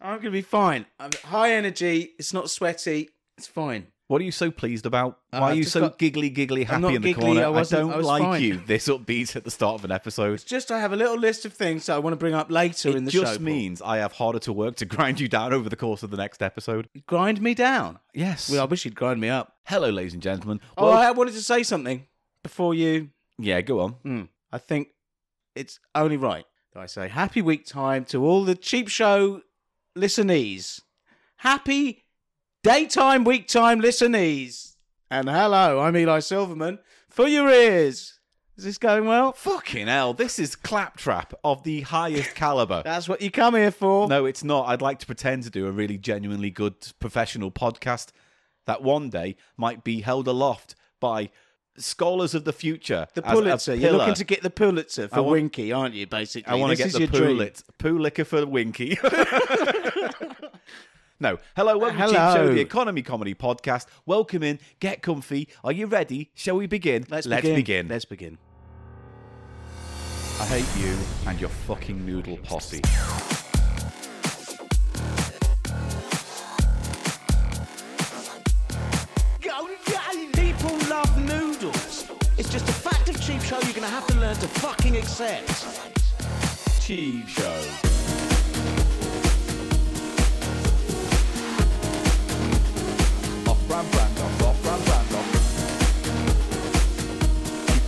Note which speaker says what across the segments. Speaker 1: I'm going to be fine. I'm high energy. It's not sweaty. It's fine.
Speaker 2: What are you so pleased about?
Speaker 1: Uh,
Speaker 2: Why are
Speaker 1: I've
Speaker 2: you
Speaker 1: just
Speaker 2: so
Speaker 1: got-
Speaker 2: giggly, giggly happy
Speaker 1: not
Speaker 2: in the
Speaker 1: giggly,
Speaker 2: corner?
Speaker 1: I wasn't-
Speaker 2: don't
Speaker 1: I was
Speaker 2: like
Speaker 1: fine.
Speaker 2: you. This upbeat at the start of an episode.
Speaker 1: It's just I have a little list of things that I want to bring up later in
Speaker 2: It
Speaker 1: the show.
Speaker 2: just
Speaker 1: Paul.
Speaker 2: means I have harder to work to grind you down over the course of the next episode.
Speaker 1: grind me down.
Speaker 2: Yes.
Speaker 1: Well, I wish you'd grind me up.
Speaker 2: Hello, ladies and gentlemen.
Speaker 1: Oh,
Speaker 2: Well,
Speaker 1: I wanted to say something before you.
Speaker 2: yeah, go on.
Speaker 1: I think it's only right that I say happy week time to all the cheap show listenees. Happy daytime week time listenees. And hello, I'm Eli Silverman for your ears. Is this going well?
Speaker 2: Fucking hell, this is claptrap of the highest caliber.
Speaker 1: That's what you come here for.
Speaker 2: No, it's not. I'd like to pretend to do a really genuinely good professional podcast that one day might be held aloft by scholars of the future.
Speaker 1: the
Speaker 2: as a
Speaker 1: Pulitzer. You're
Speaker 2: pillar.
Speaker 1: looking to get the Pulitzer for
Speaker 2: want-
Speaker 1: Winky, aren't you? Basically,
Speaker 2: I want to
Speaker 1: This is
Speaker 2: get the
Speaker 1: your
Speaker 2: poo,
Speaker 1: dream.
Speaker 2: lit, poo liquor for Winky. no. Hello, welcome to Cheap
Speaker 1: Hello.
Speaker 2: Show, the economy comedy podcast. Welcome in, get comfy. Are you ready? Shall we begin?
Speaker 1: Let's,
Speaker 2: begin.
Speaker 1: Let's begin.
Speaker 2: I hate you and your fucking noodle posse.
Speaker 3: People love noodles. It's just a fact of cheap show you're gonna have to learn to fucking accept.
Speaker 2: Cheap Show. Off-brand brand off, off-brand brand off.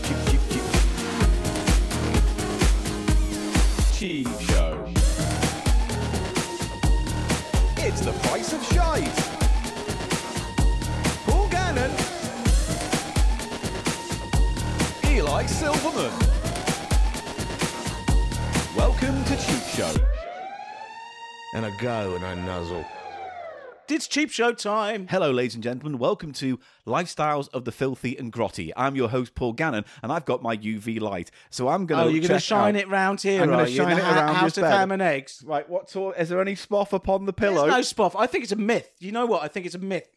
Speaker 2: Cheap, cheap, cheap, cheap. Cheap Show. It's the price of shite. Paul Gannon. Eli Silverman. Welcome to Cheap Show.
Speaker 3: And I go and I nuzzle.
Speaker 1: It's cheap show time.
Speaker 2: Hello, ladies and gentlemen. Welcome to Lifestyles of the Filthy and Grotty. I'm your host, Paul Gannon, and I've got my UV light. So I'm going
Speaker 1: Oh,
Speaker 2: to.
Speaker 1: you're going to shine it round here.
Speaker 2: I'm gonna
Speaker 1: are you? In
Speaker 2: shine
Speaker 1: the
Speaker 2: it
Speaker 1: ha-
Speaker 2: around
Speaker 1: House
Speaker 2: this
Speaker 1: of
Speaker 2: bed.
Speaker 1: ham and eggs.
Speaker 2: Right, what sort? Is there any spoff upon the pillow?
Speaker 1: There's no spoff. I think it's a myth. You know what? I think it's a myth.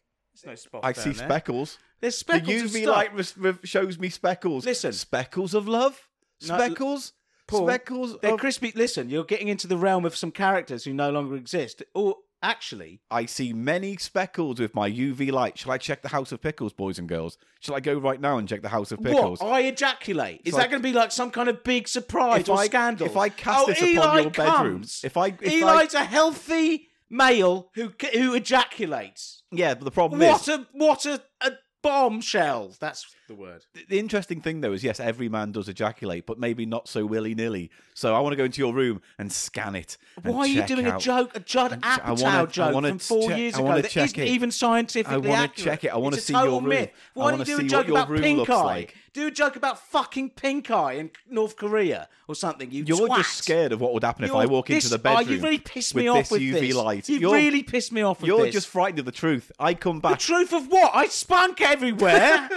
Speaker 1: There's no spoff.
Speaker 2: I see
Speaker 1: down there.
Speaker 2: speckles.
Speaker 1: There's
Speaker 2: The
Speaker 1: speckles. of
Speaker 2: UV
Speaker 1: stuff.
Speaker 2: light res- re- shows me speckles.
Speaker 1: Listen.
Speaker 2: speckles of love.
Speaker 1: No,
Speaker 2: Speckles.
Speaker 1: Paul,
Speaker 2: speckles.
Speaker 1: They're
Speaker 2: Of-
Speaker 1: crispy. Listen, you're getting into the realm of some characters who no longer exist. Or actually,
Speaker 2: I see many speckles with my UV light. Shall I check the House of Pickles, boys and girls? Shall I go right now and check the House of Pickles?
Speaker 1: what? I ejaculate. Is
Speaker 2: like-
Speaker 1: that going to be like some kind of big surprise
Speaker 2: If
Speaker 1: or
Speaker 2: I-
Speaker 1: scandal?
Speaker 2: if I cast
Speaker 1: oh,
Speaker 2: this upon
Speaker 1: Eli
Speaker 2: your bedroom,
Speaker 1: comes.
Speaker 2: if I- if
Speaker 1: Eli's a healthy male who c- who ejaculates.
Speaker 2: Yeah, but the problem is.
Speaker 1: What a what a, a bombshell. That's the word.
Speaker 2: the interesting thing though is yes every man does ejaculate but maybe not so willy-nilly so i want to go into your room and scan it and
Speaker 1: Why are you
Speaker 2: check
Speaker 1: doing a
Speaker 2: out-
Speaker 1: joke, a Judd
Speaker 2: I
Speaker 1: Apatow
Speaker 2: wanna- I
Speaker 1: joke
Speaker 2: wanna
Speaker 1: from four
Speaker 2: check-
Speaker 1: years
Speaker 2: I
Speaker 1: ago
Speaker 2: wanna
Speaker 1: that
Speaker 2: check
Speaker 1: isn't
Speaker 2: it.
Speaker 1: even scientifically
Speaker 2: I wanna
Speaker 1: accurate?
Speaker 2: check it. I wanna
Speaker 1: It's a
Speaker 2: see your
Speaker 1: total
Speaker 2: room.
Speaker 1: Myth.
Speaker 2: I
Speaker 1: Why
Speaker 2: wanna
Speaker 1: don't you do
Speaker 2: see
Speaker 1: a
Speaker 2: what
Speaker 1: joke
Speaker 2: your
Speaker 1: about
Speaker 2: room
Speaker 1: pink
Speaker 2: looks
Speaker 1: eye?
Speaker 2: like.
Speaker 1: Do a joke about fucking pink eye in North Korea or something. You
Speaker 2: you're
Speaker 1: twat.
Speaker 2: just scared of what would happen if
Speaker 1: You're-
Speaker 2: i walk into
Speaker 1: this-
Speaker 2: the bedroom
Speaker 1: Oh, you really pissed
Speaker 2: with
Speaker 1: me off
Speaker 2: this
Speaker 1: with
Speaker 2: uv
Speaker 1: this.
Speaker 2: light
Speaker 1: You
Speaker 2: You're-
Speaker 1: really pissed me off with
Speaker 2: you're
Speaker 1: this.
Speaker 2: just frightened of the truth i come
Speaker 1: the
Speaker 2: back
Speaker 1: truth of what? I spunk everywhere.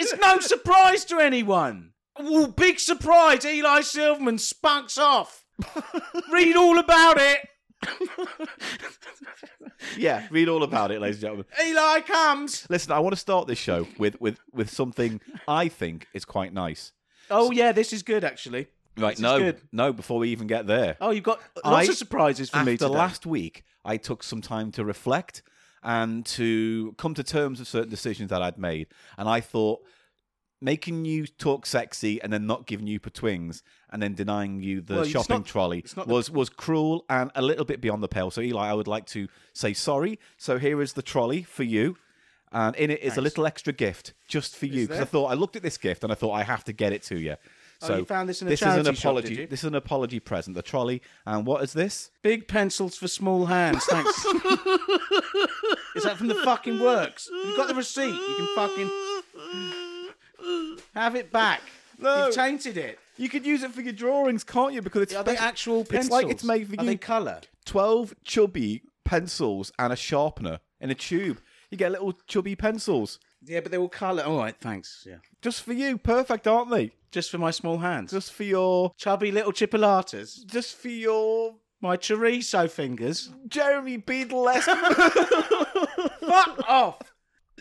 Speaker 1: it's no surprise to anyone. Ooh, big surprise! Eli Silverman spunks off. Read all about it.
Speaker 2: yeah read all about it ladies and gentlemen
Speaker 1: Eli comes.
Speaker 2: listen i want to start this show with with with something i think is quite nice
Speaker 1: Oh yeah, this is good actually.
Speaker 2: right
Speaker 1: This is
Speaker 2: no
Speaker 1: good.
Speaker 2: no before we even get there
Speaker 1: Oh, you've got lots
Speaker 2: I-
Speaker 1: of surprises for me
Speaker 2: after
Speaker 1: today.
Speaker 2: last week, I took some time to reflect and to come to terms with certain decisions that I'd made. And I thought making you talk sexy and then not giving you patwings and then denying you the
Speaker 1: Well, it's
Speaker 2: shopping
Speaker 1: not-
Speaker 2: trolley
Speaker 1: it's not the-
Speaker 2: was was cruel and a little bit beyond the pale. So Eli, I would like to say sorry. So here is the trolley for you. And in it is a little extra gift just for you because I
Speaker 1: there? Oh,
Speaker 2: thought I looked at this gift and I thought I have to get it to you. So
Speaker 1: you found this in a
Speaker 2: is an
Speaker 1: charity shop,
Speaker 2: apology.
Speaker 1: did you?
Speaker 2: This is an apology present. The trolley and what is this?
Speaker 1: Big pencils for small hands. Thanks. is that from the fucking works? You've got the receipt. You can fucking have it back.
Speaker 2: No.
Speaker 1: You've tainted it.
Speaker 2: You could use it for your drawings, can't you? Because it's
Speaker 1: Are they
Speaker 2: spe-
Speaker 1: actual pencils?
Speaker 2: It's like it's made for
Speaker 1: Are
Speaker 2: you.
Speaker 1: they colour?
Speaker 2: Twelve chubby pencils and a sharpener in a tube. You get little chubby pencils
Speaker 1: Yeah, but they're all colour. All right, thanks. Yeah.
Speaker 2: just for you. Perfect, aren't they?
Speaker 1: Just for my small hands.
Speaker 2: Just for your,
Speaker 1: Chubby little chipolatas.
Speaker 2: just for your
Speaker 1: My chorizo fingers.
Speaker 2: Jeremy Beadle-esque.
Speaker 1: Fuck off.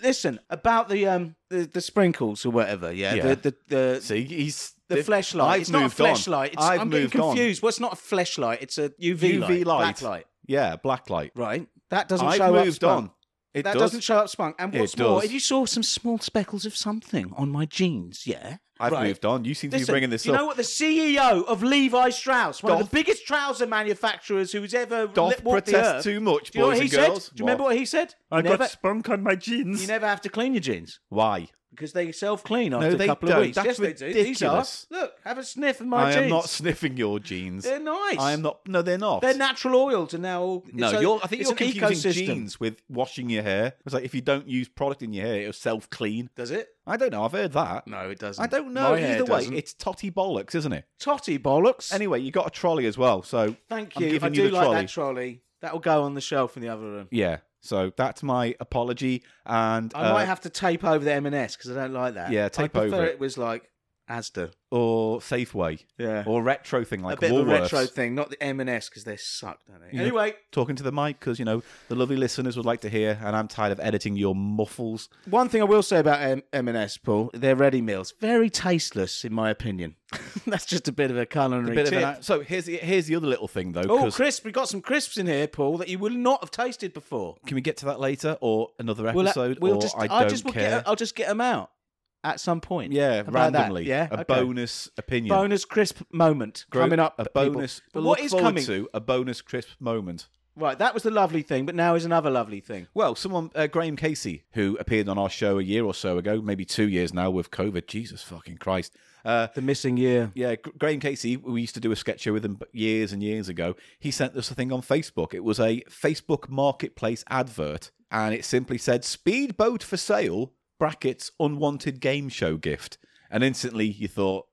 Speaker 1: Listen about the um the, the sprinkles or whatever. Yeah. The
Speaker 2: Yeah.
Speaker 1: the, the
Speaker 2: See, he's
Speaker 1: the fleshlight.
Speaker 2: I've
Speaker 1: It's not a
Speaker 2: moved on.
Speaker 1: fleshlight. It's,
Speaker 2: I've
Speaker 1: I'm
Speaker 2: moved
Speaker 1: getting
Speaker 2: on.
Speaker 1: confused. What's not a fleshlight? It's a UV,
Speaker 2: UV light.
Speaker 1: Backlight.
Speaker 2: Yeah, blacklight.
Speaker 1: right? That doesn't
Speaker 2: I've
Speaker 1: show up
Speaker 2: moved
Speaker 1: spunk.
Speaker 2: on. It
Speaker 1: that
Speaker 2: does.
Speaker 1: doesn't show up spunk. And
Speaker 2: It
Speaker 1: what's more,
Speaker 2: does.
Speaker 1: if you saw some small speckles of something on my jeans, yeah,
Speaker 2: I've
Speaker 1: right?
Speaker 2: moved on. You seem to
Speaker 1: Listen,
Speaker 2: be bringing this
Speaker 1: you
Speaker 2: up.
Speaker 1: know what? The CEO of Levi Strauss, one of
Speaker 2: Doth-
Speaker 1: the biggest trouser manufacturers who's ever
Speaker 2: Doth
Speaker 1: li- walked the
Speaker 2: protest
Speaker 1: earth.
Speaker 2: too much,
Speaker 1: Do you know
Speaker 2: boys
Speaker 1: what he
Speaker 2: and
Speaker 1: said?
Speaker 2: girls.
Speaker 1: Do you remember
Speaker 2: What?
Speaker 1: what he said?
Speaker 4: I
Speaker 1: You never,
Speaker 4: got spunk on my jeans.
Speaker 1: you never have to clean your jeans
Speaker 2: Why?
Speaker 1: because they self clean after
Speaker 2: they
Speaker 1: a couple
Speaker 2: don't.
Speaker 1: of weeks.
Speaker 2: That's
Speaker 1: yes,
Speaker 2: ridiculous.
Speaker 1: they do. These are. Look, have a sniff of my
Speaker 2: I
Speaker 1: jeans.
Speaker 2: am not sniffing your jeans.
Speaker 1: They're nice.
Speaker 2: I am not. No, they're not.
Speaker 1: They're natural oils and now all.
Speaker 2: No,
Speaker 1: so
Speaker 2: you're, I think
Speaker 1: it's
Speaker 2: you're
Speaker 1: an
Speaker 2: confusing
Speaker 1: ecosystem.
Speaker 2: jeans with washing your hair. It's like if you don't use product in your hair, it'll self clean.
Speaker 1: Does it?
Speaker 2: I don't know. I've heard that.
Speaker 1: No, it doesn't.
Speaker 2: I don't know.
Speaker 1: My hair
Speaker 2: Either way,
Speaker 1: doesn't.
Speaker 2: it's totty bollocks, isn't it?
Speaker 1: totty bollocks.
Speaker 2: Anyway, you got a trolley as well, so
Speaker 1: Thank
Speaker 2: I'm
Speaker 1: you. I
Speaker 2: giving you
Speaker 1: do
Speaker 2: the
Speaker 1: like
Speaker 2: trolley.
Speaker 1: that trolley. That'll go on the shelf in the other room.
Speaker 2: yeah. So that's my apology, and
Speaker 1: I
Speaker 2: uh,
Speaker 1: might have to tape over the M&S because I don't like that.
Speaker 2: Yeah,
Speaker 1: I
Speaker 2: tape
Speaker 1: prefer
Speaker 2: over it.
Speaker 1: it was like Asda.
Speaker 2: or Safeway,
Speaker 1: Yeah.
Speaker 2: or retro thing like
Speaker 1: a bit
Speaker 2: Woolworths.
Speaker 1: of a retro thing, not the M&S because they suck, don't they?
Speaker 2: Yeah.
Speaker 1: Anyway,
Speaker 2: Talking to the mic because you know the lovely listeners would like to hear, and I'm tired of editing your muffles.
Speaker 1: one thing I will say about M- M&S, Paul, their ready meals, very tasteless in my opinion. That's just a bit of a culinary
Speaker 2: Bit of
Speaker 1: tip.
Speaker 2: an, so here's the, here's the other little thing though.
Speaker 1: Oh,
Speaker 2: 'cause-
Speaker 1: crisps. We've got some crisps in here, Paul, that you will not have tasted before.
Speaker 2: can we get to that later or another
Speaker 1: We'll- uh,
Speaker 2: episode?
Speaker 1: we'll
Speaker 2: or
Speaker 1: just,
Speaker 2: I don't
Speaker 1: I'll just, we'll
Speaker 2: care.
Speaker 1: Get, I'll just get them out at some point.
Speaker 2: Yeah,
Speaker 1: How about that?
Speaker 2: randomly.
Speaker 1: Yeah,
Speaker 2: a
Speaker 1: okay.
Speaker 2: bonus opinion.
Speaker 1: Bonus crisp moment
Speaker 2: Gro-
Speaker 1: coming up.
Speaker 2: A
Speaker 1: people.
Speaker 2: bonus.
Speaker 1: But
Speaker 2: But
Speaker 1: what is coming?
Speaker 2: to a bonus crisp moment?
Speaker 1: Right, that was the lovely thing, but now is another lovely thing.
Speaker 2: Well, someone, uh, Graham Casey, who appeared on our show a year or so ago, maybe two years now with COVID. Jesus fucking Christ. Uh,
Speaker 1: The missing year.
Speaker 2: yeah, Gr- Graham Casey, we used to do a sketch show with him years and years ago. He sent us a thing on Facebook. It was a Facebook marketplace advert, and it simply said speedboat for sale, brackets, unwanted game show gift. And instantly you thought,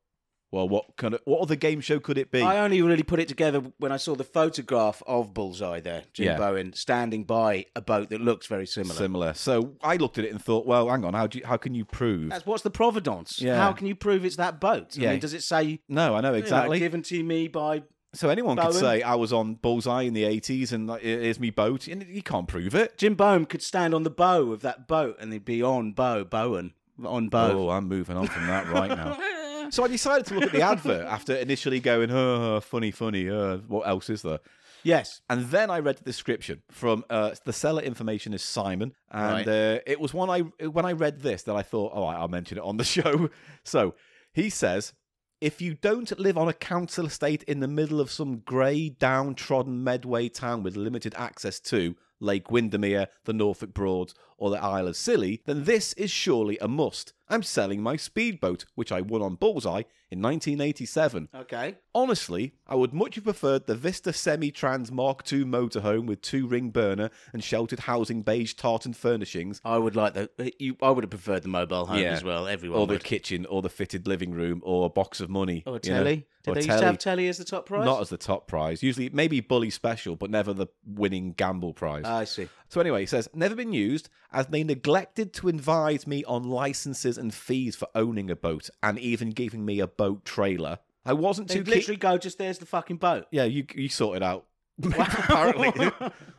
Speaker 2: well, what kind of, what other game show could it be?
Speaker 1: I only really put it together when I saw the photograph of Bullseye there, Jim
Speaker 2: Yeah.
Speaker 1: Bowen, standing by a boat that looks very similar.
Speaker 2: similar. So I looked at it and thought, well, hang on, how do you, how can you prove?
Speaker 1: That's what's the providence?
Speaker 2: Yeah.
Speaker 1: How can you prove it's that boat? I
Speaker 2: Yeah.
Speaker 1: mean, does it say you
Speaker 2: no, I know
Speaker 1: know,
Speaker 2: exactly.
Speaker 1: given to me by?
Speaker 2: so anyone could
Speaker 1: Bowen.
Speaker 2: say I was on Bullseye in the '80s and like, here's me boat, and you can't prove it.
Speaker 1: Jim Bowen could stand on the bow of that boat and he'd be on bow Bowen on bow.
Speaker 2: Oh, I'm moving on from that right now. So I decided to look at the advert after initially going, oh, funny, funny, uh, what else is there?
Speaker 1: Yes,
Speaker 2: And then I read the description from uh, the seller information is Simon, and uh, it was one I when I read this that I thought, all right, I'll mention it on the show. So he says, if you don't live on a council estate in the middle of some grey, downtrodden Medway town with limited access to Lake Windermere, the Norfolk Broads, or the Isle of Scilly, then this is surely a must. I'm selling my speedboat, which I won on Bullseye in 1987.
Speaker 1: Okay.
Speaker 2: Honestly, I would much have preferred the Vista Semi Trans Mark II motorhome with two ring burner and sheltered housing beige tartan furnishings,
Speaker 1: I would like the. You, I would have preferred the mobile home
Speaker 2: Yeah.
Speaker 1: as well. Everyone
Speaker 2: or the
Speaker 1: would.
Speaker 2: kitchen, or the fitted living room, or a box of money.
Speaker 1: or a
Speaker 2: you know,
Speaker 1: telly. Did
Speaker 2: or
Speaker 1: they
Speaker 2: a
Speaker 1: used to
Speaker 2: telly.
Speaker 1: have telly as the top prize?
Speaker 2: Not as the top prize. Usually, maybe bully special, but never the winning gamble prize.
Speaker 1: I see.
Speaker 2: So anyway, he says, never been used as they neglected to advise me on licenses and fees for owning a boat and even giving me a boat trailer. I wasn't
Speaker 1: They
Speaker 2: too keen-
Speaker 1: literally go just there's the fucking boat.
Speaker 2: Yeah, you you sorted out. apparently,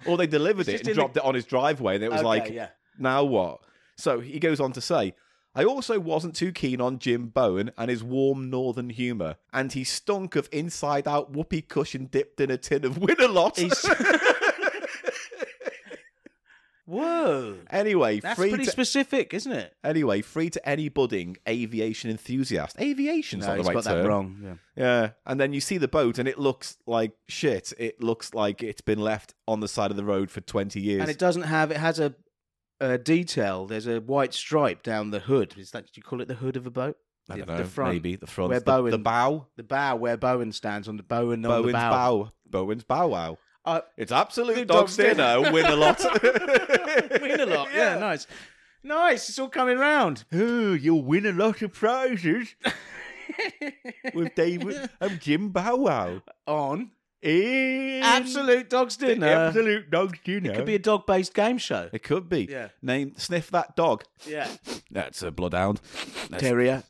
Speaker 2: or they delivered
Speaker 1: It's
Speaker 2: it
Speaker 1: just
Speaker 2: and
Speaker 1: in the-
Speaker 2: dropped it on his driveway, and it was
Speaker 1: Okay,
Speaker 2: like,
Speaker 1: yeah.
Speaker 2: now what? So he goes on to say, I also wasn't too keen on Jim Bowen and his warm northern humour, and he stunk of inside out whoopee cushion dipped in a tin of win a lot.
Speaker 1: He's- Whoa.
Speaker 2: anyway,
Speaker 1: That's
Speaker 2: free
Speaker 1: pretty
Speaker 2: to
Speaker 1: specific, isn't it?
Speaker 2: anyway, free to any budding aviation enthusiast. Aviation's not the
Speaker 1: he's
Speaker 2: right
Speaker 1: got
Speaker 2: term.
Speaker 1: that wrong. Yeah.
Speaker 2: Yeah, and then you see the boat, and it looks like shit. It looks like it's been left on the side of the road for twenty years.
Speaker 1: And it doesn't have. It has a, a detail. There's a white stripe down the hood. Is that? Do you call it the hood of a boat?
Speaker 2: I
Speaker 1: the,
Speaker 2: don't know,
Speaker 1: the front.
Speaker 2: maybe the front,
Speaker 1: Where
Speaker 2: the,
Speaker 1: Bowen-
Speaker 2: the bow,
Speaker 1: The bow where Bowen stands on the Bowen on the
Speaker 2: Bowen's
Speaker 1: bow.
Speaker 2: bow. Bowen's bow wow.
Speaker 1: Uh,
Speaker 2: It's absolute
Speaker 1: Good dog's
Speaker 2: dog's
Speaker 1: dinner.
Speaker 2: dinner. Win a lot.
Speaker 1: win a lot. Yeah. nice, nice. It's all coming round.
Speaker 2: Oh, you'll win a lot of prizes with David and Jim Bow Wow.
Speaker 1: On
Speaker 2: In
Speaker 1: absolute dog's dinner.
Speaker 2: absolute dog's dinner.
Speaker 1: It could be a dog-based game show.
Speaker 2: It could be.
Speaker 1: Yeah.
Speaker 2: Name sniff that dog.
Speaker 1: Yeah,
Speaker 2: That's a bloodhound. That's-
Speaker 1: terrier.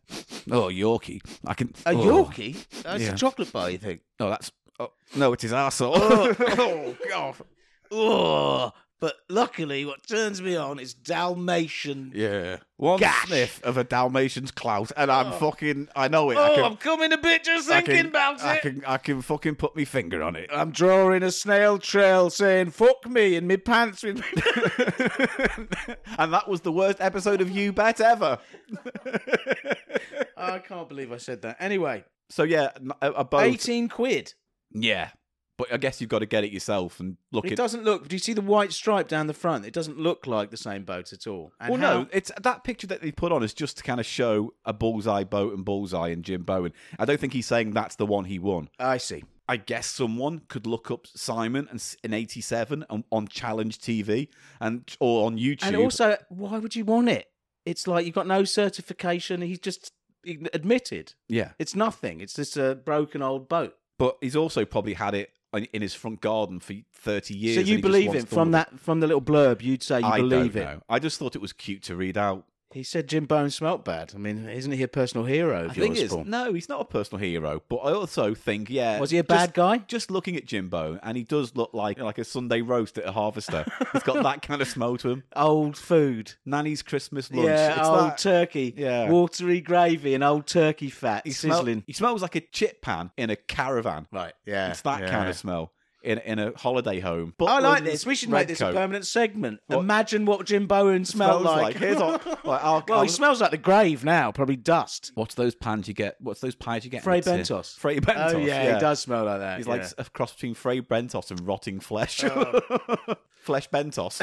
Speaker 2: Oh, Yorkie. I can.
Speaker 1: A
Speaker 2: oh.
Speaker 1: Yorkie? That's
Speaker 2: Yeah.
Speaker 1: a chocolate bar, you think?
Speaker 2: No, that's. Oh, no, it is arsehole.
Speaker 1: Oh, But luckily, what turns me on is Dalmatian.
Speaker 2: Yeah. One
Speaker 1: Gosh.
Speaker 2: sniff of a Dalmatian's clout, and I'm fucking. I know it. I
Speaker 1: Oh,
Speaker 2: can,
Speaker 1: I'm coming a bit just
Speaker 2: I
Speaker 1: thinking
Speaker 2: can-
Speaker 1: about
Speaker 2: I
Speaker 1: it.
Speaker 2: can, I can fucking put my finger on it.
Speaker 1: I'm drawing a snail trail saying "fuck me" in my pants with me.
Speaker 2: and that was the worst episode of You Bet ever.
Speaker 1: I can't believe I said that. Anyway,
Speaker 2: So yeah, n- a, a boat.
Speaker 1: eighteen quid.
Speaker 2: Yeah, but I guess you've got to get it yourself and look.
Speaker 1: It
Speaker 2: It
Speaker 1: doesn't look. Do you see the white stripe down the front? It doesn't look like the same boat at all. And
Speaker 2: Well,
Speaker 1: how-
Speaker 2: no, it's that picture that they put on is just to kind of show a bullseye boat and bullseye and Jim Bowen. I don't think he's saying that's the one he won.
Speaker 1: I see.
Speaker 2: I guess someone could look up Simon and s- in '87 on, on Challenge TV and or on YouTube.
Speaker 1: And also, why would you want it? It's like you've got no certification. He's just admitted
Speaker 2: yeah,
Speaker 1: it's nothing. It's just a broken old boat.
Speaker 2: but he's also probably had it in, in his front garden for 30 years.
Speaker 1: so
Speaker 2: and he
Speaker 1: you
Speaker 2: just
Speaker 1: believe
Speaker 2: wants
Speaker 1: him
Speaker 2: to
Speaker 1: from
Speaker 2: wonder-
Speaker 1: that from the little blurb? You'd say you
Speaker 2: I
Speaker 1: believe
Speaker 2: don't
Speaker 1: it.
Speaker 2: know. I just thought it was cute to read out.
Speaker 1: He said Jim Bowen smelt bad. I mean, isn't he a personal hero of
Speaker 2: I
Speaker 1: yours,
Speaker 2: think it's
Speaker 1: Paul?
Speaker 2: no, he's not a personal hero, but I also think yeah,
Speaker 1: Was he a
Speaker 2: just-
Speaker 1: bad guy?
Speaker 2: Just looking at Jimbo, and he does look like like a Sunday roast at a harvester. he's got that kind of smell to him.
Speaker 1: Old food.
Speaker 2: Nanny's Christmas lunch.
Speaker 1: Yeah,
Speaker 2: it's
Speaker 1: old
Speaker 2: that-
Speaker 1: turkey.
Speaker 2: Yeah.
Speaker 1: Watery gravy and old turkey fat
Speaker 2: he, smell-
Speaker 1: sizzling.
Speaker 2: he smells like a chip pan in a caravan.
Speaker 1: right, yeah.
Speaker 2: It's that
Speaker 1: yeah.
Speaker 2: kind of smell in in a holiday home. But
Speaker 1: I like this. We should make this a permanent segment.
Speaker 2: What-
Speaker 1: Imagine what Jim Bowen
Speaker 2: Smells
Speaker 1: smelled
Speaker 2: like,
Speaker 1: like.
Speaker 2: here's our, like our,
Speaker 1: well,
Speaker 2: our-
Speaker 1: he smells like the grave now, probably dust.
Speaker 2: What's those pans you get? What's those pies you get? in
Speaker 1: Frey
Speaker 2: a tin?
Speaker 1: Bentos.
Speaker 2: Frey Bentos.
Speaker 1: Oh yeah, he does smell like that.
Speaker 2: He's
Speaker 1: yeah.
Speaker 2: like a cross between Frey Bentos and rotting flesh.
Speaker 1: Oh.
Speaker 2: flesh Bentos.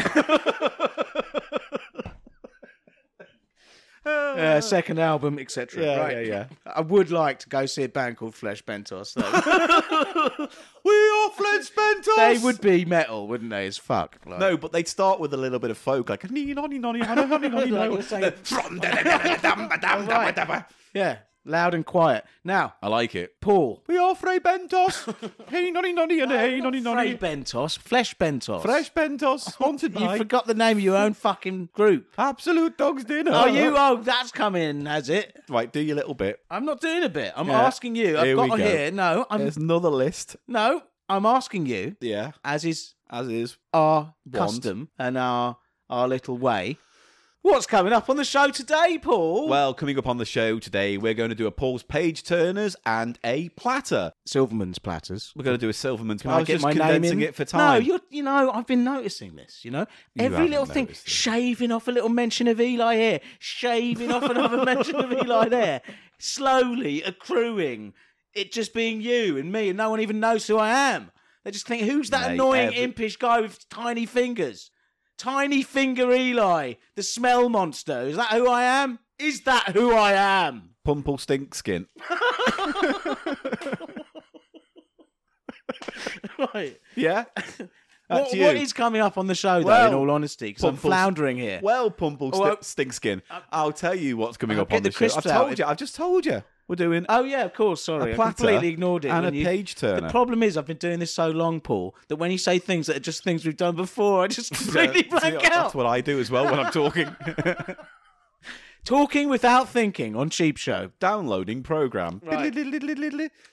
Speaker 1: Uh, second album, etc.
Speaker 2: "Ah." Yeah,
Speaker 1: right.
Speaker 2: yeah,
Speaker 1: I would like to go see a band called Flesh Bentos. Though.
Speaker 2: we are Flesh Bentos.
Speaker 1: they would be metal, wouldn't they? As fuck. Like,
Speaker 2: No, but they'd start with a little bit of folk, like nee nonny nonny nonny nonny nonny.
Speaker 1: Like
Speaker 2: no."
Speaker 1: we're saying-
Speaker 2: Then, "From da- da- da- da- dum- ba- dum- dum- ba- dum-
Speaker 1: Yeah, loud and quiet. Now,
Speaker 2: I like it.
Speaker 1: Paul.
Speaker 2: We are Frey Bentos. hey nonny nonny and hey nonny
Speaker 1: Frey
Speaker 2: nonny.
Speaker 1: Bentos, Flesh Bentos.
Speaker 2: Fresh Bentos sponsored
Speaker 1: You
Speaker 2: by
Speaker 1: forgot the name of your own fucking group.
Speaker 2: Absolute Dogs Dinner.
Speaker 1: Oh, you? Oh, that's coming, has it?
Speaker 2: Right, do your little bit.
Speaker 1: I'm not doing a bit. I'm
Speaker 2: Yeah.
Speaker 1: asking you. I've
Speaker 2: Here we
Speaker 1: got on
Speaker 2: go.
Speaker 1: here. No, I'm
Speaker 2: There's another list.
Speaker 1: no. I'm asking you,
Speaker 2: Yeah,
Speaker 1: as is
Speaker 2: as is.
Speaker 1: our
Speaker 2: Wand.
Speaker 1: custom and our our little way. What's coming up on the show today, Paul?
Speaker 2: Well, coming up on the show today, we're going to do a Paul's Page Turners and a platter.
Speaker 1: Silverman's platters.
Speaker 2: We're going to do a Silverman's.
Speaker 1: Can
Speaker 2: I was just condensing it for time.
Speaker 1: No, you're, you know, I've been noticing this. You know, every
Speaker 2: haven't
Speaker 1: little thing,
Speaker 2: noticed it.
Speaker 1: shaving off a little mention of Eli here, shaving off another mention of Eli there, slowly accruing. It just being you and me, and no one even knows who I am. They just think, who's that
Speaker 2: Mate,
Speaker 1: annoying
Speaker 2: every-
Speaker 1: impish guy with tiny fingers? Tiny finger Eli, the smell monster. Is that who I am? Is that who I am?
Speaker 2: Pumple Stink Skin.
Speaker 1: right.
Speaker 2: Yeah.
Speaker 1: What,
Speaker 2: That's you.
Speaker 1: what is coming up on the show, though, in
Speaker 2: Well,
Speaker 1: all honesty? Because I'm
Speaker 2: Pumple-
Speaker 1: floundering here.
Speaker 2: Well, Pumple
Speaker 1: Oh, well-
Speaker 2: Sti- Stink Skin. I'll tell you what's coming
Speaker 1: I'll
Speaker 2: up
Speaker 1: get
Speaker 2: on
Speaker 1: the
Speaker 2: the show. I've
Speaker 1: crisps out.
Speaker 2: told you. I've just told you. We're doing
Speaker 1: Oh yeah, of course. Sorry,
Speaker 2: a
Speaker 1: I
Speaker 2: platter
Speaker 1: completely ignored it.
Speaker 2: and a
Speaker 1: when you-
Speaker 2: page turner.
Speaker 1: The problem is, I've been doing this so long, Paul, that when you say things that are just things we've done before, I just completely
Speaker 2: See,
Speaker 1: blank out.
Speaker 2: That's what I do as well when I'm talking.
Speaker 1: Talking without thinking on Cheap Show.
Speaker 2: Downloading program.
Speaker 1: Right.
Speaker 2: So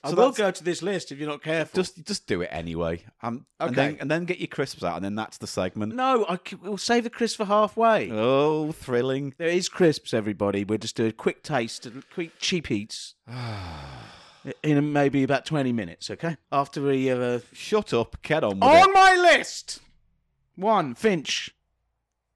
Speaker 1: I will
Speaker 2: that's-
Speaker 1: go to this list if you're not careful.
Speaker 2: Just, just do it anyway. Um,
Speaker 1: Okay.
Speaker 2: and, then, and then get your crisps out, and then that's the segment.
Speaker 1: no, I c- we'll save the crisps for halfway.
Speaker 2: Oh, thrilling!
Speaker 1: There is crisps, everybody. We'll just do a quick taste and quick cheap eats in maybe about twenty minutes. Okay, after we uh,
Speaker 2: Shut up, get on with
Speaker 1: on
Speaker 2: it.
Speaker 1: my list. One Finch,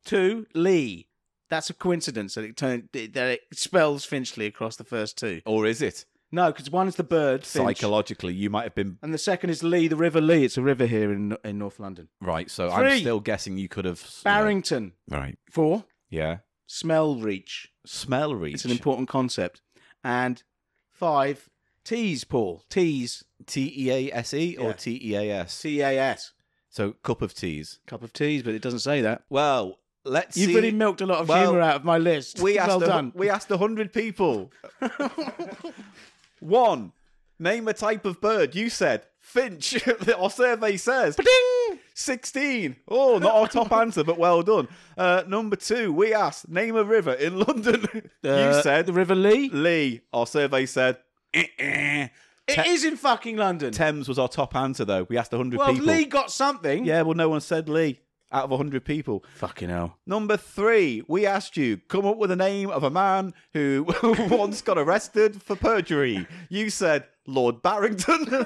Speaker 1: two Lee. That's a coincidence that it turned that it spells Finchley across the first two.
Speaker 2: Or is it
Speaker 1: No, because one is the bird Finch,
Speaker 2: psychologically? You might have been
Speaker 1: and the second is Lee, the River Lee. It's a river here in in North London.
Speaker 2: right, so
Speaker 1: Three.
Speaker 2: I'm still guessing you could have you know-
Speaker 1: Barrington
Speaker 2: Right,
Speaker 1: four
Speaker 2: yeah.
Speaker 1: smell reach.
Speaker 2: Smell reach.
Speaker 1: It's an important concept, and five tease Paul tease
Speaker 2: T E A S E
Speaker 1: Yeah.
Speaker 2: or T E A S.
Speaker 1: T A S
Speaker 2: So cup of teas.
Speaker 1: cup of teas, but it doesn't say that.
Speaker 2: Well, let's
Speaker 1: You've
Speaker 2: see.
Speaker 1: really milked a lot of
Speaker 2: well,
Speaker 1: humour out of my list.
Speaker 2: we asked
Speaker 1: well
Speaker 2: a,
Speaker 1: done.
Speaker 2: We asked a hundred people. One. Name a type of bird. You said finch. Our survey says.
Speaker 1: Ding!
Speaker 2: 16. Oh, not our top answer, but well done. Uh, number two, we asked, name a river in London.
Speaker 1: Uh,
Speaker 2: you said
Speaker 1: the River Lee.
Speaker 2: Lee. Our survey said "Eh, eh."
Speaker 1: It is in fucking London.
Speaker 2: Thames was our top answer, though. We asked 100
Speaker 1: well,
Speaker 2: people.
Speaker 1: Lee got something.
Speaker 2: Yeah, well, no one said Lee. out of 100 people.
Speaker 1: Fucking hell.
Speaker 2: Number three, we asked you come up with a name of a man who once got arrested for perjury. You said Lord Barrington.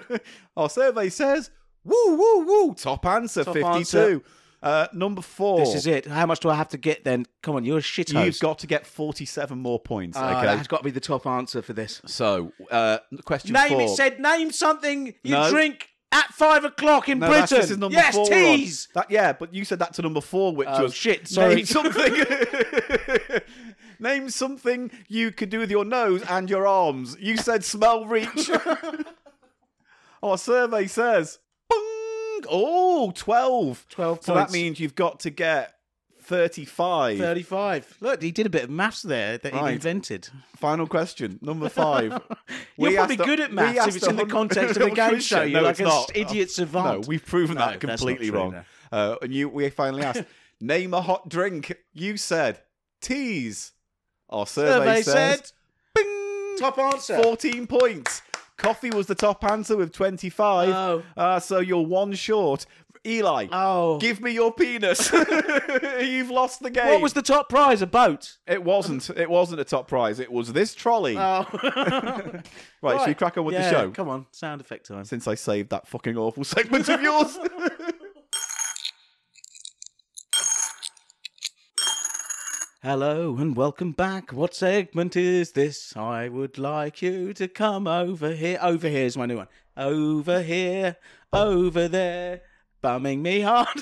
Speaker 2: Our survey says woo woo woo. Top answer
Speaker 1: Top
Speaker 2: fifty
Speaker 1: answer.
Speaker 2: two. Uh, number four.
Speaker 1: This is it. How much do I have to get then? Come on, you're a shit
Speaker 2: Oh.
Speaker 1: Uh,
Speaker 2: You've got to get forty seven more points. okay.
Speaker 1: Ah, That's got to be the top answer for this.
Speaker 2: so uh, question
Speaker 1: Name
Speaker 2: four.
Speaker 1: it said name something you
Speaker 2: No.
Speaker 1: drink at five o'clock in
Speaker 2: No,
Speaker 1: Britain.
Speaker 2: that's- this is number
Speaker 1: yes,
Speaker 2: four, Ron.
Speaker 1: tease.
Speaker 2: That, yeah, but you said that to number four, which
Speaker 1: Oh,
Speaker 2: was
Speaker 1: shit, sorry.
Speaker 2: Name something. name something you could do with your nose and your arms. You said smell reach. Our survey says, bung, oh, 12.
Speaker 1: 12
Speaker 2: So that
Speaker 1: points.
Speaker 2: means you've got to get 35.
Speaker 1: 35. Look, he did a bit of maths there that he
Speaker 2: Right.
Speaker 1: invented.
Speaker 2: Final question, number five.
Speaker 1: You're
Speaker 2: We
Speaker 1: probably
Speaker 2: asked a-
Speaker 1: good at
Speaker 2: we
Speaker 1: maths if
Speaker 2: asked
Speaker 1: it's in the
Speaker 2: 100
Speaker 1: context of a game
Speaker 2: Christian,
Speaker 1: show. You're
Speaker 2: no,
Speaker 1: like
Speaker 2: it's
Speaker 1: an
Speaker 2: not.
Speaker 1: idiot savant.
Speaker 2: No, we've proven
Speaker 1: No,
Speaker 2: that
Speaker 1: that's not
Speaker 2: completely
Speaker 1: true,
Speaker 2: wrong.
Speaker 1: no.
Speaker 2: Uh, and you, we finally asked, name a hot drink. You said teas. Our survey,
Speaker 1: Survey
Speaker 2: says,
Speaker 1: said
Speaker 2: bing,
Speaker 1: top answer.
Speaker 2: 14 points. Coffee was the top answer with 25.
Speaker 1: Oh.
Speaker 2: Uh, so you're one short. Eli,
Speaker 1: Oh.
Speaker 2: give me your penis. You've lost the game.
Speaker 1: what was the top prize? A boat.
Speaker 2: It wasn't. It wasn't a top prize. It was this trolley.
Speaker 1: Oh.
Speaker 2: right, should we crack on with
Speaker 1: Yeah,
Speaker 2: the show?
Speaker 1: Come on, sound effect time.
Speaker 2: Since I saved that fucking awful segment of yours.
Speaker 1: Hello and welcome back. What segment is this? I would like you to come over here. Over here is my new one. Over here, over there, bumming me hard.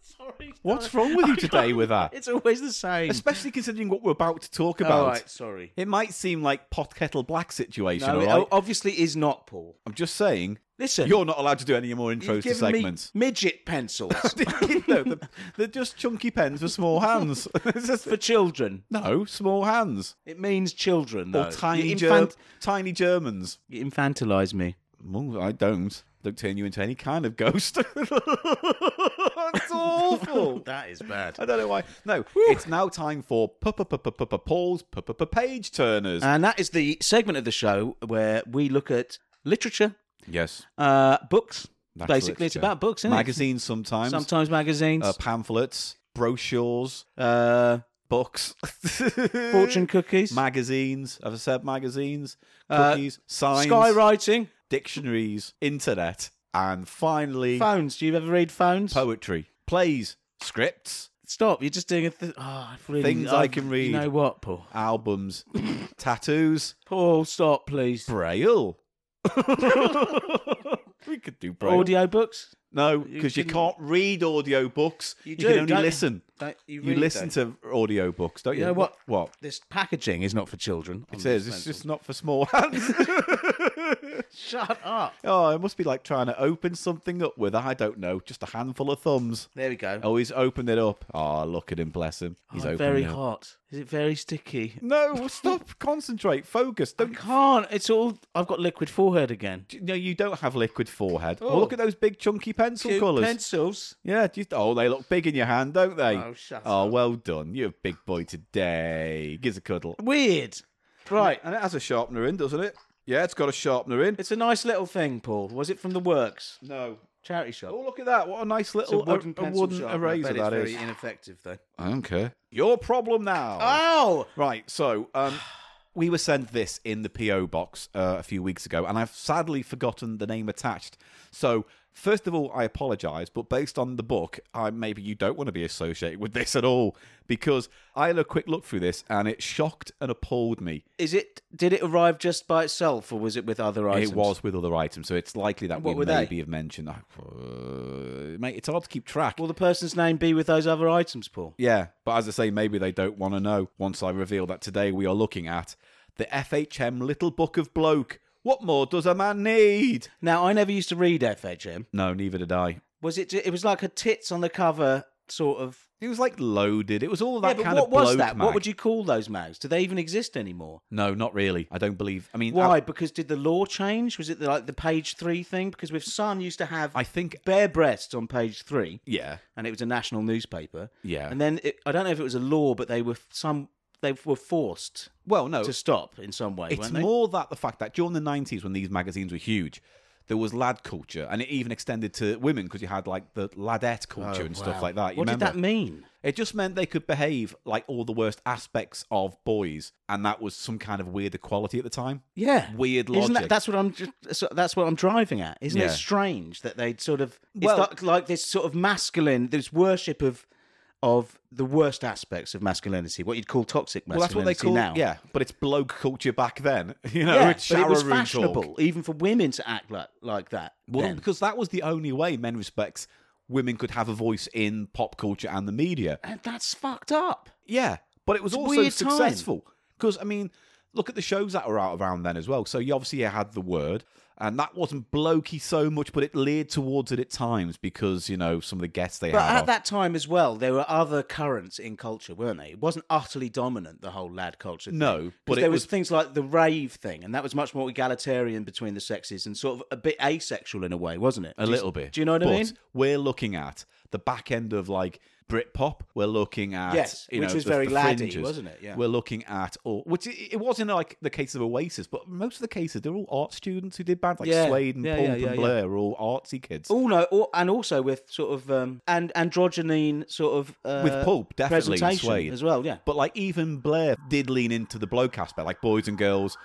Speaker 1: Sorry.
Speaker 2: What's wrong
Speaker 1: Oh,
Speaker 2: with you today with that?
Speaker 1: It's always the same.
Speaker 2: Especially considering what we're about to talk
Speaker 1: All
Speaker 2: about.
Speaker 1: right, sorry.
Speaker 2: It might seem like pot kettle black situation,
Speaker 1: No,
Speaker 2: all
Speaker 1: it
Speaker 2: right?
Speaker 1: o- obviously is not Paul.
Speaker 2: I'm just saying,
Speaker 1: Listen,
Speaker 2: you're not allowed to do any more
Speaker 1: you've
Speaker 2: intros to
Speaker 1: given me
Speaker 2: segments.
Speaker 1: midget pencils
Speaker 2: no, they're, they're just chunky pens with small hands. It's just-
Speaker 1: for children.
Speaker 2: no, small hands.
Speaker 1: It means children, though.
Speaker 2: Or tiny,
Speaker 1: You
Speaker 2: Ger-
Speaker 1: infant-
Speaker 2: tiny Germans.
Speaker 1: you infantilise me.
Speaker 2: Well, I don't. Don't turn you into any kind of ghost. That's awful.
Speaker 1: that is bad.
Speaker 2: I don't know why. No, it's now time for Paul's page turners.
Speaker 1: And that is the segment of the show where we look at literature,
Speaker 2: Yes.
Speaker 1: uh, books.
Speaker 2: That's
Speaker 1: Basically, it's
Speaker 2: literature.
Speaker 1: about books, isn't
Speaker 2: Magazines sometimes,
Speaker 1: it? Sometimes magazines,
Speaker 2: uh, pamphlets, brochures,
Speaker 1: uh,
Speaker 2: books,
Speaker 1: fortune
Speaker 2: Mm.
Speaker 1: cookies,
Speaker 2: magazines. Have I said magazines?
Speaker 1: Uh,
Speaker 2: Cookies, signs,
Speaker 1: skywriting,
Speaker 2: dictionaries, internet, and finally
Speaker 1: phones. Do you ever read phones?
Speaker 2: poetry, plays, scripts,
Speaker 1: Stop! You're just doing a th- oh, I've really,
Speaker 2: Things I
Speaker 1: I've-
Speaker 2: can read.
Speaker 1: You know what, Paul?
Speaker 2: albums, tattoos,
Speaker 1: Paul, stop, please.
Speaker 2: braille. we could do braille.
Speaker 1: Audio books.
Speaker 2: no, because you,
Speaker 1: can-
Speaker 2: can't read audiobooks.
Speaker 1: You
Speaker 2: can
Speaker 1: do,
Speaker 2: only
Speaker 1: don't you?
Speaker 2: listen.
Speaker 1: Don't you
Speaker 2: You
Speaker 1: read
Speaker 2: listen to audiobooks, don't you?
Speaker 1: know what?
Speaker 2: What?
Speaker 1: This packaging is not for children.
Speaker 2: It says it's just not for small hands.
Speaker 1: shut up.
Speaker 2: oh, it must be like trying to open something up with I don't know, just a handful of thumbs.
Speaker 1: There we go. Oh,
Speaker 2: Oh, he's opened it up. Oh, look at him, bless him. He's
Speaker 1: I'm
Speaker 2: opened
Speaker 1: very
Speaker 2: it up.
Speaker 1: hot. Is it very sticky?
Speaker 2: No, stop. Concentrate. Focus.
Speaker 1: I
Speaker 2: Don't.
Speaker 1: can't. It's all. I've got liquid forehead again.
Speaker 2: No, you don't have liquid forehead. Oh,
Speaker 1: Oh.
Speaker 2: look at those big chunky pencil
Speaker 1: Two
Speaker 2: colours.
Speaker 1: pencils.
Speaker 2: yeah. Do you... Oh, they look big in your hand, don't they?
Speaker 1: Oh, shut
Speaker 2: Oh, well done. You're a big boy today. Gives a cuddle.
Speaker 1: Weird. Right.
Speaker 2: And it has a sharpener in, doesn't it? Yeah, it's got a sharpener in.
Speaker 1: It's a nice little thing, Paul. Was it from the works
Speaker 2: No.
Speaker 1: charity shop?
Speaker 2: Oh, look at that. What a
Speaker 1: It's
Speaker 2: nice
Speaker 1: a
Speaker 2: little
Speaker 1: wooden,
Speaker 2: a, a
Speaker 1: pencil
Speaker 2: wooden
Speaker 1: sharpener,
Speaker 2: eraser
Speaker 1: but it's
Speaker 2: that
Speaker 1: very
Speaker 2: is.
Speaker 1: ineffective though.
Speaker 2: I don't care. Your problem now.
Speaker 1: Oh,
Speaker 2: Right, so um, we were sent this in the PO box uh, a few weeks ago, and I've sadly forgotten the name attached. So first of all, I apologise, but based on the book, I maybe you don't want to be associated with this at all because I had a quick look through this, and it shocked and appalled me.
Speaker 1: is it? Did it arrive just by itself, or was it with other items?
Speaker 2: It was with other items, so it's likely that
Speaker 1: What
Speaker 2: we
Speaker 1: were they?
Speaker 2: maybe have mentioned. Uh, mate, it's hard to keep track.
Speaker 1: Will the person's name be with those other items, Paul?
Speaker 2: Yeah, but as I say, maybe they don't want to know once I reveal that today we are looking at the FHM Little Book of Bloke. What more does a man need?
Speaker 1: Now, I never used to read FHM.
Speaker 2: No, neither did I.
Speaker 1: Was it? It was like a tits on the cover sort of.
Speaker 2: It was like loaded. It was all that
Speaker 1: yeah, but
Speaker 2: kind
Speaker 1: what
Speaker 2: of
Speaker 1: was
Speaker 2: bloke
Speaker 1: that? What
Speaker 2: mag.
Speaker 1: would you call those mags? Do they even exist anymore?
Speaker 2: No, not really. I don't believe. I mean,
Speaker 1: Why?
Speaker 2: I,
Speaker 1: because did the law change? Was it the, like the page three thing? Because with Sun used to have
Speaker 2: I think.
Speaker 1: bare breasts on page three,
Speaker 2: Yeah,
Speaker 1: and it was a national newspaper.
Speaker 2: yeah.
Speaker 1: And then it, I don't know if it was a law, but they were f- some they were forced
Speaker 2: well, no,
Speaker 1: to stop in some way.
Speaker 2: it's
Speaker 1: weren't they?
Speaker 2: more that the fact that during the '90s, when these magazines were huge, there was lad culture, and it even extended to women because you had like the ladette culture and stuff like that. You
Speaker 1: Oh, what
Speaker 2: remember?
Speaker 1: did that mean?
Speaker 2: It just meant they could behave like all the worst aspects of boys, and that was some kind of weird equality at the time.
Speaker 1: Yeah,
Speaker 2: Weird
Speaker 1: Isn't
Speaker 2: logic.
Speaker 1: that, that's what I'm just, so that's what I'm driving at. Isn't
Speaker 2: Yeah.
Speaker 1: it strange that they'd sort of it's
Speaker 2: Well-
Speaker 1: like, like this sort of masculine, this worship of of the worst aspects of masculinity, what you'd call toxic
Speaker 2: Well, that's
Speaker 1: masculinity
Speaker 2: what they
Speaker 1: now.
Speaker 2: call yeah, but it's bloke culture back then. You know,
Speaker 1: Yeah,
Speaker 2: it's
Speaker 1: but it
Speaker 2: shower
Speaker 1: was
Speaker 2: room talk.
Speaker 1: fashionable even for women to act like like that.
Speaker 2: Well,
Speaker 1: then.
Speaker 2: because that was the only way, in many respects, women could have a voice in pop culture and the media.
Speaker 1: and that's fucked up.
Speaker 2: Yeah, but it was
Speaker 1: a
Speaker 2: also
Speaker 1: weird time.
Speaker 2: successful because I mean, look at the shows that were out around then as well. So you obviously had the word, and that wasn't blokey so much, but it leered towards it at times because you know some of the guests they
Speaker 1: But
Speaker 2: had.
Speaker 1: at
Speaker 2: are-
Speaker 1: that time as well, there were other currents in culture, weren't they? It wasn't utterly dominant the whole lad culture. Thing.
Speaker 2: No,
Speaker 1: 'Cause
Speaker 2: but it
Speaker 1: there was,
Speaker 2: was-
Speaker 1: things like the rave thing, and that was much more egalitarian between the sexes and sort of a bit asexual in a way, wasn't it?
Speaker 2: a
Speaker 1: Do you-
Speaker 2: little bit.
Speaker 1: Do you know what
Speaker 2: but
Speaker 1: I mean?
Speaker 2: We're looking at the back end of like Britpop. We're looking at
Speaker 1: Yes,
Speaker 2: you
Speaker 1: which
Speaker 2: know,
Speaker 1: was
Speaker 2: the-
Speaker 1: very
Speaker 2: the
Speaker 1: laddie,
Speaker 2: fringes.
Speaker 1: wasn't it? Yeah.
Speaker 2: We're looking at all, which it, it was in like the case of Oasis, but most of the cases they're all art students who did bands like
Speaker 1: Yeah.
Speaker 2: Slade and
Speaker 1: Yeah,
Speaker 2: Pulp
Speaker 1: yeah, yeah,
Speaker 2: and
Speaker 1: yeah.
Speaker 2: Blur are all artsy kids.
Speaker 1: Oh no, or, and also with sort of um, and androgyny sort of uh,
Speaker 2: With Pulp, definitely, and
Speaker 1: presentation
Speaker 2: Suede.
Speaker 1: as well. Yeah,
Speaker 2: But like even Blair did lean into the bloke aspect, like boys and girls.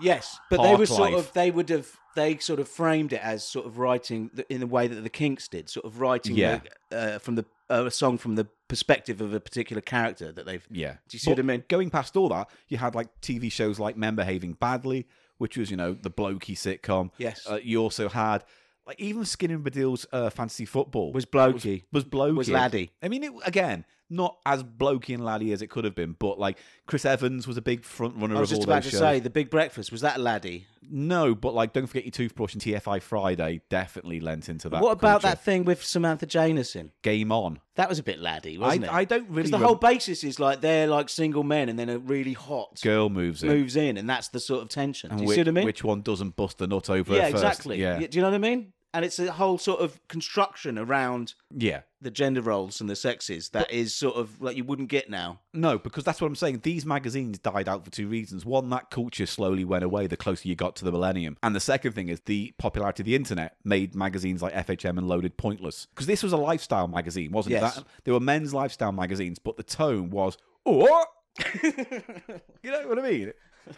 Speaker 1: yes, but they
Speaker 2: Park
Speaker 1: were sort
Speaker 2: life.
Speaker 1: of they would have they sort of framed it as sort of writing the, in the way that the Kinks did, sort of writing
Speaker 2: Yeah.
Speaker 1: the, uh, from the uh, a song from the perspective of a particular character that they've
Speaker 2: Yeah.
Speaker 1: Do you see what I mean?
Speaker 2: Going past all that, you had like TV shows like Men Behaving Badly, which was, you know, the blokey sitcom.
Speaker 1: Yes.
Speaker 2: Uh, you also had like even Skinner and Badil's uh, fantasy football
Speaker 1: was blokey.
Speaker 2: was blokey.
Speaker 1: was laddie.
Speaker 2: I mean, it, again, not as blokey and laddie as it could have been, but like Chris Evans was a big front runner
Speaker 1: I was
Speaker 2: of all
Speaker 1: just about
Speaker 2: those
Speaker 1: to
Speaker 2: shows.
Speaker 1: say the Big Breakfast was that laddie.
Speaker 2: No, but like Don't Forget Your Toothbrush and TFI Friday definitely lent into that.
Speaker 1: what about
Speaker 2: culture.
Speaker 1: that thing with Samantha Janison?
Speaker 2: Game On?
Speaker 1: That was a bit laddie,
Speaker 2: I,
Speaker 1: wasn't it?
Speaker 2: I don't really.
Speaker 1: Because the whole basis is like they're like single men, and then a really hot
Speaker 2: girl moves in.
Speaker 1: moves in, and that's the sort of tension. Do you
Speaker 2: which,
Speaker 1: see what I mean?
Speaker 2: which one doesn't bust the nut over
Speaker 1: yeah,
Speaker 2: first.
Speaker 1: exactly.
Speaker 2: Yeah,
Speaker 1: Do you know what I mean? And it's a whole sort of construction around
Speaker 2: yeah.
Speaker 1: the gender roles and the sexes that is sort of like you wouldn't get now.
Speaker 2: No, because that's what I'm saying. These magazines died out for two reasons. One, that culture slowly went away the closer you got to the millennium. And the second thing is the popularity of the internet made magazines like FHM and Loaded pointless. Because this was a lifestyle magazine, wasn't
Speaker 1: Yes.
Speaker 2: it? That, they were men's lifestyle magazines, but the tone was, oh! you know what I mean?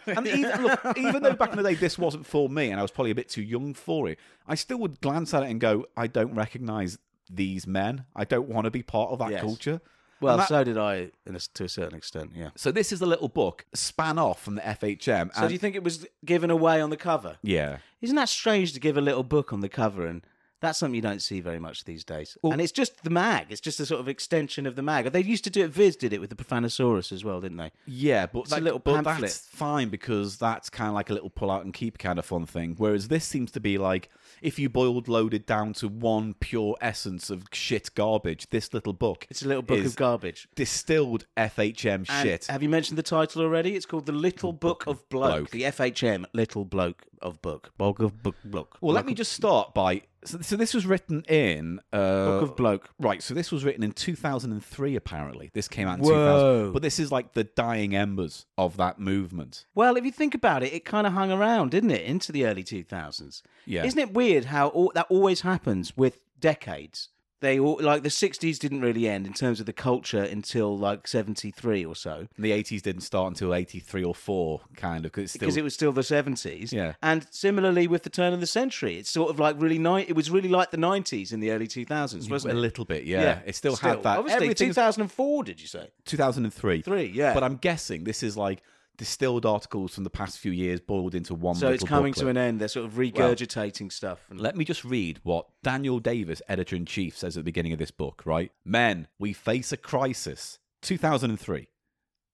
Speaker 2: And even, look, even though back in the day this wasn't for me and I was probably a bit too young for it, I still would glance at it and go, I don't recognize these men. I don't want to be part of that
Speaker 1: Yes.
Speaker 2: culture.
Speaker 1: Well,
Speaker 2: And that-
Speaker 1: so did I, in a, to a certain extent. Yeah.
Speaker 2: so this is a little book span off from the FHM.
Speaker 1: So
Speaker 2: and-
Speaker 1: do you think it was given away on the cover?
Speaker 2: yeah.
Speaker 1: Isn't that strange to give a little book on the cover and? That's something you don't see very much these days. and it's just the mag. It's just a sort of extension of the mag. They used to do it, Viz did it with the Profanosaurus as well, didn't they?
Speaker 2: Yeah, but,
Speaker 1: a
Speaker 2: like-
Speaker 1: little
Speaker 2: but
Speaker 1: pamphlet.
Speaker 2: that's fine because that's kind of like a little pull out and keep kind of fun thing. Whereas this seems to be like if you boiled loaded down to one pure essence of shit garbage, this little book.
Speaker 1: It's a little book
Speaker 2: is
Speaker 1: of garbage.
Speaker 2: Distilled FHM
Speaker 1: And uh,
Speaker 2: shit.
Speaker 1: Have you mentioned the title already? It's called The Little Book of Bloke.
Speaker 2: Bloke.
Speaker 1: The FHM Little Bloke of Book. Book of Book Bloke.
Speaker 2: well, let me just start by. So, so this was written in. Uh,
Speaker 1: Book of Bloke.
Speaker 2: Right, so this was written in 2003, apparently. This came out in 2000.
Speaker 1: Whoa.
Speaker 2: But this is like the dying embers of that movement.
Speaker 1: Well, if you think about it, it kind of hung around, didn't it, into the early 2000s?
Speaker 2: Yeah.
Speaker 1: Isn't it weird how all, that always happens with decades? They all, like the 60s didn't really end in terms of the culture until like 73 or so.
Speaker 2: And the 80s didn't start until 83 or 4 kind of because it's still
Speaker 1: because it was still the 70s.
Speaker 2: Yeah.
Speaker 1: And similarly with the turn of the century, it's sort of like really ni- it was really like the 90s in the early 2000s,
Speaker 2: a
Speaker 1: wasn't it?
Speaker 2: little bit yeah, it still, had that
Speaker 1: Obviously,
Speaker 2: Everything's
Speaker 1: 2004, did you say?
Speaker 2: 2003
Speaker 1: Three, yeah.
Speaker 2: but i'm guessing this is like distilled articles from the past few years boiled into one
Speaker 1: So it's coming to an end. They're sort of regurgitating stuff. And
Speaker 2: let me just read what Daniel Davis, editor in chief, says at the beginning of this book, right? Men, we face a crisis. 2003.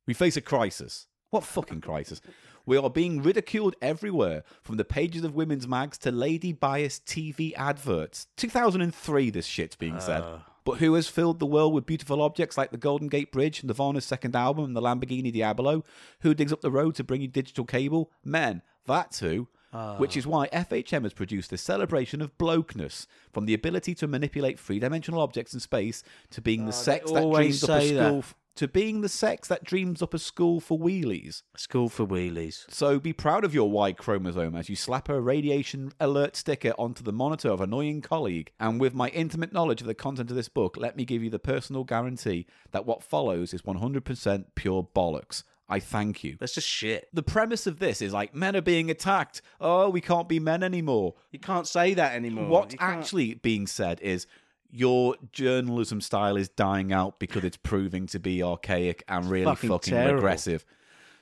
Speaker 2: We face a crisis. What fucking crisis? We are being ridiculed everywhere, from the pages of women's mags to lady biased TV adverts. 2003, this shit's being said.
Speaker 1: Uh.
Speaker 2: But who has filled the world with beautiful objects like the Golden Gate Bridge, Nirvana's second album, and the Lamborghini Diablo? Who digs up the road to bring you digital cable? Men, that's who.
Speaker 1: Ah.
Speaker 2: Which is why FHM has produced a celebration of blokeness, from the ability to manipulate three dimensional objects in space to being the sex that
Speaker 1: Ah, always
Speaker 2: dreams up a
Speaker 1: say that.
Speaker 2: school. f- to being the sex that dreams up a school for wheelies.
Speaker 1: School for wheelies.
Speaker 2: So be proud of your Y chromosome as you slap a radiation alert sticker onto the monitor of an annoying colleague. And with my intimate knowledge of the content of this book, let me give you the personal guarantee that what follows is 100% pure bollocks. I thank you.
Speaker 1: That's just shit.
Speaker 2: The premise of this is like men are being attacked. Oh, we can't be men anymore.
Speaker 1: You can't say that anymore. Oh,
Speaker 2: What's
Speaker 1: You can't-
Speaker 2: actually being said is your journalism style is dying out because it's proving to be archaic and really
Speaker 1: fucking
Speaker 2: fucking,
Speaker 1: terrible.
Speaker 2: regressive.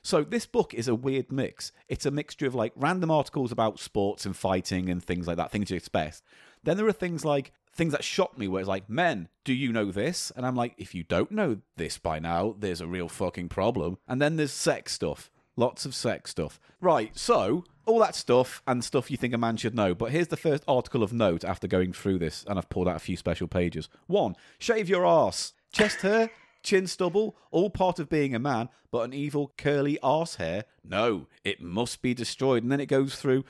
Speaker 2: So this book is a weird mix. It's a mixture of like random articles about sports and fighting and things like that, things you expect. Then there are things like things that shocked me where it's like, "Men, do you know this?" And I'm like, "If you don't know this by now, there's a real fucking problem." And then there's sex stuff. Lots of sex stuff. Right, so all that stuff and stuff you think a man should know. But here's the first article of note after going through this, and I've pulled out a few special pages. One, shave your ass. Chest hair, chin stubble, all part of being a man, but an evil curly arse hair. No, it must be destroyed. And then it goes through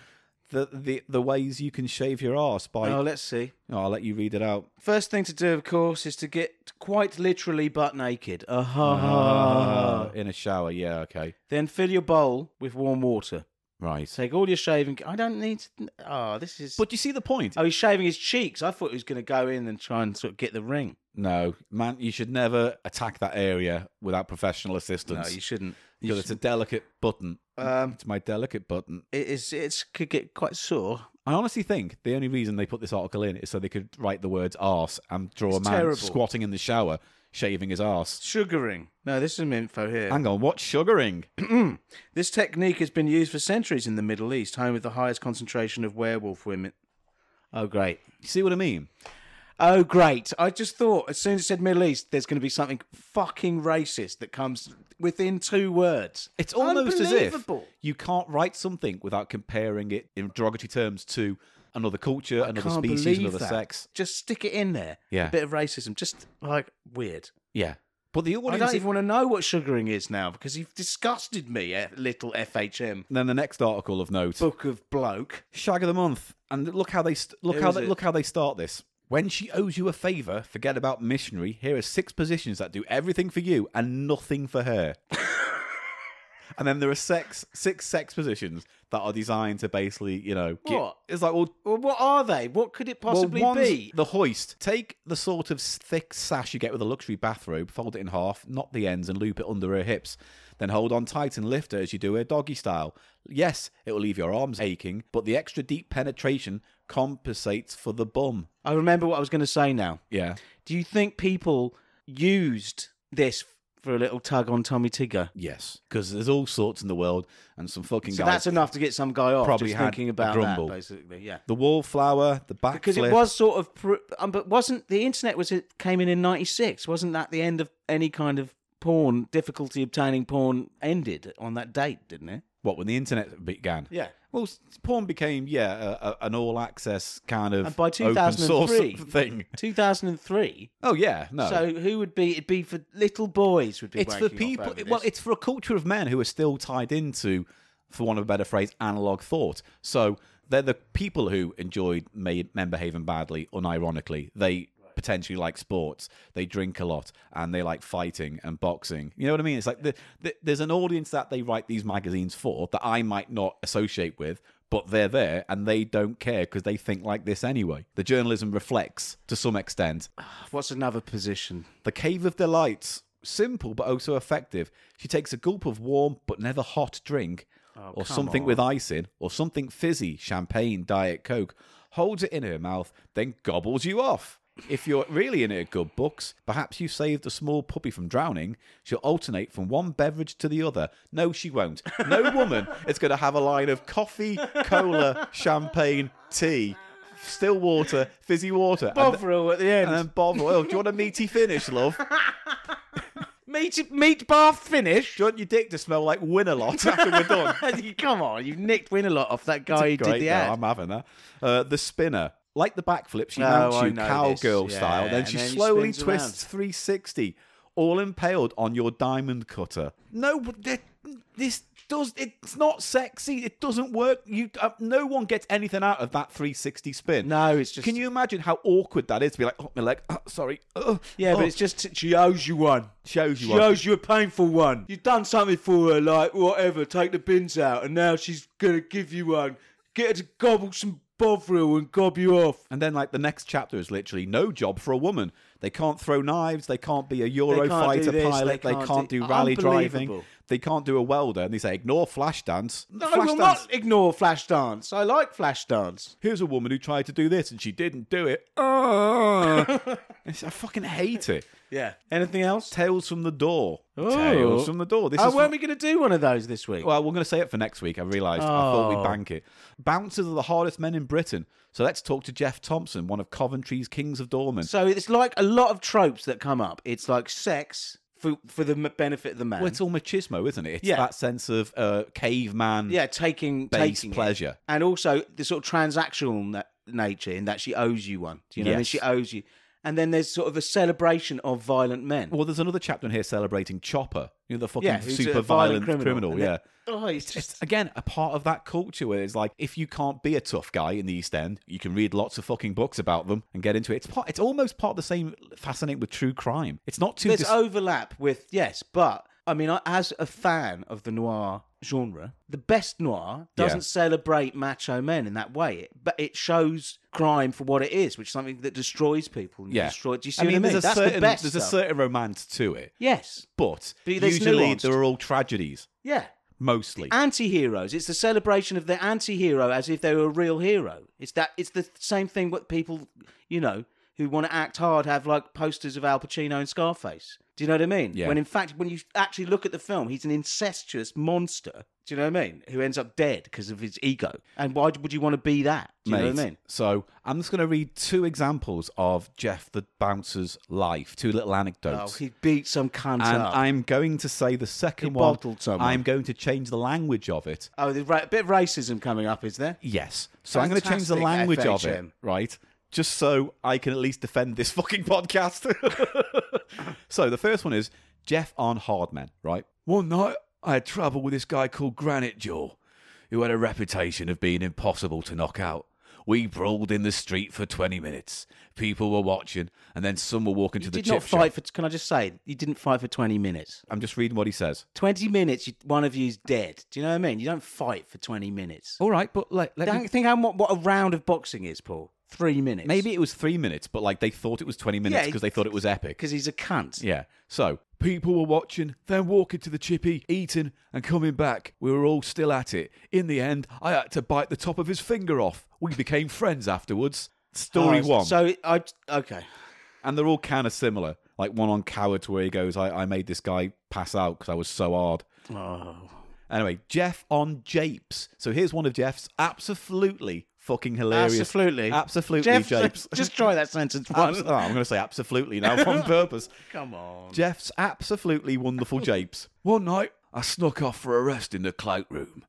Speaker 2: the the, the ways you can shave your arse by.
Speaker 1: Oh,
Speaker 2: Oh,
Speaker 1: let's see.
Speaker 2: I'll let you read it out.
Speaker 1: First thing to do, of course, is to get quite literally butt naked. Ah.
Speaker 2: Uh, in a shower, yeah, okay.
Speaker 1: Then fill your bowl with warm water.
Speaker 2: Right.
Speaker 1: Take all your shaving. I don't need. To... Oh, this is.
Speaker 2: But do you see the point?
Speaker 1: Oh, he's shaving his cheeks. I thought he was going to go in and try and sort of get the ring.
Speaker 2: No, man, you should never attack that area without professional
Speaker 1: No,
Speaker 2: assistance.
Speaker 1: you shouldn't. You
Speaker 2: Because it's a delicate button.
Speaker 1: Um,
Speaker 2: It's my delicate button.
Speaker 1: it is. It's could get quite sore.
Speaker 2: I honestly think the only reason they put this article in is so they could write the words arse and draw a
Speaker 1: It's
Speaker 2: man
Speaker 1: terrible.
Speaker 2: squatting in the shower, shaving his arse.
Speaker 1: Sugaring. No, this is some info here.
Speaker 2: Hang on, what's sugaring?
Speaker 1: This technique has been used for centuries in the Middle East, home of the highest concentration of werewolf women. Oh, great.
Speaker 2: You see what I mean?
Speaker 1: Oh, great. I just thought as soon as it said Middle East, there's going to be something fucking racist that comes within two words.
Speaker 2: It's almost as if
Speaker 1: Unbelievable.
Speaker 2: you can't write something without comparing it in derogatory terms to another culture, another
Speaker 1: Can't
Speaker 2: species,
Speaker 1: believe
Speaker 2: another
Speaker 1: that.
Speaker 2: sex.
Speaker 1: Just stick it in there.
Speaker 2: Yeah.
Speaker 1: A bit of racism. Just like weird.
Speaker 2: Yeah. But the
Speaker 1: I
Speaker 2: audience
Speaker 1: don't even want to know what sugaring is now because you've disgusted me, eh, little FHM.
Speaker 2: then the next article of note.
Speaker 1: Book of bloke.
Speaker 2: Shag of the month, and look how they st- look
Speaker 1: Who
Speaker 2: how
Speaker 1: is
Speaker 2: they,
Speaker 1: it?
Speaker 2: look how they start this. When she owes you a favor, forget about missionary. Here are six positions that do everything for you and nothing for her. and then there are sex six sex positions that are designed to basically, you know, get-
Speaker 1: What?
Speaker 2: it's like well.
Speaker 1: Well, what are they? What could it
Speaker 2: Well,
Speaker 1: possibly
Speaker 2: one's
Speaker 1: be?
Speaker 2: the hoist. Take the sort of s- thick sash you get with a luxury bathrobe, fold it in half, knot the ends, and loop it under her hips. Then hold on tight and lift her as you do her doggy style. Yes, it will leave your arms aching, but the extra deep penetration compensates for the bum.
Speaker 1: I remember what I was going to say now.
Speaker 2: Yeah.
Speaker 1: Do you think people used this for a little tug on Tommy Tigger?
Speaker 2: Yes. Because there's all sorts in the world, and some fucking
Speaker 1: So
Speaker 2: guys.
Speaker 1: that's enough to get some guy off.
Speaker 2: Probably
Speaker 1: just
Speaker 2: had
Speaker 1: thinking
Speaker 2: a
Speaker 1: about
Speaker 2: grumble.
Speaker 1: that, basically. Yeah,
Speaker 2: the wallflower, the backflip.
Speaker 1: because it was sort of, pr- um, but wasn't the internet was it came in in '96? Wasn't that the end of any kind of porn difficulty obtaining porn ended on that date? Didn't it?
Speaker 2: What, when the internet began?
Speaker 1: Yeah.
Speaker 2: Well, s- porn became, yeah, a, a, an all access kind of
Speaker 1: And by
Speaker 2: open source
Speaker 1: 2003
Speaker 2: thing.
Speaker 1: 2003.
Speaker 2: Oh, yeah. No.
Speaker 1: So who would be? It'd be for little boys. Would be.
Speaker 2: it's for
Speaker 1: wanking off
Speaker 2: people
Speaker 1: over
Speaker 2: well
Speaker 1: this.
Speaker 2: it's for a culture of men who are still tied into for want of a better phrase analog thought so they're the people who enjoyed ma- men behaving badly unironically they potentially like sports they drink a lot and they like fighting and boxing you know what i mean it's like the, the, there's an audience that they write these magazines for that i might not associate with but they're there and they don't care because they think like this anyway the journalism reflects to some extent
Speaker 1: What's another position?
Speaker 2: the Cave of Delights. Simple but also effective. She takes a gulp of warm but never hot drink, or something with ice in, or something fizzy, champagne, Diet Coke, holds it in her mouth, then gobbles you off. If you're really in her good books, perhaps you saved a small puppy from drowning. She'll alternate from one beverage to the other. No, she won't. No woman is going to have a line of coffee, cola, champagne, tea, still water, fizzy water, and-
Speaker 1: Bovril at the end.
Speaker 2: and then Bob, well, do you want a meaty finish, love?
Speaker 1: meat meat bath finish.
Speaker 2: Do you want your dick to smell like win a lot after we're done?
Speaker 1: Come on, you nicked Winalot off that guy who
Speaker 2: Great,
Speaker 1: Oh, did the
Speaker 2: no,
Speaker 1: ad.
Speaker 2: I'm having that. Uh, the spinner. Like the backflip, she
Speaker 1: Oh,
Speaker 2: mounts
Speaker 1: I
Speaker 2: you
Speaker 1: know
Speaker 2: cowgirl
Speaker 1: this.
Speaker 2: style,
Speaker 1: Yeah,
Speaker 2: then
Speaker 1: and
Speaker 2: she
Speaker 1: then she
Speaker 2: slowly
Speaker 1: spins around.
Speaker 2: twists 360, all impaled on your diamond cutter. No, but that- this does it's not sexy. It doesn't work. You uh, no one gets anything out of that 360 spin.
Speaker 1: No, it's just
Speaker 2: Can you imagine how awkward that is to be like, oh, my leg, oh, sorry. Oh,
Speaker 1: Yeah,
Speaker 2: oh."
Speaker 1: but it's just she owes you one.
Speaker 2: shows
Speaker 1: She
Speaker 2: you. off.
Speaker 1: owes you a painful one. You've done something for her, like whatever. Take the bins out, and now she's gonna give you one. Get her to gobble some bovril and gob you off.
Speaker 2: And then, like, the next chapter is literally no job for a woman. They can't throw knives. They can't be a
Speaker 1: can't do
Speaker 2: Eurofighter
Speaker 1: this, they
Speaker 2: pilot. They
Speaker 1: can't
Speaker 2: can't,
Speaker 1: do-
Speaker 2: do, rally driving.
Speaker 1: Unbelievable.
Speaker 2: They can't do a welder. And they say, ignore Flashdance.
Speaker 1: No, I
Speaker 2: Flashdance.
Speaker 1: will not ignore Flashdance. I like Flashdance.
Speaker 2: Here's a woman who tried to do this and she didn't do it. Ah. It's- I fucking hate it.
Speaker 1: Yeah. Anything else?
Speaker 2: Tales from the door.
Speaker 1: Oh.
Speaker 2: Tales from the door. This
Speaker 1: Oh,
Speaker 2: is
Speaker 1: weren't we going to do one of those this week?
Speaker 2: Well, we're going to say it for next week. I realised. I thought
Speaker 1: Oh.
Speaker 2: we'd bank it. Bouncers are the hardest men in Britain. So let's talk to Jeff Thompson, one of Coventry's kings of doormen.
Speaker 1: So it's like a lot of tropes that come up. It's like sex for for the m- benefit of the man.
Speaker 2: Well, it's all machismo, isn't it? It's
Speaker 1: Yeah.
Speaker 2: that sense of uh, caveman.
Speaker 1: yeah, taking
Speaker 2: Base
Speaker 1: taking it.
Speaker 2: pleasure.
Speaker 1: and also the sort of transactional na- nature in that she owes you one. Do you know? what I mean,
Speaker 2: Yes.
Speaker 1: she owes you, and then there's sort of a celebration of violent men.
Speaker 2: Well, there's another chapter in here celebrating Chopper, you know, the fucking
Speaker 1: yeah, who's
Speaker 2: super
Speaker 1: a violent,
Speaker 2: criminal.
Speaker 1: And
Speaker 2: yeah.
Speaker 1: then- oh, it's just
Speaker 2: It's again a part of that culture where it's like if you can't be a tough guy in the East End, you can read lots of fucking books about them and get into it. It's part, it's almost part of the same fascinating with true crime. It's not too
Speaker 1: there's
Speaker 2: dis-
Speaker 1: overlap with yes, but I mean, I- as a fan of the noir genre, the best noir doesn't
Speaker 2: Yeah.
Speaker 1: celebrate macho men in that way, It- but it shows crime for what it is, which is something that destroys people. And
Speaker 2: yeah.
Speaker 1: destroys. Do you see
Speaker 2: I mean,
Speaker 1: what I mean?
Speaker 2: there's
Speaker 1: That's
Speaker 2: a certain
Speaker 1: the best.
Speaker 2: there's a
Speaker 1: stuff.
Speaker 2: certain romance to it,
Speaker 1: yes,
Speaker 2: but,
Speaker 1: But there's
Speaker 2: usually
Speaker 1: nuanced.
Speaker 2: they're all tragedies
Speaker 1: yeah.
Speaker 2: mostly.
Speaker 1: Anti-heroes. It's the celebration of the anti-hero as if they were a real hero. It's that. It's the same thing. What people, you know, who want to act hard have like posters of Al Pacino and Scarface. Do you know what I mean?
Speaker 2: Yeah.
Speaker 1: When in fact, when you actually look at the film, he's an incestuous monster. Do you know what I mean? Who ends up dead because of his ego. And why would you want to be that? Do you know what I
Speaker 2: Mate,
Speaker 1: mean?
Speaker 2: So I'm just going to read two examples of Jeff the Bouncer's life, two little
Speaker 1: Oh,
Speaker 2: anecdotes.
Speaker 1: he beat some cunt
Speaker 2: and
Speaker 1: up.
Speaker 2: I'm going to say the second
Speaker 1: He
Speaker 2: one.
Speaker 1: bottled someone.
Speaker 2: I'm going to change the language of it.
Speaker 1: oh, there's ra- a bit of racism coming up, is there?
Speaker 2: Yes. So I'm going to change the
Speaker 1: Fantastic,
Speaker 2: language of it,
Speaker 1: FHM.
Speaker 2: right? Just so I can at least defend this fucking podcast. so the first one is Jeff on Hardman, right? One night I had trouble with this guy called Granite Jaw, who had a reputation of being impossible to knock out. We brawled in the street for 20 minutes. People were watching, and then some were walking to
Speaker 1: You
Speaker 2: the
Speaker 1: did
Speaker 2: chip
Speaker 1: not fight
Speaker 2: shop.
Speaker 1: for. Can I just say, you didn't fight for twenty minutes.
Speaker 2: I'm just reading what he says.
Speaker 1: 20 minutes, you, one of you's dead. Do you know what I mean? You don't fight for 20 minutes.
Speaker 2: All right, but like, let
Speaker 1: Don't think how what, what a round of boxing is, Paul. Three minutes.
Speaker 2: maybe it was three minutes, but like they thought it was 20 minutes
Speaker 1: Yeah,
Speaker 2: because they thought it was epic.
Speaker 1: because he's a cunt.
Speaker 2: Yeah. So people were watching, then walking to the chippy, eating, and coming back. We were all still at it. In the end, I had to bite the top of his finger off. We became friends afterwards. Story
Speaker 1: Oh,
Speaker 2: one.
Speaker 1: So I okay.
Speaker 2: and they're all kind of similar. Like one on cowards where he goes, I, I made this guy pass out because I was so hard.
Speaker 1: Oh.
Speaker 2: Anyway, Jeff on Japes. So here's one of Jeff's absolutely fucking hilarious.
Speaker 1: Absolutely.
Speaker 2: Absolutely
Speaker 1: Jeff,
Speaker 2: Japes.
Speaker 1: Just try that sentence once.
Speaker 2: Abs- oh, I'm going to say absolutely now on purpose.
Speaker 1: Come on.
Speaker 2: Jeff's absolutely wonderful japes. One night, I snuck off for a rest in the cloakroom.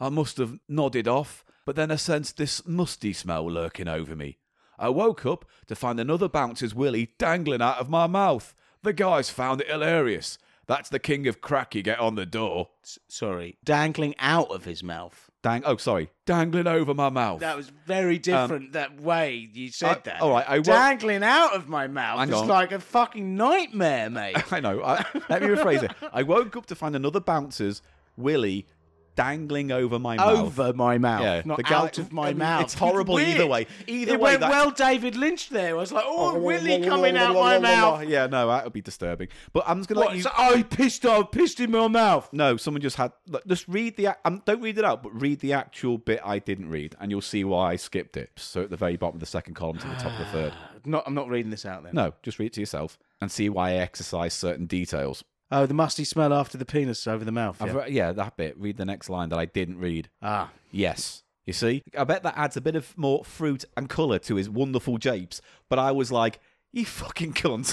Speaker 2: I must have nodded off, but then I sensed this musty smell lurking over me. I woke up to find another bouncer's willy dangling out of my mouth. The guys found it hilarious. That's the king of crack you get on the door.
Speaker 1: S- Sorry. Dangling out of his mouth.
Speaker 2: Dang, oh, sorry. Dangling over my mouth.
Speaker 1: That was very different that way you said
Speaker 2: Um, I-
Speaker 1: that.
Speaker 2: all right, I won't-
Speaker 1: Dangling out of my mouth
Speaker 2: Hang
Speaker 1: is
Speaker 2: on.
Speaker 1: like a fucking nightmare, mate.
Speaker 2: I know. I, let me rephrase it. I woke up to find another bouncer's willy dangling over my mouth.
Speaker 1: over my mouth,
Speaker 2: Yeah,
Speaker 1: not
Speaker 2: the gal-
Speaker 1: out of my
Speaker 2: I mean,
Speaker 1: mouth.
Speaker 2: it's horrible
Speaker 1: Weird.
Speaker 2: either way. Either
Speaker 1: it
Speaker 2: way,
Speaker 1: went
Speaker 2: that-
Speaker 1: well, David Lynch. There, I was like, oh, Willie
Speaker 2: Willy
Speaker 1: coming out my mouth.
Speaker 2: Yeah, no, that would be disturbing. But I'm just gonna
Speaker 1: What?
Speaker 2: let you.
Speaker 1: so I pissed. I pissed in my mouth.
Speaker 2: No, someone just had. Look, just read the. ac- Um, don't read it out, but read the actual bit I didn't read, and you'll see why I skipped it. So at the very bottom of the second column to the top of the third.
Speaker 1: Not, I'm not reading this out then.
Speaker 2: No, just read it to yourself and see why I exercise certain details.
Speaker 1: Oh, the musty smell after the penis over the mouth.
Speaker 2: I've
Speaker 1: yeah.
Speaker 2: re- yeah, that bit. Read the next line that I didn't read.
Speaker 1: ah,
Speaker 2: Yes. You see? I bet that adds a bit of more fruit and colour to his wonderful japes, but I was like, you fucking cunt.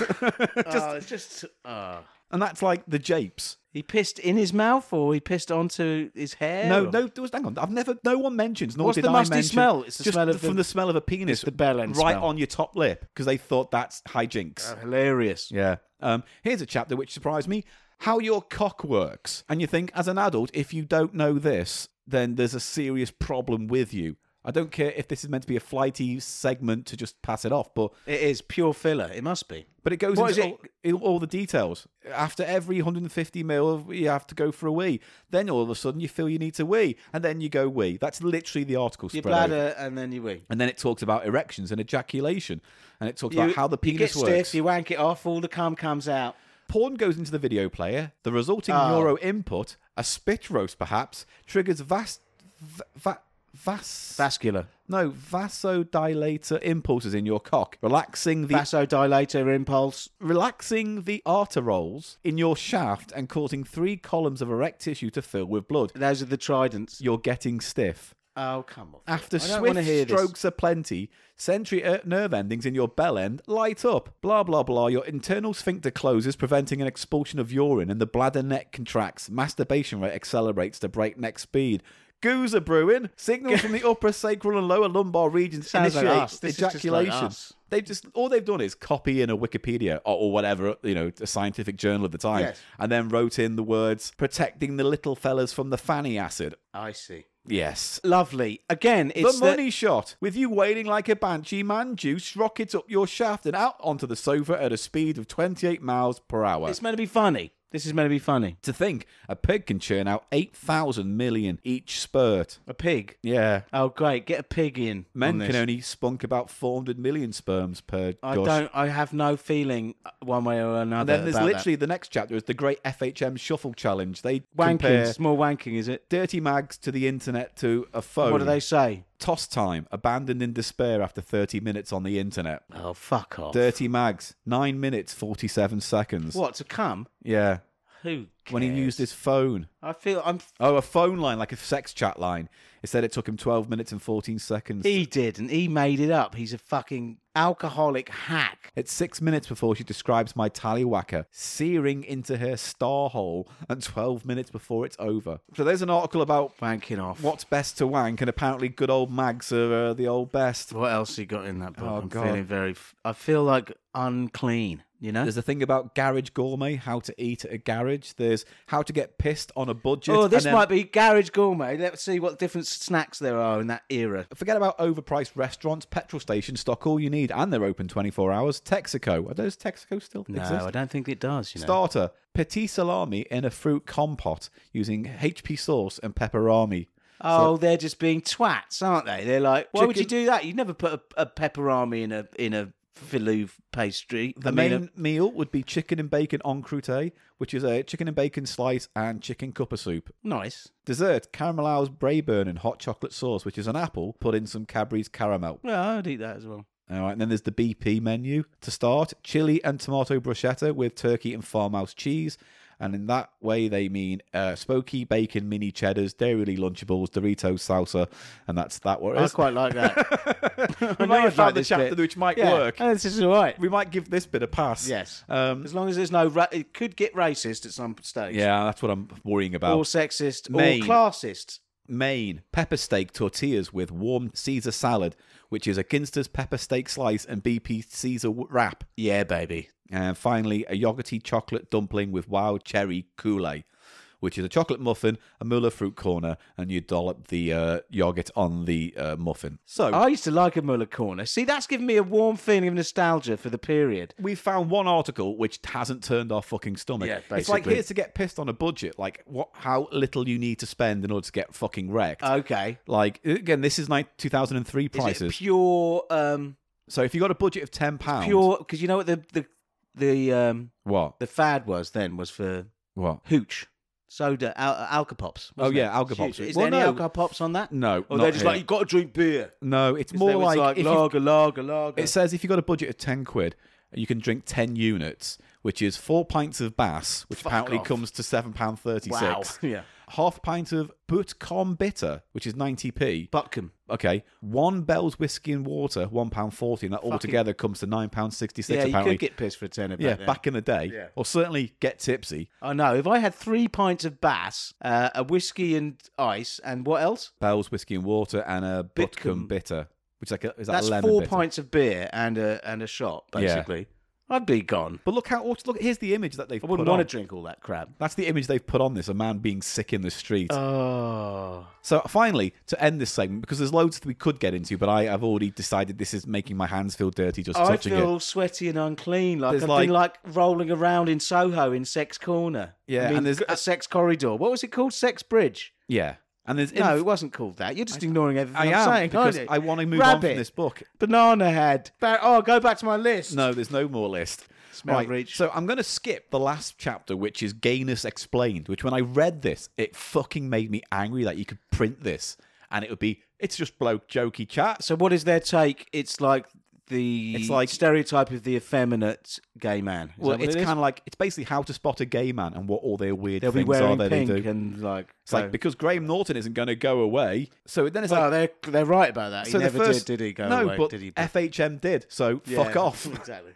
Speaker 2: just,
Speaker 1: oh, it's just. ah.
Speaker 2: and that's like the japes.
Speaker 1: he pissed in his mouth, or he pissed onto his hair.
Speaker 2: No,
Speaker 1: or-
Speaker 2: no, there was, hang on. I've never, no one mentions, nor
Speaker 1: What's
Speaker 2: did
Speaker 1: the
Speaker 2: I
Speaker 1: musty
Speaker 2: mention-
Speaker 1: smell? It's the
Speaker 2: just
Speaker 1: smell of
Speaker 2: from
Speaker 1: the-
Speaker 2: the, smell of a penis.
Speaker 1: the bell end
Speaker 2: Right
Speaker 1: smell.
Speaker 2: on your top lip, because they thought that's hijinks.
Speaker 1: hilarious.
Speaker 2: Yeah. Um, here's a chapter which surprised me. how your cock works. And you think, as an adult, if you don't know this, then there's a serious problem with you. I don't care if this is meant to be a flighty segment to just pass it off, but
Speaker 1: It is pure filler. It must be.
Speaker 2: but it goes
Speaker 1: What
Speaker 2: into
Speaker 1: is
Speaker 2: all, in all the details. After every 150 mil, you have to go for a wee. Then all of a sudden, you feel you need to wee, and then you go wee. That's literally the article
Speaker 1: Your
Speaker 2: spread. over.
Speaker 1: bladder and then you wee.
Speaker 2: And then it talks about erections and ejaculation, and it talks
Speaker 1: You,
Speaker 2: about how the
Speaker 1: you get
Speaker 2: penis
Speaker 1: stiff,
Speaker 2: works.
Speaker 1: you wank it off, all the cum comes out.
Speaker 2: Porn goes into the video player. The resulting
Speaker 1: Ah.
Speaker 2: neuro input, a spit roast perhaps, triggers vast, va, va, vas,
Speaker 1: Vascular.
Speaker 2: no vasodilator impulses in your cock, relaxing the
Speaker 1: Vasodilator impulse.
Speaker 2: relaxing the arterioles in your shaft and causing three columns of erect tissue to fill with blood.
Speaker 1: Those are the tridents.
Speaker 2: You're getting stiff.
Speaker 1: Oh, come on.
Speaker 2: After
Speaker 1: I don't wanna
Speaker 2: swift
Speaker 1: hear this.
Speaker 2: strokes aplenty, sensory er- nerve endings in your bell end light up. Blah, blah, blah. Your internal sphincter closes, preventing an expulsion of urine, and the bladder neck contracts. Masturbation rate accelerates to breakneck speed. Goos are brewing. Signals from the upper sacral and lower lumbar regions
Speaker 1: Sounds like
Speaker 2: initiate
Speaker 1: us. This is just like
Speaker 2: ejaculation.
Speaker 1: us.
Speaker 2: They've just all they've done is copy in a Wikipedia or, or whatever you know, a scientific journal at the time,
Speaker 1: Yes.
Speaker 2: and then wrote in the words "protecting the little fellas from the fanny acid."
Speaker 1: I see.
Speaker 2: Yes,
Speaker 1: Lovely. Again,
Speaker 2: the
Speaker 1: it's the-
Speaker 2: money shot, with you wailing like a banshee, man juice rockets up your shaft and out onto the sofa at a speed of 28 miles per hour.
Speaker 1: It's meant to be funny. This is meant to be funny.
Speaker 2: to think, a pig can churn out 8,000 million each spurt.
Speaker 1: A pig.
Speaker 2: Yeah.
Speaker 1: Oh, great. Get a pig in. on
Speaker 2: Men
Speaker 1: this.
Speaker 2: can only spunk about 400 million sperms per
Speaker 1: I
Speaker 2: gush.
Speaker 1: don't. I have no feeling one way or another.
Speaker 2: Then there's
Speaker 1: about that.
Speaker 2: literally the next chapter is the great FHM shuffle challenge. They
Speaker 1: wanking.
Speaker 2: compare
Speaker 1: It's more wanking, is it?
Speaker 2: dirty mags to the internet to a phone.
Speaker 1: What do they say?
Speaker 2: Toss time, abandoned in despair after 30 minutes on the internet.
Speaker 1: Oh, fuck off.
Speaker 2: Dirty mags, 9 minutes 47 seconds.
Speaker 1: What to come?
Speaker 2: Yeah.
Speaker 1: Who?
Speaker 2: When he
Speaker 1: cares?
Speaker 2: used his phone.
Speaker 1: I feel I'm.
Speaker 2: Oh, a phone line, like a sex chat line. It said it took him 12 minutes and 14 seconds.
Speaker 1: He did, and he made it up. He's a fucking alcoholic hack.
Speaker 2: It's six minutes before she describes my tallywhacker searing into her star hole and 12 minutes before it's over. So there's an article about
Speaker 1: Wanking off.
Speaker 2: what's best to wank, and apparently good old mags are uh, the old best.
Speaker 1: What else he got in that book?
Speaker 2: Oh,
Speaker 1: I'm
Speaker 2: God.
Speaker 1: feeling very. f- I feel like unclean. You know. Oh,
Speaker 2: There's a thing about garage gourmet, how to eat at a garage. There's how to get pissed on a budget.
Speaker 1: Oh, this
Speaker 2: and then-
Speaker 1: might be garage gourmet. Let's see what different snacks there are in that era.
Speaker 2: Forget about overpriced restaurants, petrol stations, stock all you need, and they're open 24 hours. Texaco. Are those Texaco still
Speaker 1: No,
Speaker 2: exist?
Speaker 1: I don't think it does. You know.
Speaker 2: Starter, petit salami in a fruit compote using HP sauce and pepperami.
Speaker 1: Oh, they're just being twats, aren't they? They're like, why would you
Speaker 2: Chicken-
Speaker 1: do that? You'd never put a, a pepperami in a in a filou pastry.
Speaker 2: The
Speaker 1: I mean,
Speaker 2: main
Speaker 1: a-
Speaker 2: meal would be chicken and bacon encroûte, which is a chicken and bacon slice and chicken cuppa soup.
Speaker 1: nice.
Speaker 2: Dessert, caramelized Braeburn and hot chocolate sauce, which is an apple put in some Cadbury's caramel.
Speaker 1: Well, I'd eat that as well.
Speaker 2: All right, and then there's the BP menu to start: chili and tomato bruschetta with turkey and farmhouse cheese. And in that way, they mean uh, smoky bacon, mini cheddars, dairy lunchables, Doritos, salsa, and that's that. What it
Speaker 1: I
Speaker 2: is.
Speaker 1: quite like that.
Speaker 2: we
Speaker 1: know
Speaker 2: might
Speaker 1: I'd
Speaker 2: have found
Speaker 1: like
Speaker 2: the
Speaker 1: this
Speaker 2: chapter
Speaker 1: bit.
Speaker 2: which might
Speaker 1: yeah,
Speaker 2: work.
Speaker 1: oh, this is all right.
Speaker 2: We might give this bit a pass.
Speaker 1: Yes.
Speaker 2: Um,
Speaker 1: As long as there's no, ra- it could get racist at some stage.
Speaker 2: yeah, that's what I'm worrying about.
Speaker 1: Or sexist,
Speaker 2: Maine.
Speaker 1: or classist.
Speaker 2: Maine pepper steak tortillas with warm Caesar salad, which is a Ginster's pepper steak slice and BP Caesar w- wrap.
Speaker 1: Yeah, baby.
Speaker 2: And finally, a yogurty chocolate dumpling with wild cherry kool-aid, which is a chocolate muffin, a Muller fruit corner, and you dollop the uh, yogurt on the uh, muffin. So
Speaker 1: I used to like a Muller corner. See, that's given me a warm feeling of nostalgia for the period.
Speaker 2: we found one article which hasn't turned our fucking stomach.
Speaker 1: Yeah,
Speaker 2: it's like
Speaker 1: basically.
Speaker 2: here's to get pissed on a budget. Like what? How little you need to spend in order to get fucking wrecked.
Speaker 1: Okay.
Speaker 2: like again, this is like 2003
Speaker 1: Uh, Is it
Speaker 2: prices.
Speaker 1: pure, um,
Speaker 2: so if you got a budget of ten pounds,
Speaker 1: pure? Because you know what the the the um
Speaker 2: what?
Speaker 1: the fad was then was for
Speaker 2: What?
Speaker 1: hooch, soda, al- uh, alka pops.
Speaker 2: Oh
Speaker 1: wasn't
Speaker 2: yeah,
Speaker 1: it?
Speaker 2: alcohol
Speaker 1: Huge.
Speaker 2: pops.
Speaker 1: Is
Speaker 2: Well,
Speaker 1: there any
Speaker 2: no,
Speaker 1: alcohol pops on that?
Speaker 2: no,
Speaker 1: Or
Speaker 2: not
Speaker 1: Oh, they're just
Speaker 2: here.
Speaker 1: like, you've got to drink beer.
Speaker 2: no. It's
Speaker 1: Is
Speaker 2: more
Speaker 1: there was
Speaker 2: like,
Speaker 1: like
Speaker 2: if you-
Speaker 1: lager, lager, lager.
Speaker 2: it says if you got a budget of ten quid, you can drink ten units, which is four pints of Bass, which apparently
Speaker 1: off.
Speaker 2: comes to seven pound thirty six.
Speaker 1: Wow. Yeah.
Speaker 2: Half a pint of Butcom Bitter, which is 90p.
Speaker 1: Butcombe.
Speaker 2: Okay, one Bell's whiskey and water, one pound forty, and that altogether comes to nine pound sixty six.
Speaker 1: Yeah, you
Speaker 2: apparently,
Speaker 1: could get pissed for a tenner.
Speaker 2: yeah,
Speaker 1: then.
Speaker 2: back in the day,
Speaker 1: Yeah.
Speaker 2: or certainly get tipsy.
Speaker 1: I know. Oh, If I had three pints of Bass, uh, a whiskey and ice, and what else?
Speaker 2: Bell's whiskey and water and a Butcombe
Speaker 1: Bitcombe.
Speaker 2: bitter, which is like a, is that
Speaker 1: That's
Speaker 2: a lemon
Speaker 1: four
Speaker 2: bitter?
Speaker 1: pints of beer and a and a shot,
Speaker 2: Yeah.
Speaker 1: basically. I'd be gone.
Speaker 2: But look how awesome. Look, here's the image that they've
Speaker 1: I
Speaker 2: put
Speaker 1: wouldn't
Speaker 2: on.
Speaker 1: want to drink all that crap.
Speaker 2: That's the image they've put on this a man being sick in the street.
Speaker 1: Uh. Oh.
Speaker 2: so, finally, to end this segment, because there's loads that we could get into, but I, I've already decided this is making my hands feel dirty just
Speaker 1: Oh, I
Speaker 2: touching
Speaker 1: feel
Speaker 2: it.
Speaker 1: all sweaty and unclean. Like
Speaker 2: There's
Speaker 1: I've been like rolling around in Soho in Sex Corner.
Speaker 2: Yeah,
Speaker 1: I mean,
Speaker 2: and there's-
Speaker 1: a sex corridor. What was it called? Sex Bridge.
Speaker 2: Yeah. And there's.
Speaker 1: No, it wasn't called that. You're just ignoring everything
Speaker 2: I
Speaker 1: am
Speaker 2: am,
Speaker 1: saying. aren't
Speaker 2: because
Speaker 1: you?
Speaker 2: I want to move on
Speaker 1: Rabbit.
Speaker 2: from this book.
Speaker 1: Banana head. Bar- oh, go back to my list.
Speaker 2: No, there's no more list.
Speaker 1: Smell reach.
Speaker 2: So I'm going to skip the last chapter, which is Gayness Explained, which when I read this, it fucking made me angry that you could print this and it would be, it's just bloke jokey chat.
Speaker 1: So what is their take? It's like the
Speaker 2: It's like-
Speaker 1: stereotype of the effeminate gay man. Is
Speaker 2: Well,
Speaker 1: that what
Speaker 2: it's
Speaker 1: it is?
Speaker 2: kind of like, it's basically how to spot a gay man and what all their weird
Speaker 1: they'll be
Speaker 2: things
Speaker 1: wearing
Speaker 2: are that
Speaker 1: pink
Speaker 2: they do.
Speaker 1: and like.
Speaker 2: it's like, because Graham Norton isn't going to go away. So then it's like,
Speaker 1: well, they're they're right about that. He
Speaker 2: so the
Speaker 1: never
Speaker 2: first,
Speaker 1: did, did he? Go
Speaker 2: no,
Speaker 1: away?
Speaker 2: but
Speaker 1: did he?
Speaker 2: FHM did. So
Speaker 1: Yeah,
Speaker 2: fuck off.
Speaker 1: Exactly.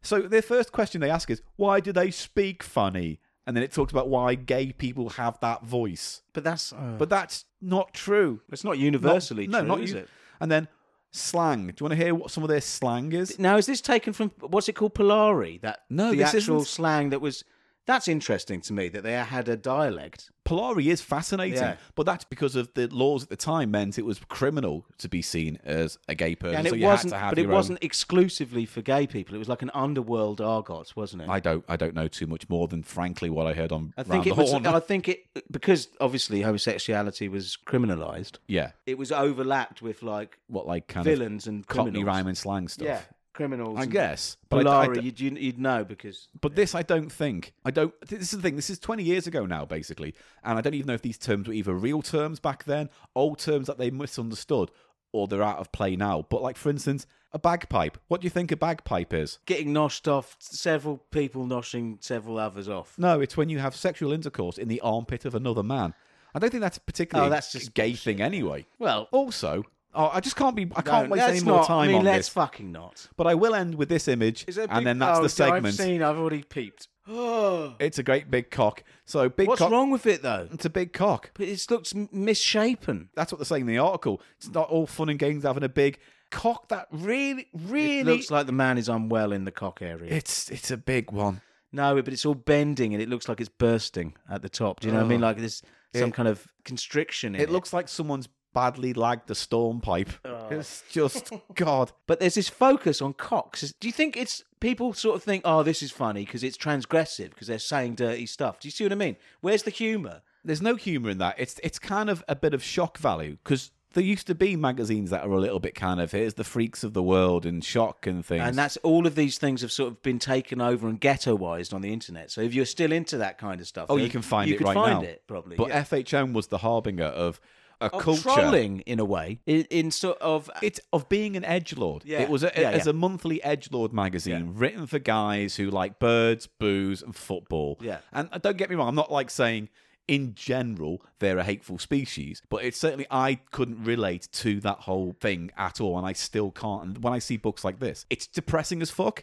Speaker 2: So their first question they ask is, why do they speak funny? And then it talks about why gay people have that voice.
Speaker 1: But that's uh,
Speaker 2: But that's not true.
Speaker 1: it's not
Speaker 2: Not-
Speaker 1: universally
Speaker 2: no,
Speaker 1: true,
Speaker 2: not
Speaker 1: is
Speaker 2: you-
Speaker 1: it?
Speaker 2: And then slang. Do you want to hear what some of their slang is?
Speaker 1: Now, is this taken from what's it called, Polari? That
Speaker 2: No,
Speaker 1: the
Speaker 2: this
Speaker 1: actual
Speaker 2: isn't.
Speaker 1: slang that was. That's interesting to me that they had a dialect.
Speaker 2: Polari is fascinating,
Speaker 1: Yeah.
Speaker 2: but that's because of the laws at the time meant it was criminal to be seen as a gay person.
Speaker 1: And
Speaker 2: so
Speaker 1: it
Speaker 2: you
Speaker 1: wasn't,
Speaker 2: had to have
Speaker 1: but it
Speaker 2: your own-
Speaker 1: wasn't exclusively for gay people. It was like an underworld argot, wasn't it?
Speaker 2: I don't. I don't know too much more than frankly what I heard on.
Speaker 1: I think
Speaker 2: Round
Speaker 1: it
Speaker 2: the
Speaker 1: was.
Speaker 2: Horn.
Speaker 1: I think it because obviously homosexuality was criminalised.
Speaker 2: yeah.
Speaker 1: It was overlapped with like
Speaker 2: What like kind
Speaker 1: villains and
Speaker 2: of Cockney
Speaker 1: criminals.
Speaker 2: rhyme and slang stuff.
Speaker 1: Yeah, criminals.
Speaker 2: I
Speaker 1: and
Speaker 2: guess. But I- I
Speaker 1: Polari,
Speaker 2: d-
Speaker 1: you'd, you'd you'd know because
Speaker 2: But this, I don't think. I don't. This is the thing. This is 20 years ago now, basically. And I don't even know if these terms were either real terms back then, old terms that they misunderstood, or they're out of play now. But, like, for instance, a bagpipe. What do you think a bagpipe is?
Speaker 1: getting noshed off, several people noshing several others off.
Speaker 2: No, it's when you have sexual intercourse in the armpit of another man. I don't think that's particularly
Speaker 1: Oh, that's just
Speaker 2: a gay thing anyway.
Speaker 1: Well,
Speaker 2: Also, oh, I just can't be. I can't
Speaker 1: no,
Speaker 2: waste any
Speaker 1: let's
Speaker 2: more
Speaker 1: not-
Speaker 2: time
Speaker 1: I mean,
Speaker 2: on
Speaker 1: let's
Speaker 2: this.
Speaker 1: fucking not.
Speaker 2: But I will end with this image,
Speaker 1: Is there a
Speaker 2: and
Speaker 1: big-
Speaker 2: then that's
Speaker 1: oh,
Speaker 2: the
Speaker 1: I've
Speaker 2: segment.
Speaker 1: seen. I've already peeped. Oh,
Speaker 2: It's a great big cock. So big
Speaker 1: what's
Speaker 2: cock.
Speaker 1: wrong with it though?
Speaker 2: It's a big cock.
Speaker 1: But it looks m- misshapen.
Speaker 2: That's what they're saying in the article. It's not all fun and games having a big cock that really, really.
Speaker 1: It looks like the man is unwell in the cock area.
Speaker 2: it's it's a big one.
Speaker 1: no, but it's all bending and it looks like it's bursting at the top. Do you know what I mean? Like there's some kind of constriction in it.
Speaker 2: It looks like someone's badly lagged a storm pipe.
Speaker 1: Oh.
Speaker 2: It's just God.
Speaker 1: But there's this focus on cocks. Is- Do you think it's people sort of think, oh, this is funny because it's transgressive because they're saying dirty stuff? Do you see what I mean? Where's the humour?
Speaker 2: There's no humour in that. It's it's kind of a bit of shock value because there used to be magazines that are a little bit kind of here's the freaks of the world and shock and things.
Speaker 1: And that's all of these things have sort of been taken over and ghettoized on the internet. So if you're still into that kind of stuff,
Speaker 2: oh,
Speaker 1: then
Speaker 2: you can find
Speaker 1: you
Speaker 2: it
Speaker 1: could
Speaker 2: right
Speaker 1: find
Speaker 2: now.
Speaker 1: it probably.
Speaker 2: But
Speaker 1: yeah.
Speaker 2: FHM was the harbinger of a
Speaker 1: Of
Speaker 2: culture.
Speaker 1: trolling in a way, in, in sort of
Speaker 2: it's of being an edge lord.
Speaker 1: Yeah.
Speaker 2: It was a,
Speaker 1: Yeah,
Speaker 2: as
Speaker 1: yeah.
Speaker 2: a monthly edge lord magazine written for guys who like birds, booze, and football.
Speaker 1: Yeah.
Speaker 2: and uh, don't get me wrong, I'm not like saying in general they're a hateful species, but it's certainly I couldn't relate to that whole thing at all, and I still can't. And when I see books like this, it's depressing as fuck.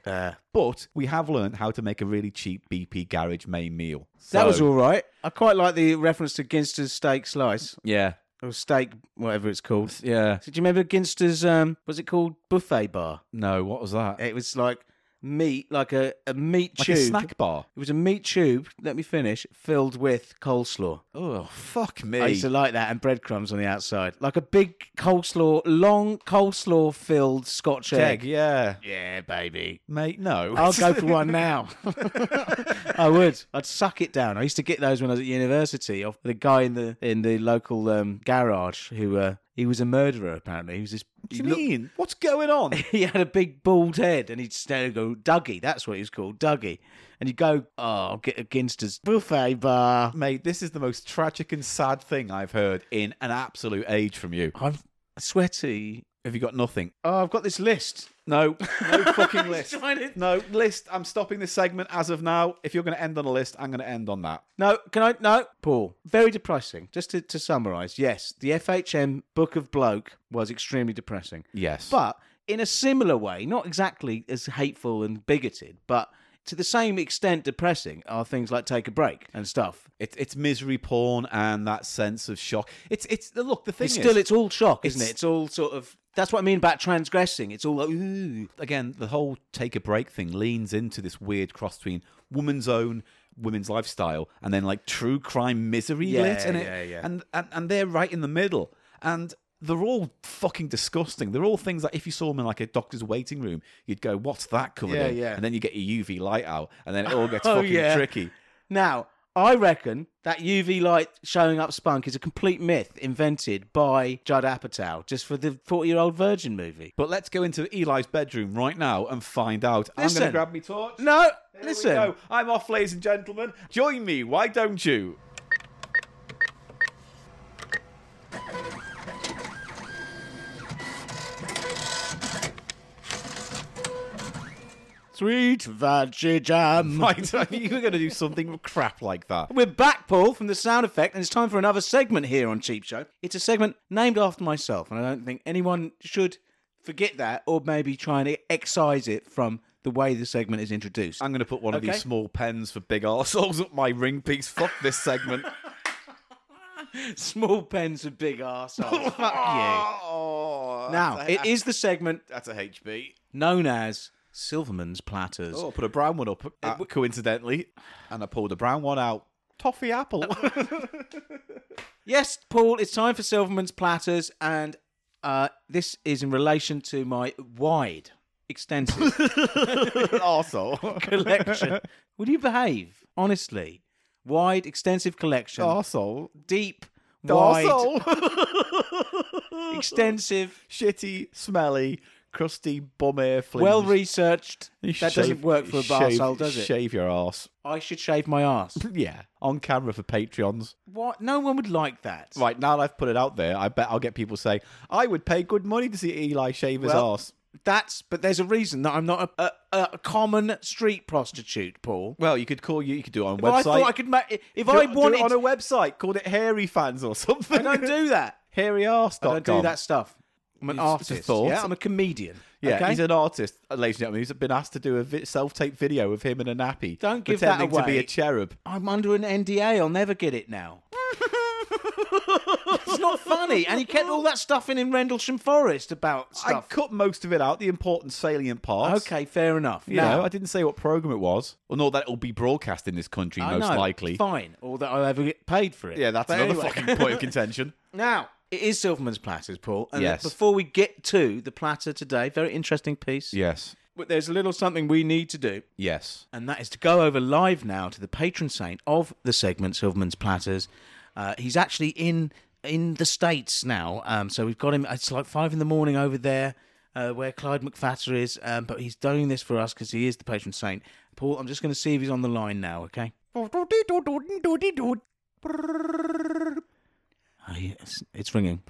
Speaker 2: but we have learned how to make a really cheap BP garage May meal.
Speaker 1: That was
Speaker 2: So,
Speaker 1: all right. I quite like the reference to Ginster's steak slice
Speaker 2: Yeah,
Speaker 1: or steak, whatever it's called. So
Speaker 2: yeah.
Speaker 1: do you remember Ginster's? Um, was it called buffet bar?
Speaker 2: No, what was that?
Speaker 1: It was like meat, like a, a meat
Speaker 2: Like
Speaker 1: tube.
Speaker 2: a snack bar.
Speaker 1: It was a meat tube. Let me finish. Filled with coleslaw.
Speaker 2: Oh fuck me!
Speaker 1: I used to like that, and breadcrumbs on the outside, like a big coleslaw, long coleslaw filled Scotch
Speaker 2: Keg,
Speaker 1: egg.
Speaker 2: yeah.
Speaker 1: Yeah, baby.
Speaker 2: Mate, no.
Speaker 1: I'll go for one now. I would. I'd suck it down. I used to get those when I was at university. Of the guy in the in the local um, garage who uh, he was a murderer. Apparently, he was this.
Speaker 2: What do you
Speaker 1: he looked-
Speaker 2: mean? What's going on?
Speaker 1: He had a big bald head, and he'd stand and go, "Dougie." That's what he was called, Dougie. And you go, "Oh, I'll get a Ginster's buffet bar."
Speaker 2: Mate, this is the most tragic and sad thing I've heard in an absolute age from you.
Speaker 1: I'm sweaty.
Speaker 2: Have you got nothing?
Speaker 1: Oh, I've got this list.
Speaker 2: No, no fucking list.
Speaker 1: Trying to-
Speaker 2: No, list. I'm stopping this segment as of now. If you're going to end on a list, I'm going to end on that.
Speaker 1: No, can I? No, Paul. Very depressing. Just to, to summarise, yes, the FHM Book of Bloke was extremely depressing.
Speaker 2: Yes. But
Speaker 1: but in a similar way, not exactly as hateful and bigoted, but to the same extent depressing are things like take a break and stuff.
Speaker 2: it's it's misery porn and that sense of shock. It's it's look, the thing
Speaker 1: It's
Speaker 2: is
Speaker 1: still, it's all shock,
Speaker 2: It's-
Speaker 1: isn't it? It's all sort of That's what I mean about transgressing. It's all like, ooh.
Speaker 2: Again, the whole take a break thing leans into this weird cross between woman's own, women's lifestyle, and then like true crime misery
Speaker 1: Yeah,
Speaker 2: lit in it.
Speaker 1: yeah, yeah.
Speaker 2: And, and and they're right in the middle. And they're all fucking disgusting. They're all things that if you saw them in like a doctor's waiting room, you'd go, "What's that covered
Speaker 1: Yeah,
Speaker 2: in?"
Speaker 1: yeah.
Speaker 2: And then you get your UV light out, and then it all gets
Speaker 1: Oh,
Speaker 2: fucking
Speaker 1: yeah.
Speaker 2: tricky.
Speaker 1: Now, I reckon that UV light showing up spunk is a complete myth invented by Judd Apatow just for the 40 year old virgin movie.
Speaker 2: But let's go into Eli's bedroom right now and find out. I'm
Speaker 1: Listen.
Speaker 2: going to grab my torch.
Speaker 1: No,
Speaker 2: Here
Speaker 1: listen.
Speaker 2: We go. I'm off, ladies and gentlemen. Join me. Why don't you?
Speaker 1: Sweet veggie jam.
Speaker 2: Right, I knew you were going to do something crap like that.
Speaker 1: We're back, Paul, from the sound effect, and it's time for another segment here on Cheap Show. It's a segment named after myself, and I don't think anyone should forget that or maybe try and excise it from the way the segment is introduced.
Speaker 2: I'm going to put one of
Speaker 1: Okay.
Speaker 2: these small pens for big arseholes up my ring piece. Fuck this segment.
Speaker 1: Small pens and big arseholes. Fuck
Speaker 2: Oh,
Speaker 1: you. Now,
Speaker 2: that's a-
Speaker 1: it is the segment
Speaker 2: That's a HB.
Speaker 1: known as Silverman's Platters.
Speaker 2: Oh, I put a brown one up, uh, coincidentally, and I pulled a brown one out. Toffee apple.
Speaker 1: Yes, Paul, it's time for Silverman's Platters, and uh, this is in relation to my wide, extensive
Speaker 2: arsehole.
Speaker 1: collection. Would you behave? Honestly. Wide, extensive collection.
Speaker 2: Oh. Arsehole.
Speaker 1: Deep, wide,
Speaker 2: Arsehole.
Speaker 1: extensive,
Speaker 2: Shitty, smelly, crusty, bum air flimsy.
Speaker 1: well researched.
Speaker 2: You
Speaker 1: That
Speaker 2: shave-
Speaker 1: doesn't work for a bar
Speaker 2: shave-
Speaker 1: soul, does it?
Speaker 2: Shave your ass.
Speaker 1: I should shave my ass.
Speaker 2: Yeah, on camera for Patreons.
Speaker 1: what? No one would like that.
Speaker 2: Right now, that I've put it out there. I bet I'll get people saying, "I would pay good money to see Eli shave his
Speaker 1: Well-
Speaker 2: ass."
Speaker 1: That's, but there's a reason that I'm not a, a, a common street prostitute, Paul.
Speaker 2: Well, you could call you. You could do it on
Speaker 1: If
Speaker 2: a
Speaker 1: I
Speaker 2: website.
Speaker 1: thought I could make, if
Speaker 2: do,
Speaker 1: I
Speaker 2: it-
Speaker 1: wanted,
Speaker 2: do it on a website called it Hairy Fans or something.
Speaker 1: I don't do that.
Speaker 2: hairyarse.com.
Speaker 1: I don't do that stuff. I'm an
Speaker 2: It's just a
Speaker 1: artist.
Speaker 2: thought.
Speaker 1: Yeah, I'm a comedian.
Speaker 2: Yeah,
Speaker 1: okay?
Speaker 2: he's an artist, uh, ladies and gentlemen. He's been asked to do a vi- self-tape video of him in a nappy,
Speaker 1: Don't give that
Speaker 2: pretending to be
Speaker 1: away.
Speaker 2: a cherub.
Speaker 1: I'm under an NDA. I'll never get it now. it's not funny. And he kept all that stuff in in Rendlesham Forest about
Speaker 2: I
Speaker 1: stuff.
Speaker 2: cut most of it out, the important salient parts.
Speaker 1: Okay, fair enough.
Speaker 2: You
Speaker 1: Now-
Speaker 2: know, I didn't say what program it was, or nor that it'll be broadcast in this country,
Speaker 1: I
Speaker 2: most
Speaker 1: know,
Speaker 2: likely.
Speaker 1: Fine. Or that I'll ever get paid for it.
Speaker 2: Yeah, that's
Speaker 1: But
Speaker 2: another
Speaker 1: anyway.
Speaker 2: fucking point of contention.
Speaker 1: Now, it is Silverman's Platters, Paul. And
Speaker 2: Yes.
Speaker 1: before we get to the platter today, very interesting piece.
Speaker 2: Yes,
Speaker 1: But there's a little something we need to do.
Speaker 2: yes.
Speaker 1: and that is to go over live now to the patron saint of the segment, Silverman's Platters. Uh, he's actually in in the states now, um, so we've got him. It's like five in the morning over there, uh, where Clyde McFatter is. Um, but he's doing this for us because he is the patron saint. Paul, I'm just going to see if he's on the line now. Okay. Oh, yeah, it's, it's ringing.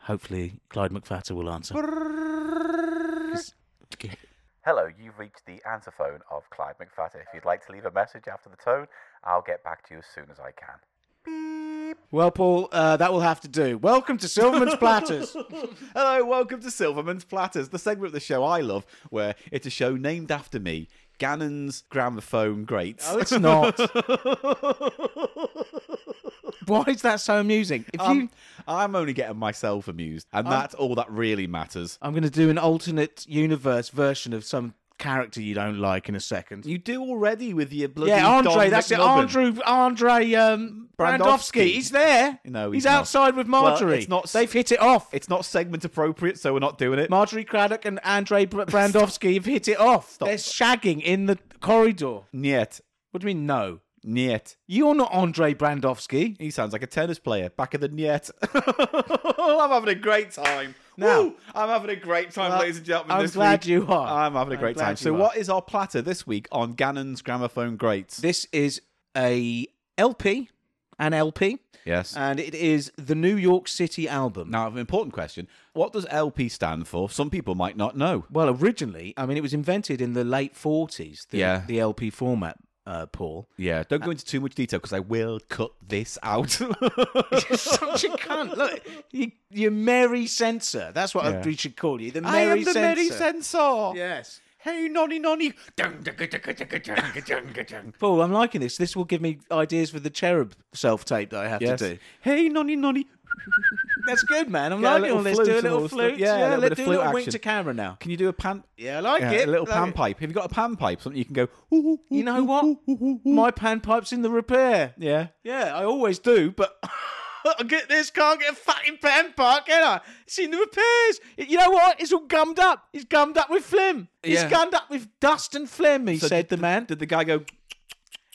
Speaker 1: Hopefully, Clyde McFatter will answer. It's-
Speaker 4: Hello, you've reached the answer phone of Clyde McFatter. If you'd like to leave a message after the tone, I'll get back to you as soon as I can.
Speaker 1: Well, Paul, uh, that will have to do. Welcome to Silverman's Platters.
Speaker 2: Hello, welcome to Silverman's Platters, the segment of the show I love, where it's a show named after me, Gannon's gramophone greats.
Speaker 4: Oh.
Speaker 1: No, it's not. Why is that so amusing? If you,
Speaker 2: I'm, I'm only getting myself amused, and that's all that really matters.
Speaker 1: I'm going to do an alternate universe version of some character you don't like in a second.
Speaker 2: You do already with your bloody
Speaker 1: yeah, Andre,
Speaker 2: Don
Speaker 1: that's it.
Speaker 2: McLovin.
Speaker 1: Andre, Andre um,
Speaker 2: Brandowski.
Speaker 1: Brandowski. He's there.
Speaker 2: No,
Speaker 1: he's
Speaker 2: he's not.
Speaker 1: outside with
Speaker 2: Well,
Speaker 1: Marjorie.
Speaker 2: it's not s-
Speaker 1: They've hit it off.
Speaker 2: It's not segment appropriate, so we're not doing it.
Speaker 1: Marjorie Craddock and Andre Br- Brandowski have hit it off. They're shagging in the corridor.
Speaker 2: Niet,
Speaker 1: What do you mean? No,
Speaker 2: niet.
Speaker 1: you're not Andre Brandowski.
Speaker 2: He sounds like a tennis player, back of the net. I'm having a great time.
Speaker 1: Now-
Speaker 2: Woo! I'm having a great time,
Speaker 1: Well,
Speaker 2: ladies and gentlemen.
Speaker 1: Uh, I'm
Speaker 2: this
Speaker 1: glad
Speaker 2: week.
Speaker 1: you are.
Speaker 2: I'm having a
Speaker 1: I'm
Speaker 2: great
Speaker 1: glad
Speaker 2: time.
Speaker 1: you
Speaker 2: So,
Speaker 1: are.
Speaker 2: what is our platter this week on Gannon's Gramophone Greats?
Speaker 1: This is a LP, an LP.
Speaker 2: Yes.
Speaker 1: and it is the New York City album.
Speaker 2: now, I have an important question. What does LP stand for? Some people might not know.
Speaker 1: well, originally, I mean, it was invented in the late 40s, the,
Speaker 2: Yeah.
Speaker 1: the LP format, uh, Paul.
Speaker 2: Yeah, don't go into too much detail because I will cut this out.
Speaker 1: Such a cunt. Look, you, you're Mary Censor. That's what
Speaker 2: Yeah.
Speaker 1: we should call you. The Mary
Speaker 2: I am the
Speaker 1: Censor.
Speaker 2: Merry Censor.
Speaker 1: Yes.
Speaker 2: Hey, nonny, nonny.
Speaker 1: Paul, I'm liking this. This will give me ideas for the cherub self tape that I have
Speaker 2: Yes.
Speaker 1: to do.
Speaker 2: Hey, nonny, nonny.
Speaker 1: That's good, man. I'm
Speaker 2: Get a
Speaker 1: liking
Speaker 2: little
Speaker 1: all this.
Speaker 2: flute
Speaker 1: Do a
Speaker 2: and
Speaker 1: little
Speaker 2: all stuff.
Speaker 1: flute.
Speaker 2: Yeah, a
Speaker 1: Yeah,
Speaker 2: little
Speaker 1: let's
Speaker 2: bit
Speaker 1: do
Speaker 2: of
Speaker 1: a little
Speaker 2: flute
Speaker 1: wink
Speaker 2: action.
Speaker 1: to camera now.
Speaker 2: Can you do a pan?
Speaker 1: Yeah, I like
Speaker 2: yeah,
Speaker 1: it.
Speaker 2: a little
Speaker 1: Like
Speaker 2: pan
Speaker 1: it.
Speaker 2: pipe. Have you got a pan pipe? Something you can go.
Speaker 1: You know what?
Speaker 2: Hmm.
Speaker 1: My pan pipe's in the repair.
Speaker 2: Yeah.
Speaker 1: Yeah, I always do, but I get this, can't get a fucking pen park, can I? It's in the repairs. You know what? It's all gummed up. It's gummed up with phlegm. It's
Speaker 2: Yeah.
Speaker 1: gummed up with dust and phlegm, he
Speaker 2: So
Speaker 1: said, the
Speaker 2: did-
Speaker 1: man.
Speaker 2: Did the guy go?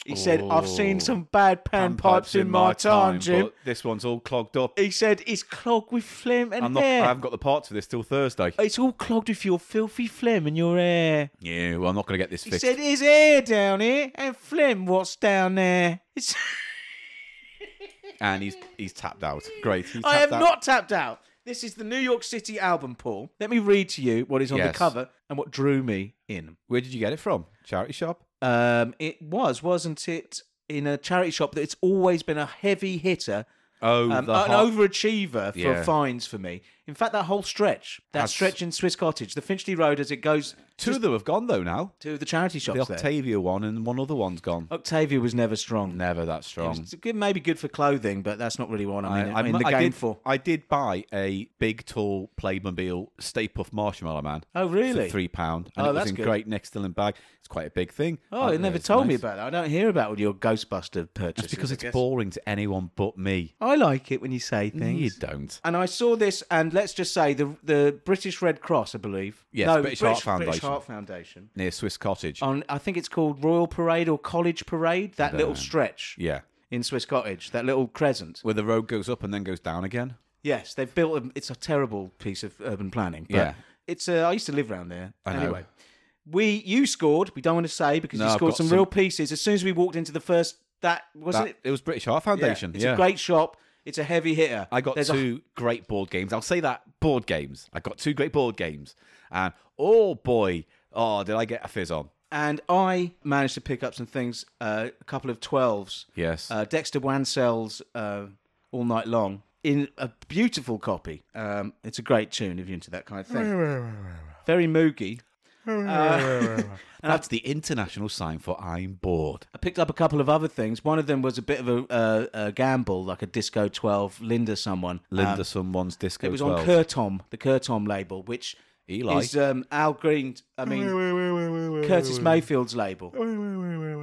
Speaker 1: he said, I've seen some bad pan
Speaker 2: Oh. "Pan
Speaker 1: pipes in my time, Jim.
Speaker 2: but this one's all clogged up.
Speaker 1: He said, it's clogged with phlegm and
Speaker 2: I'm not.
Speaker 1: air.
Speaker 2: I haven't got the parts for this till Thursday.
Speaker 1: It's all clogged with your filthy phlegm and your air.
Speaker 2: Yeah. Well, I'm not going to get this
Speaker 1: He
Speaker 2: fixed.
Speaker 1: said, "Is air down here and phlegm what's down there?" It's-
Speaker 2: and he's he's tapped out. Great. He
Speaker 1: I
Speaker 2: tapped
Speaker 1: have
Speaker 2: out.
Speaker 1: not tapped out. This is the New York City album, Paul. Let me read to you what is on
Speaker 2: Yes.
Speaker 1: the cover and what drew me in.
Speaker 2: Where did you get it from? Charity shop.
Speaker 1: Um, it was, wasn't it, in a charity shop that it's always been a heavy hitter,
Speaker 2: Oh,
Speaker 1: um,
Speaker 2: the
Speaker 1: an
Speaker 2: hot-
Speaker 1: overachiever for
Speaker 2: Yeah.
Speaker 1: fines for me. In fact, that whole stretch, that
Speaker 2: That's-
Speaker 1: stretch in Swiss Cottage, the Finchley Road as it goes
Speaker 2: two of them have gone though now.
Speaker 1: to the charity shops
Speaker 2: The
Speaker 1: there.
Speaker 2: Octavia one and one other one's gone.
Speaker 1: Octavia was never strong.
Speaker 2: Never that
Speaker 1: It
Speaker 2: strong.
Speaker 1: was good, maybe good for clothing, but that's not really what I'm in, I'm in
Speaker 2: mu-
Speaker 1: the game
Speaker 2: did,
Speaker 1: for.
Speaker 2: I did buy a big, tall Playmobil Stay Puff Marshmallow Man.
Speaker 1: Oh, really?
Speaker 2: For three pound, and
Speaker 1: Oh,
Speaker 2: it was
Speaker 1: that's
Speaker 2: in
Speaker 1: good.
Speaker 2: great Nick Stillen bag. It's quite a big thing.
Speaker 1: Oh,
Speaker 2: I-
Speaker 1: it never
Speaker 2: it's
Speaker 1: told me
Speaker 2: nice.
Speaker 1: about that. I don't hear about all your Ghostbuster purchases.
Speaker 2: It's because
Speaker 1: I
Speaker 2: it's
Speaker 1: guess.
Speaker 2: boring to anyone but me.
Speaker 1: I like it when you say things.
Speaker 2: You don't.
Speaker 1: And I saw this, and let's just say the the British Red Cross, I believe.
Speaker 2: Yes,
Speaker 1: no,
Speaker 2: British
Speaker 1: British,
Speaker 2: Heart
Speaker 1: British
Speaker 2: Foundation.
Speaker 1: Heart Foundation.
Speaker 2: Near Swiss Cottage.
Speaker 1: On, I think it's called Royal Parade or College Parade. That little stretch
Speaker 2: yeah,
Speaker 1: in Swiss Cottage, that little crescent.
Speaker 2: where the road goes up and then goes down again.
Speaker 1: Yes, they've built. A, it's a terrible piece of urban planning. But
Speaker 2: Yeah.
Speaker 1: it's. uh, I used to live round there.
Speaker 2: I know.
Speaker 1: Anyway, we you scored. We don't want to say because
Speaker 2: No,
Speaker 1: you
Speaker 2: I've
Speaker 1: scored
Speaker 2: got
Speaker 1: some,
Speaker 2: some-
Speaker 1: real pieces. As soon as we walked into the first, that wasn't
Speaker 2: That-
Speaker 1: it.
Speaker 2: it was British Heart Foundation.
Speaker 1: Yeah, It's a great shop. It's a heavy hitter.
Speaker 2: I got
Speaker 1: There's a-
Speaker 2: two great board games. I'll say that board games. I got two great board games, and oh boy, oh did I get a fizz on?
Speaker 1: and I managed to pick up some things, uh, a couple of 12s.
Speaker 2: Yes.
Speaker 1: Uh, Dexter Wansell's uh, All Night Long in a beautiful copy. Um, it's a great tune if you're into that kind of thing. Very moogie.
Speaker 2: That's the international sign for I'm bored.
Speaker 1: I picked up a couple of other things. One of them was a bit of a, uh, a gamble, like a Disco 12, Linda someone.
Speaker 2: Linda
Speaker 1: Um,
Speaker 2: someone's disco.
Speaker 1: it was
Speaker 2: 12.
Speaker 1: on Curtom, the Curtom label, which
Speaker 2: Eli.
Speaker 1: is um, Al Green, I mean, Curtis Mayfield's label.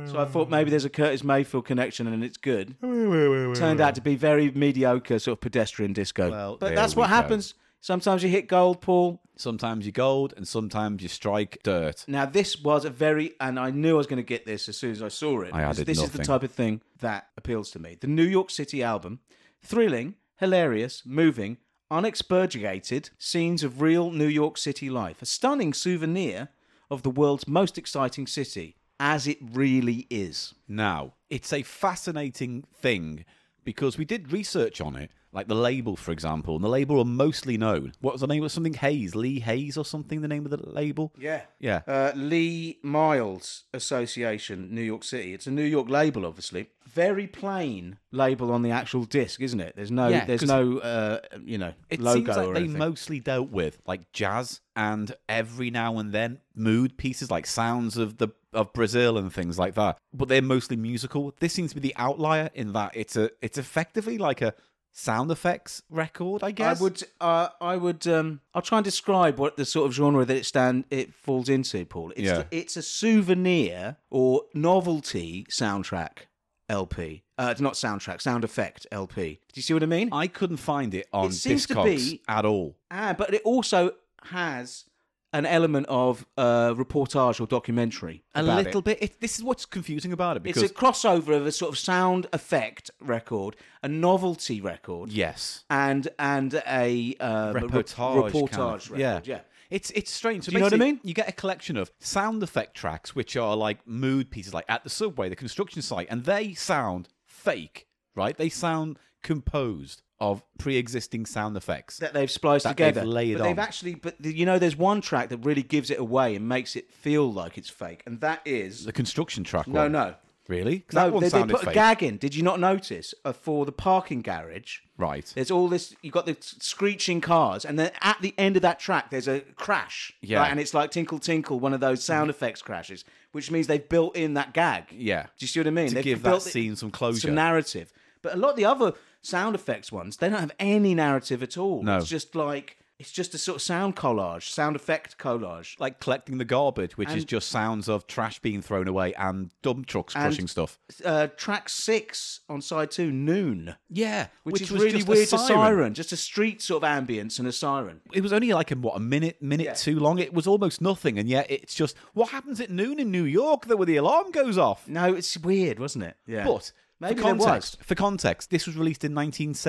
Speaker 1: So I thought
Speaker 2: Hmm.
Speaker 1: maybe there's a Curtis Mayfield connection and it's good. Turned out to be very mediocre, sort of pedestrian disco.
Speaker 2: Well,
Speaker 1: but
Speaker 2: there
Speaker 1: that's
Speaker 2: we
Speaker 1: what
Speaker 2: go.
Speaker 1: happens. Sometimes you hit gold, Paul.
Speaker 2: Sometimes you gold and sometimes you strike dirt.
Speaker 1: Now this was a very, and I knew I was going to get this as soon as I saw it.
Speaker 2: I
Speaker 1: because
Speaker 2: added
Speaker 1: this is the
Speaker 2: nothing.
Speaker 1: type of thing that appeals to me. The New York City album, thrilling, hilarious, moving, unexpurgated scenes of real New York City life, a stunning souvenir of the world's most exciting city as it really is.
Speaker 2: Now, it's a fascinating thing because we did research on it, like the label, for example, and the label are mostly known. What was the name? It was something Hayes, Lee Hayes or something, the name of the label?
Speaker 1: Yeah.
Speaker 2: Yeah.
Speaker 1: Uh, Lee Miles Association, New York City. It's a New York label, obviously. Very plain label on the actual disc, isn't it? There's no,
Speaker 2: Yeah,
Speaker 1: there's
Speaker 2: 'cause-
Speaker 1: no, uh, you know,
Speaker 2: It
Speaker 1: logo
Speaker 2: seems like
Speaker 1: or
Speaker 2: they
Speaker 1: anything.
Speaker 2: mostly dealt with like jazz and every now and then mood pieces like sounds of the of Brazil and things like that. But they're mostly musical. This seems to be the outlier in that it's a it's effectively like a sound effects record, I
Speaker 1: I
Speaker 2: guess.
Speaker 1: would, uh, I would, um, I'll try and describe what the sort of genre that it stand it falls into, Paul. It's,
Speaker 2: Yeah.
Speaker 1: it's a souvenir or novelty soundtrack LP. Uh, it's not soundtrack, sound effect LP. Do you see what I mean?
Speaker 2: I couldn't find it on
Speaker 1: It seems to
Speaker 2: Discogs
Speaker 1: be-
Speaker 2: at all.
Speaker 1: Ah, but it also has an element of uh, reportage or documentary.
Speaker 2: A
Speaker 1: about
Speaker 2: little
Speaker 1: it.
Speaker 2: bit. It, this is what's confusing about it
Speaker 1: It's
Speaker 2: because
Speaker 1: a crossover of a sort of sound effect record, a novelty record,
Speaker 2: yes,
Speaker 1: and and a um, a re-
Speaker 2: reportage,
Speaker 1: reportage
Speaker 2: kind of.
Speaker 1: record.
Speaker 2: Yeah,
Speaker 1: Yeah,
Speaker 2: It's it's strange. So
Speaker 1: Do you know what I
Speaker 2: basically,
Speaker 1: mean?
Speaker 2: You get a collection of sound effect tracks, which are like mood pieces, like at the subway, the construction site, and they sound fake, right? They sound composed of pre-existing sound effects.
Speaker 1: That they've spliced
Speaker 2: That they've
Speaker 1: together.
Speaker 2: laid
Speaker 1: but they've
Speaker 2: on.
Speaker 1: actually, but the, you know, there's one track that really gives it away and makes it feel like it's fake, and that is
Speaker 2: the construction track.
Speaker 1: no,
Speaker 2: one.
Speaker 1: no.
Speaker 2: really? 'Cause that
Speaker 1: No,
Speaker 2: one
Speaker 1: they, they
Speaker 2: sounded
Speaker 1: put
Speaker 2: fake.
Speaker 1: a gag in. Did you not notice uh, for the parking garage?
Speaker 2: Right.
Speaker 1: There's all this. You got the screeching cars, and then at the end of that track, there's a crash.
Speaker 2: Yeah.
Speaker 1: right? and it's like tinkle tinkle, one of those sound effects crashes, which means they've built in that gag.
Speaker 2: Yeah.
Speaker 1: do you see what I mean?
Speaker 2: To
Speaker 1: They've
Speaker 2: give
Speaker 1: built
Speaker 2: that scene some closure.
Speaker 1: some narrative. But a lot of the other sound effects ones, they don't have any narrative at all.
Speaker 2: No.
Speaker 1: It's just like it's just a sort of sound collage, sound effect collage.
Speaker 2: Like collecting the garbage, which is
Speaker 1: And-
Speaker 2: just sounds of trash being thrown away and dump trucks
Speaker 1: And-
Speaker 2: crushing stuff.
Speaker 1: Uh, track six on side two, noon,
Speaker 2: Yeah,
Speaker 1: which, is really
Speaker 2: just
Speaker 1: weird. A siren. just a street sort of ambience and a siren.
Speaker 2: It was only like a what a minute, minute too long. It was almost nothing, and yet it's just what happens at noon in New York that where the alarm goes off.
Speaker 1: No, it's weird, wasn't it? Yeah,
Speaker 2: But
Speaker 1: Maybe
Speaker 2: for
Speaker 1: there was.
Speaker 2: context, for context, this was released in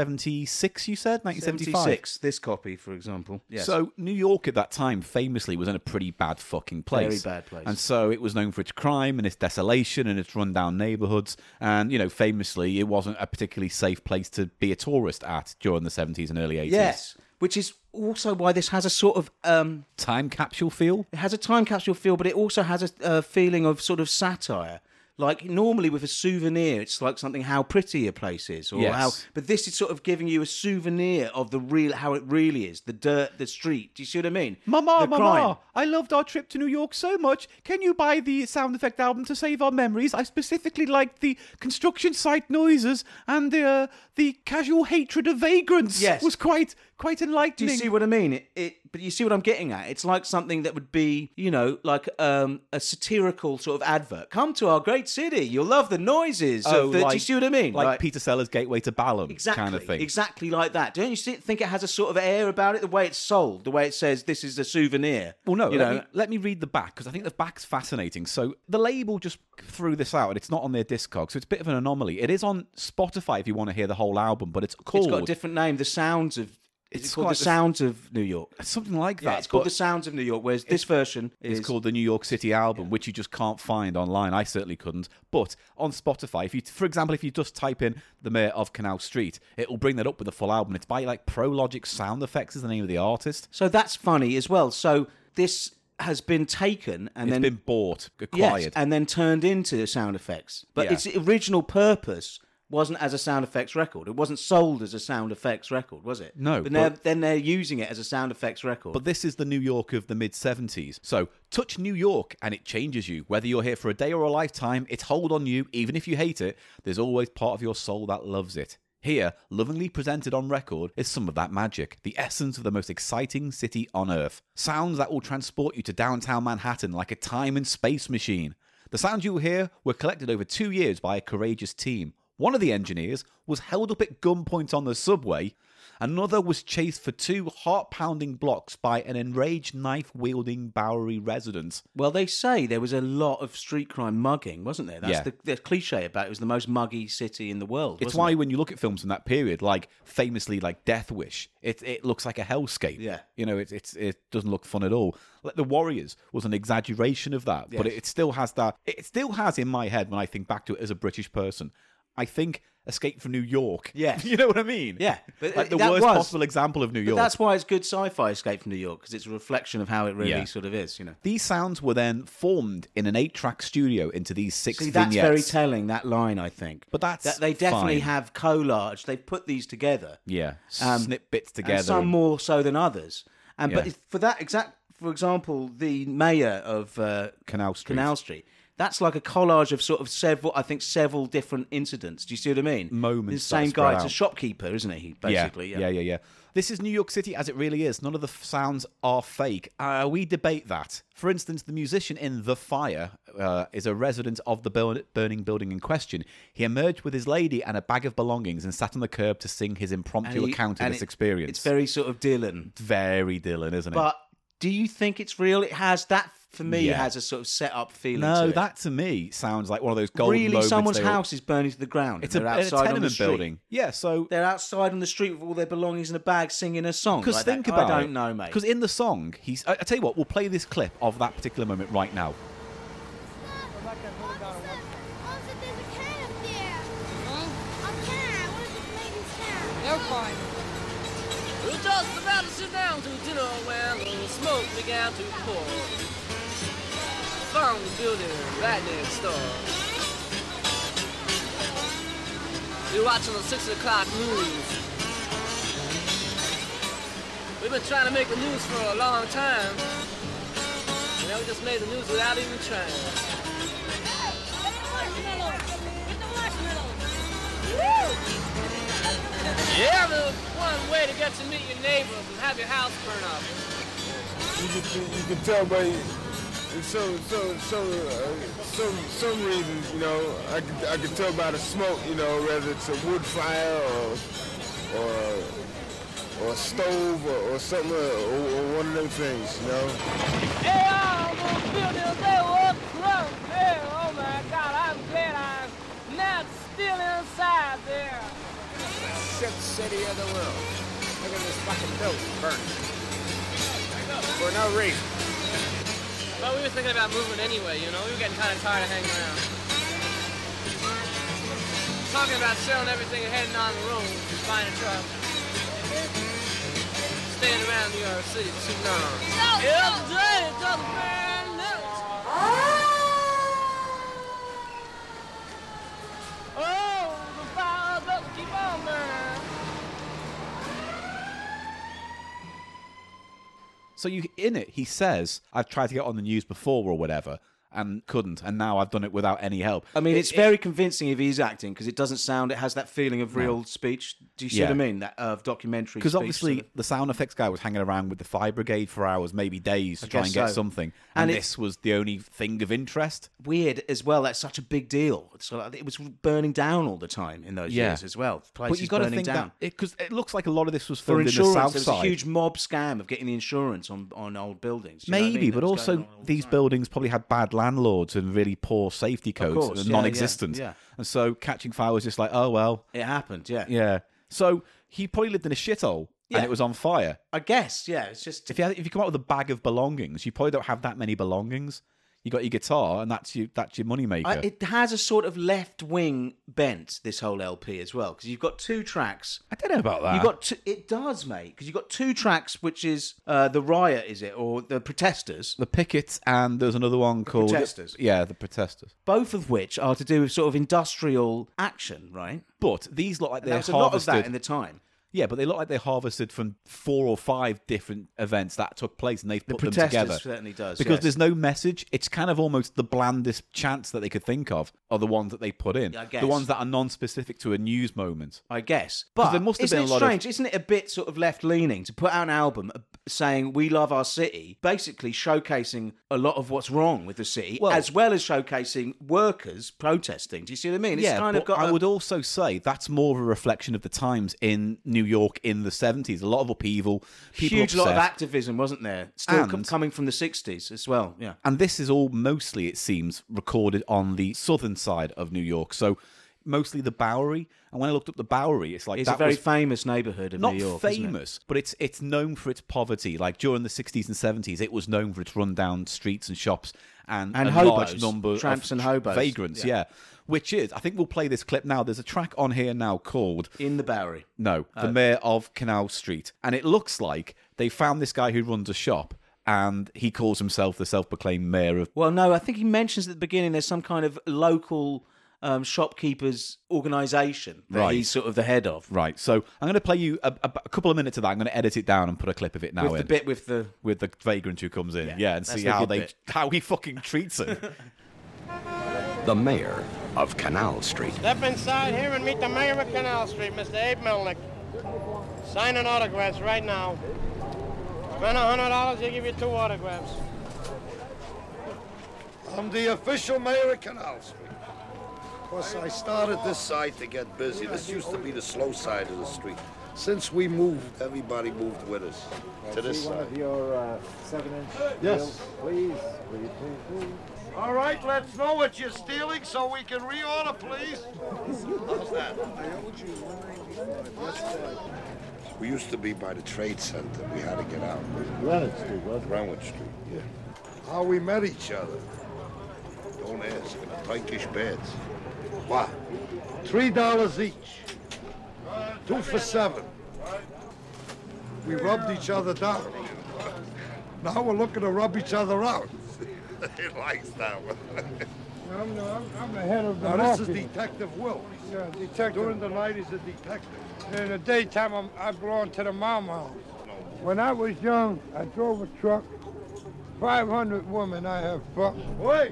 Speaker 2: 1976. You said 1975.
Speaker 1: 76, this copy, for example. Yes.
Speaker 2: So New York at that time famously was in a pretty bad fucking place.
Speaker 1: Very bad place.
Speaker 2: And so it was known for its crime and its desolation and its rundown neighborhoods. And, you know, famously, it wasn't a particularly safe place to be a tourist at during the 70s and early 80s.
Speaker 1: yes, which is also why this has a sort of um,
Speaker 2: Time capsule feel.
Speaker 1: it has a time capsule feel, but it also has a, a feeling of sort of satire. Like normally with a souvenir, it's like something how pretty a place is, or
Speaker 2: Yes.
Speaker 1: how. But this is sort of giving you a souvenir of the real, how it really is, the dirt, the street. Do you see what I mean?
Speaker 2: Mama,
Speaker 1: the crime.
Speaker 2: Mama, I loved our trip to New York so much. Can you buy the sound effect album to save our memories? I specifically liked the construction site noises and the uh, the casual hatred of vagrants.
Speaker 1: Yes.
Speaker 2: was quite quite
Speaker 1: Do
Speaker 2: enlightening.
Speaker 1: you see what I mean? It, it, but you see what I'm getting at. It's like something that would be, you know, like um, a satirical sort of advert. Come to our great city. You'll love the noises. of the, do you see what I mean?
Speaker 2: Oh, Like, Peter Sellers' Gateway to Ballum
Speaker 1: exactly,
Speaker 2: kind of thing.
Speaker 1: Exactly like that. Don't you see, think it has a sort of air about it? The way it's sold, the way it says this is a souvenir.
Speaker 2: Well, no,
Speaker 1: you
Speaker 2: let,
Speaker 1: know.
Speaker 2: me, let me read the back because I think the back's fascinating. So the label just threw this out, and it's not on their Discog, so it's a bit of an anomaly. It is on Spotify if you want to hear the whole album, but it's called
Speaker 1: it's got a different name. The sounds of it's,
Speaker 2: It's
Speaker 1: called
Speaker 2: quite
Speaker 1: the
Speaker 2: the-
Speaker 1: sounds of New York.
Speaker 2: something like that.
Speaker 1: Yeah, it's called
Speaker 2: but
Speaker 1: the sounds of New York. Whereas this version is
Speaker 2: it's called the New York City album, which you just can't find online. I certainly couldn't, but on Spotify, if you, for example, if you just type in "The Mayor of Canal Street," it will bring that up with the full album. It's by like Prologic Sound Effects is the name of the artist.
Speaker 1: So that's funny as well. So this has been taken and
Speaker 2: It's
Speaker 1: then
Speaker 2: been bought, acquired.
Speaker 1: Yes, and then turned into sound effects. But
Speaker 2: Yeah.
Speaker 1: its original purpose wasn't as a sound effects record. It wasn't sold as a sound effects record, was it?
Speaker 2: No,
Speaker 1: But, they're,
Speaker 2: but-
Speaker 1: then they're using it as a sound effects record.
Speaker 2: But this is the New York of the mid 70s. So touch New York and it changes you. Whether you're here for a day or a lifetime, its hold on you, even if you hate it, there's always part of your soul that loves it. Here, lovingly presented on record, is some of that magic, the essence of the most exciting city on earth. Sounds that will transport you to downtown Manhattan like a time and space machine. The sounds you will hear were collected over two years by a courageous team. One of the engineers was held up at gunpoint on the subway. Another was chased for two heart pounding blocks by an enraged knife wielding Bowery resident.
Speaker 1: well, they say there was a lot of street crime mugging, wasn't there? That's
Speaker 2: Yeah.
Speaker 1: the, the cliche about it. it was the most muggy city in the world.
Speaker 2: It's
Speaker 1: wasn't
Speaker 2: why
Speaker 1: it?
Speaker 2: when you look at films from that period, like famously like Death Wish, it it looks like a hellscape.
Speaker 1: Yeah.
Speaker 2: you know, it it's, it doesn't look fun at all. Like The Warriors was an exaggeration of that, but it, it still has that. It still has in my head when I think back to it as a British person. I think Escape from New York.
Speaker 1: Yes.
Speaker 2: you know what I mean.
Speaker 1: Yeah, but
Speaker 2: like the
Speaker 1: that
Speaker 2: worst
Speaker 1: was-
Speaker 2: possible example of New
Speaker 1: But
Speaker 2: York.
Speaker 1: that's why it's good sci-fi Escape from New York because it's a reflection of how it really
Speaker 2: Yeah.
Speaker 1: sort of is, you know.
Speaker 2: These sounds were then formed in an eight-track studio into these six
Speaker 1: See, that's
Speaker 2: vignettes.
Speaker 1: very telling. That line, I think.
Speaker 2: But that's
Speaker 1: that they definitely
Speaker 2: fine.
Speaker 1: have collage. They put these together.
Speaker 2: yeah,
Speaker 1: Um,
Speaker 2: snip bits
Speaker 1: and
Speaker 2: together.
Speaker 1: some
Speaker 2: and-
Speaker 1: more so than others. And but
Speaker 2: Yeah.
Speaker 1: if, for that exact, for example, the mayor of uh,
Speaker 2: Canal Street.
Speaker 1: Canal Street, that's like a collage of sort of several, I think, several different incidents. Do you see what I mean?
Speaker 2: Moments
Speaker 1: The same
Speaker 2: that spread
Speaker 1: guy, it's a
Speaker 2: out.
Speaker 1: shopkeeper, isn't he? Basically, yeah.
Speaker 2: yeah, yeah, yeah. This is New York City as it really is. None of the f- sounds are fake. Uh, we debate that. For instance, the musician in The Fire uh, is a resident of the burn- burning building in question. He emerged with his lady and a bag of belongings and sat on the curb to sing his impromptu
Speaker 1: he-
Speaker 2: account of
Speaker 1: and
Speaker 2: this
Speaker 1: it-
Speaker 2: experience.
Speaker 1: It's very sort of Dylan.
Speaker 2: very Dylan, isn't it?
Speaker 1: But do you think it's real? It has that for me
Speaker 2: Yeah.
Speaker 1: has a sort of set up feeling.
Speaker 2: no,
Speaker 1: to it.
Speaker 2: that to me sounds like one of those golden
Speaker 1: really
Speaker 2: moments
Speaker 1: someone's
Speaker 2: they all-
Speaker 1: house is burning to the ground.
Speaker 2: It's a,
Speaker 1: and they're
Speaker 2: a
Speaker 1: outside on the
Speaker 2: tenement
Speaker 1: street.
Speaker 2: building. Yeah, so
Speaker 1: They're outside on the street with all their belongings in a bag, singing a song.
Speaker 2: Because
Speaker 1: like that.
Speaker 2: think about
Speaker 1: I don't know, mate.
Speaker 2: Because in the song, he's. I, I tell you what, we'll play this clip of that particular moment right now.
Speaker 5: Officer, there's a cat up there. A cat. What is it making sound?
Speaker 6: Never mind. Who talks about to sit down to dinner when the smoke began to pour? From the building right next door. We're watching the six o'clock news. We've been trying to make the news for a long time. And now we just made the news without even trying.
Speaker 5: With the marshmallows. With the marshmallows.
Speaker 6: Yeah, there was one way to get to meet your neighbors and have your house burn up.
Speaker 7: You can, you can tell by in some some some uh, some some reasons, you know, I could I could tell by the smoke, you know, whether it's a wood fire or or or a stove or, or something or, or one of them things, you know.
Speaker 6: Hey, all those buildings, they were crunk. Hey, oh my God, I'm glad I'm not still inside there.
Speaker 7: Shit city of the world. Look at this fucking building burning for no reason.
Speaker 6: But we were thinking about moving anyway, you know? We were getting kind of tired of hanging around. Talking about selling everything and heading on the road, buying a truck. Staying around New York City for too long. Every day it doesn't matter much. Oh, the fire's up, keep on burning.
Speaker 2: So you in it, he says, "I've tried to get on the news before or whatever, and couldn't, and now I've done it without any help."
Speaker 1: I mean, it's very convincing if he's acting because it doesn't sound. It has that feeling of real speech. Do you see what I
Speaker 2: Yeah.
Speaker 1: mean? That of documentary.
Speaker 2: because
Speaker 1: speech
Speaker 2: obviously
Speaker 1: sort of-
Speaker 2: the sound effects guy was hanging around with the fire brigade for hours, maybe days, to try
Speaker 1: guess
Speaker 2: and get
Speaker 1: so.
Speaker 2: something,
Speaker 1: And
Speaker 2: and,
Speaker 1: it-
Speaker 2: this was the only thing of interest.
Speaker 1: weird as well. That's such a big deal. It's like, it was burning down all the time in those
Speaker 2: Yeah.
Speaker 1: years as well. Places
Speaker 2: But you got to
Speaker 1: burning
Speaker 2: think
Speaker 1: down.
Speaker 2: that because it, looks like a lot of this was
Speaker 1: for
Speaker 2: filmed in the
Speaker 1: insurance,
Speaker 2: south
Speaker 1: there was
Speaker 2: side.
Speaker 1: a huge mob scam of getting the insurance on, on old buildings. Do you know what I
Speaker 2: Maybe,
Speaker 1: mean? That
Speaker 2: but
Speaker 1: was going
Speaker 2: also
Speaker 1: on all the
Speaker 2: these
Speaker 1: time.
Speaker 2: buildings probably had bad landlords and really poor safety codes
Speaker 1: course,
Speaker 2: that are
Speaker 1: yeah, yeah,
Speaker 2: non-existent.
Speaker 1: yeah.
Speaker 2: And so catching fire was just like, oh well,
Speaker 1: It happened, yeah.
Speaker 2: yeah. So he probably lived in a shithole
Speaker 1: Yeah.
Speaker 2: and it was on fire.
Speaker 1: I guess, yeah. It's just
Speaker 2: If you had, if you come out with a bag of belongings, you probably don't have that many belongings. You got your guitar and that's your that's your moneymaker.
Speaker 1: I, it has a sort of left wing bent. This whole LP as well, because you've got two tracks.
Speaker 2: I don't know about that.
Speaker 1: You got two, it does, mate, because you got two tracks, which is uh, the riot, is it, or the protesters?
Speaker 2: the pickets and there's another one called
Speaker 1: protesters.
Speaker 2: Yeah, the protesters.
Speaker 1: Both of which are to do with sort of industrial action, right?
Speaker 2: But these look like
Speaker 1: There
Speaker 2: they're
Speaker 1: was a lot of
Speaker 2: harvested.
Speaker 1: that in the time.
Speaker 2: Yeah, but they look like they harvested from four or five different events that took place, and they've put them
Speaker 1: protesters
Speaker 2: together.
Speaker 1: certainly does,
Speaker 2: because
Speaker 1: yes.
Speaker 2: there's no message. It's kind of almost the blandest chants that they could think of are the ones that they put in.
Speaker 1: I guess.
Speaker 2: The ones that are non-specific to a news moment.
Speaker 1: I guess. But
Speaker 2: there must have
Speaker 1: isn't
Speaker 2: been a
Speaker 1: it
Speaker 2: lot of-
Speaker 1: strange? Isn't it a bit sort of left leaning to put out an album uh, saying we love our city, basically showcasing a lot of what's wrong with the city,
Speaker 2: Well-
Speaker 1: as well as showcasing workers protesting? Do you see what I mean? It's
Speaker 2: yeah,
Speaker 1: kind
Speaker 2: but
Speaker 1: of got.
Speaker 2: I
Speaker 1: a-
Speaker 2: would also say that's more of a reflection of the times in New York in the 70s. A lot of upheaval, people
Speaker 1: huge lot of
Speaker 2: upset.
Speaker 1: activism, wasn't there? Still com-
Speaker 2: And-
Speaker 1: coming from the '60s as well. Yeah.
Speaker 2: And this is all mostly, it seems, recorded on the southern side of New York. So mostly the Bowery. And when I looked up the Bowery, it's like
Speaker 1: It's
Speaker 2: that
Speaker 1: a very
Speaker 2: was
Speaker 1: famous neighborhood of
Speaker 2: not
Speaker 1: New York. isn't it?
Speaker 2: famous, but it's it's known for its poverty. Like during the 60s and 70s, it was known for its rundown streets and shops and,
Speaker 1: And
Speaker 2: a
Speaker 1: hobos,
Speaker 2: large number
Speaker 1: tramps
Speaker 2: of
Speaker 1: and hobos.
Speaker 2: vagrants.
Speaker 1: Yeah.
Speaker 2: Yeah. which is I think we'll play this clip now. There's a track on here now called
Speaker 1: In the Bowery.
Speaker 2: no,
Speaker 1: Uh,
Speaker 2: the mayor of Canal Street. And it looks like they found this guy who runs a shop and he calls himself the self proclaimed mayor of
Speaker 1: Well, no, I think he mentions at the beginning there's some kind of local um, shopkeepers organization that
Speaker 2: Right.
Speaker 1: he's sort of the head of.
Speaker 2: Right. So I'm going to play you a, a, a couple of minutes of that. I'm going to edit it down and put a clip of it now
Speaker 1: With the
Speaker 2: in.
Speaker 1: bit with the
Speaker 2: with the vagrant who comes in, yeah, and
Speaker 1: that's
Speaker 2: see
Speaker 1: the
Speaker 2: how
Speaker 1: good
Speaker 2: they
Speaker 1: bit.
Speaker 2: how he fucking treats him.
Speaker 8: The mayor of Canal Street.
Speaker 9: Step inside here and meet the mayor of Canal Street, Mr. Abe Melnick. Signing autographs right now. Spend a hundred dollars, he'll give you two autographs.
Speaker 7: I'm the official mayor of Canal Street. Of course, I started this side to get busy. This used to be the slow side of the street. Since we moved, everybody moved with us to this side.
Speaker 10: your uh, seven inch
Speaker 7: Yes.
Speaker 10: please. Will you please, please?
Speaker 7: All right, let's know what you're stealing so we can reorder, please. How's that? We used to be by the trade center. We had to get out.
Speaker 10: Leonard Street, wasn't
Speaker 7: Greenwich Street, yeah. How we met each other. Don't ask. In a Turkish beds. What? Three dollars each. Two for seven. We rubbed each other down. Now we're looking to rub each other out. he likes that one.
Speaker 10: I'm the, I'm, I'm the head of the
Speaker 7: Now this is
Speaker 10: mafia.
Speaker 7: Detective Will.
Speaker 10: yeah, detective.
Speaker 7: During the night, he's a detective.
Speaker 10: In the daytime, I'm, I belong to the mama house. When I was young, I drove a truck. 500 women I have fucked.
Speaker 7: Wait.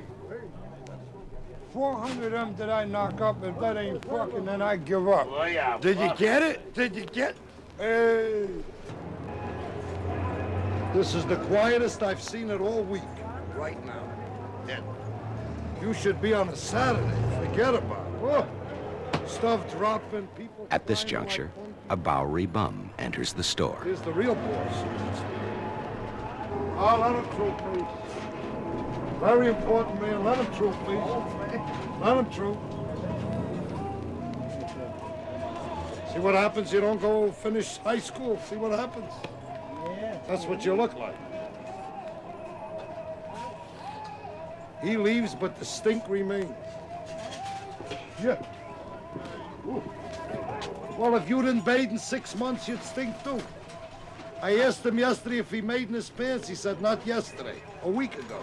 Speaker 10: 400 of them did I knock up. If that ain't fucking, then I give up.
Speaker 7: Well, yeah,
Speaker 10: did you
Speaker 7: fuck.
Speaker 10: get it? Did you get Hey.
Speaker 7: This is the quietest I've seen it all week, right now. Dead. You should be on a Saturday. Forget about it. Oh, stuff dropping, people.
Speaker 8: At this juncture, a Bowery bum enters the store.
Speaker 7: Here's the real boss. Oh, let him through, please. Very important man. Let him through, please. Let him through. See what happens? You don't go finish high school. See what happens? That's what you look like. He leaves, but the stink remains. Yeah. Ooh. Well, if you didn't bathe in six months, you'd stink too. I asked him yesterday if he made in his pants. He said not yesterday, a week ago.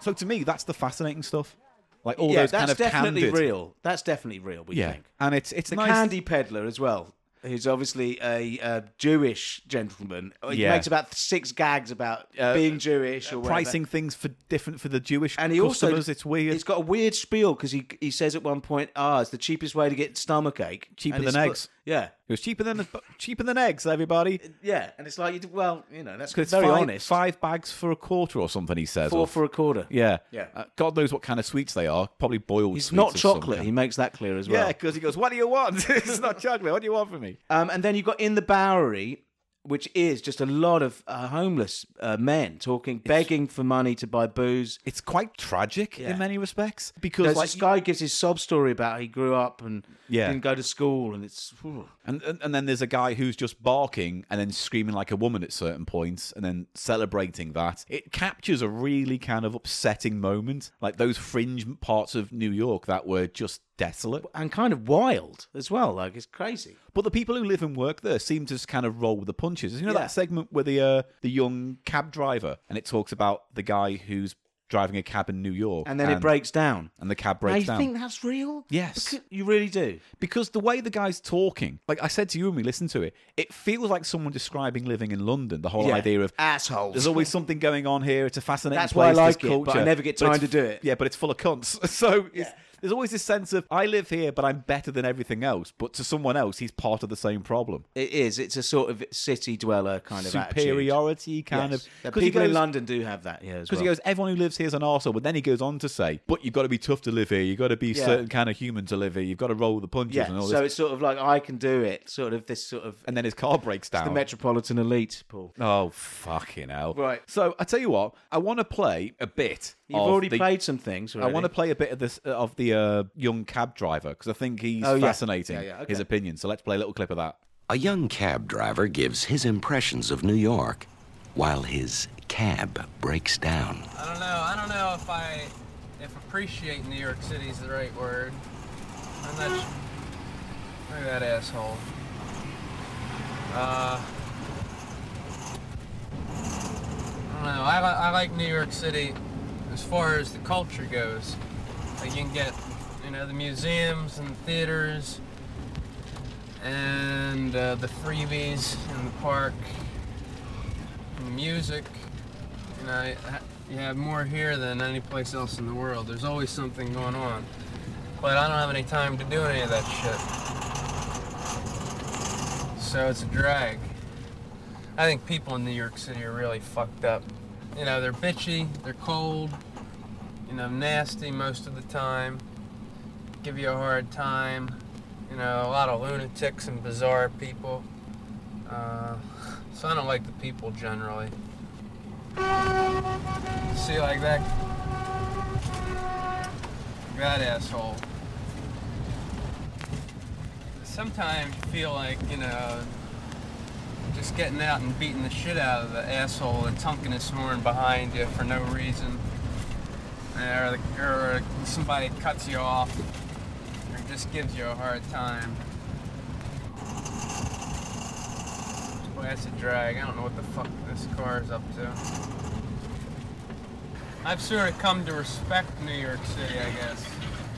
Speaker 2: So to me, that's the fascinating stuff. Like all
Speaker 1: yeah,
Speaker 2: those
Speaker 1: that's
Speaker 2: kind of
Speaker 1: definitely
Speaker 2: candid-
Speaker 1: real. That's definitely real. We
Speaker 2: Yeah,
Speaker 1: think.
Speaker 2: and it's it's
Speaker 1: the
Speaker 2: nice.
Speaker 1: candy peddler as well. Who's obviously a, uh Jewish gentleman. He
Speaker 2: Yeah.
Speaker 1: makes about six gags about being Jewish or whatever.
Speaker 2: pricing things for different for the Jewish
Speaker 1: And he
Speaker 2: customers.
Speaker 1: also
Speaker 2: it's weird.
Speaker 1: He's got a weird spiel because he he says at one point, "Ah, it's the cheapest way to get stomach ache,
Speaker 2: Cheaper
Speaker 1: And
Speaker 2: than
Speaker 1: it's-
Speaker 2: eggs.
Speaker 1: Yeah,
Speaker 2: It was cheaper than cheaper than eggs, everybody.
Speaker 1: yeah, and it's like, you d- well, you know, that's
Speaker 2: 'Cause it's
Speaker 1: very
Speaker 2: five,
Speaker 1: honest.
Speaker 2: Five bags for a quarter or something. He says.
Speaker 1: Four
Speaker 2: or-
Speaker 1: for a quarter.
Speaker 2: yeah.
Speaker 1: Yeah.
Speaker 2: Uh, God knows what kind of sweets they are. Probably boiled.
Speaker 1: He's
Speaker 2: sweets
Speaker 1: not
Speaker 2: of some
Speaker 1: chocolate.
Speaker 2: kind.
Speaker 1: He makes that clear as
Speaker 2: Yeah,
Speaker 1: well.
Speaker 2: because he goes, "What do you want? it's not chocolate. What do you want from me?"
Speaker 1: Um, and then you got in the Bowery, which is just a lot of uh, homeless uh, men talking, begging for money to buy booze.
Speaker 2: It's quite tragic
Speaker 1: Yeah.
Speaker 2: in many respects because,
Speaker 1: There's
Speaker 2: like,
Speaker 1: this guy gives his sob story about how he grew up and
Speaker 2: Yeah.
Speaker 1: didn't go to school, and it's whew.
Speaker 2: and, and and then there's a guy who's just barking and then screaming like a woman at certain points, and then celebrating that. It captures a really kind of upsetting moment, like those fringe parts of New York that were just desolate.
Speaker 1: and kind of wild as well. Like it's crazy.
Speaker 2: But the people who live and work there seem to just kind of roll with the punches. You know
Speaker 1: Yeah.
Speaker 2: that segment where the uh, the young cab driver and it talks about the guy who's driving a cab in New York,
Speaker 1: And then it breaks down.
Speaker 2: and the cab
Speaker 1: Now,
Speaker 2: breaks
Speaker 1: you
Speaker 2: down.
Speaker 1: think that's real?
Speaker 2: Yes.
Speaker 1: Becau- you really do.
Speaker 2: because the way the guy's talking, like I said to you when we listened to it, it feels like someone describing living in London. The whole
Speaker 1: Yeah.
Speaker 2: idea of
Speaker 1: Assholes.
Speaker 2: There's always something going on here. It's a fascinating.
Speaker 1: That's why I
Speaker 2: place, this
Speaker 1: like it, but I
Speaker 2: culture.
Speaker 1: never get
Speaker 2: it's-
Speaker 1: time to do it.
Speaker 2: Yeah, but it's full of cunts. So it's, there's always this sense of I live here, but I'm better than everything else. But to someone else, he's part of the same problem.
Speaker 1: It is. It's a sort of city dweller kind of attitude.
Speaker 2: superiority kind
Speaker 1: Yes.
Speaker 2: of
Speaker 1: The People in London do have that. Yeah, as
Speaker 2: Because
Speaker 1: well.
Speaker 2: he goes, everyone who lives here is an arsehole. But then he goes on to say, but you've got to be tough to live here. You've got to be
Speaker 1: Yeah.
Speaker 2: certain kind of human to live here. You've got to roll the punches and
Speaker 1: yeah.
Speaker 2: all
Speaker 1: So
Speaker 2: this.
Speaker 1: it's sort of like I can do it. Sort of this sort of
Speaker 2: And then his car breaks down.
Speaker 1: the metropolitan elite, Paul.
Speaker 2: oh, fucking hell.
Speaker 1: Right.
Speaker 2: So I tell you what, I want to play a bit.
Speaker 1: You've
Speaker 2: of
Speaker 1: already
Speaker 2: the-
Speaker 1: played some things.
Speaker 2: I want to play a bit of this of the uh, young cab driver because I think he's
Speaker 1: Oh, yeah.
Speaker 2: fascinating.
Speaker 1: Yeah, yeah,
Speaker 2: His
Speaker 1: okay.
Speaker 2: opinion. So let's play a little clip of that.
Speaker 8: A young cab driver gives his impressions of New York while his cab breaks down.
Speaker 11: I don't know. I don't know if I if appreciate New York City is the right word. I'm not. su- Look at that asshole. Uh, I don't know. I, li- I like New York City as far as the culture goes. Like you can get, you know, the museums and theaters and uh, the freebies in the park, and the music. You know, I- I- you have more here than any place else in the world. There's always something going on. But I don't have any time to do any of that shit. So it's a drag. I think people in New York City are really fucked up. You know, they're bitchy, they're cold, you know, nasty most of the time, give you a hard time. You know, a lot of lunatics and bizarre people. Uh, so I don't like the people generally. See, like that. That asshole. Sometimes you feel like, you know, just getting out and beating the shit out of the asshole that's honking his horn behind you for no reason. Or, the, or somebody cuts you off or just gives you a hard time. Boy, that's a drag. I don't know what the fuck this car is up to. I've sort of come to respect New York City, I guess.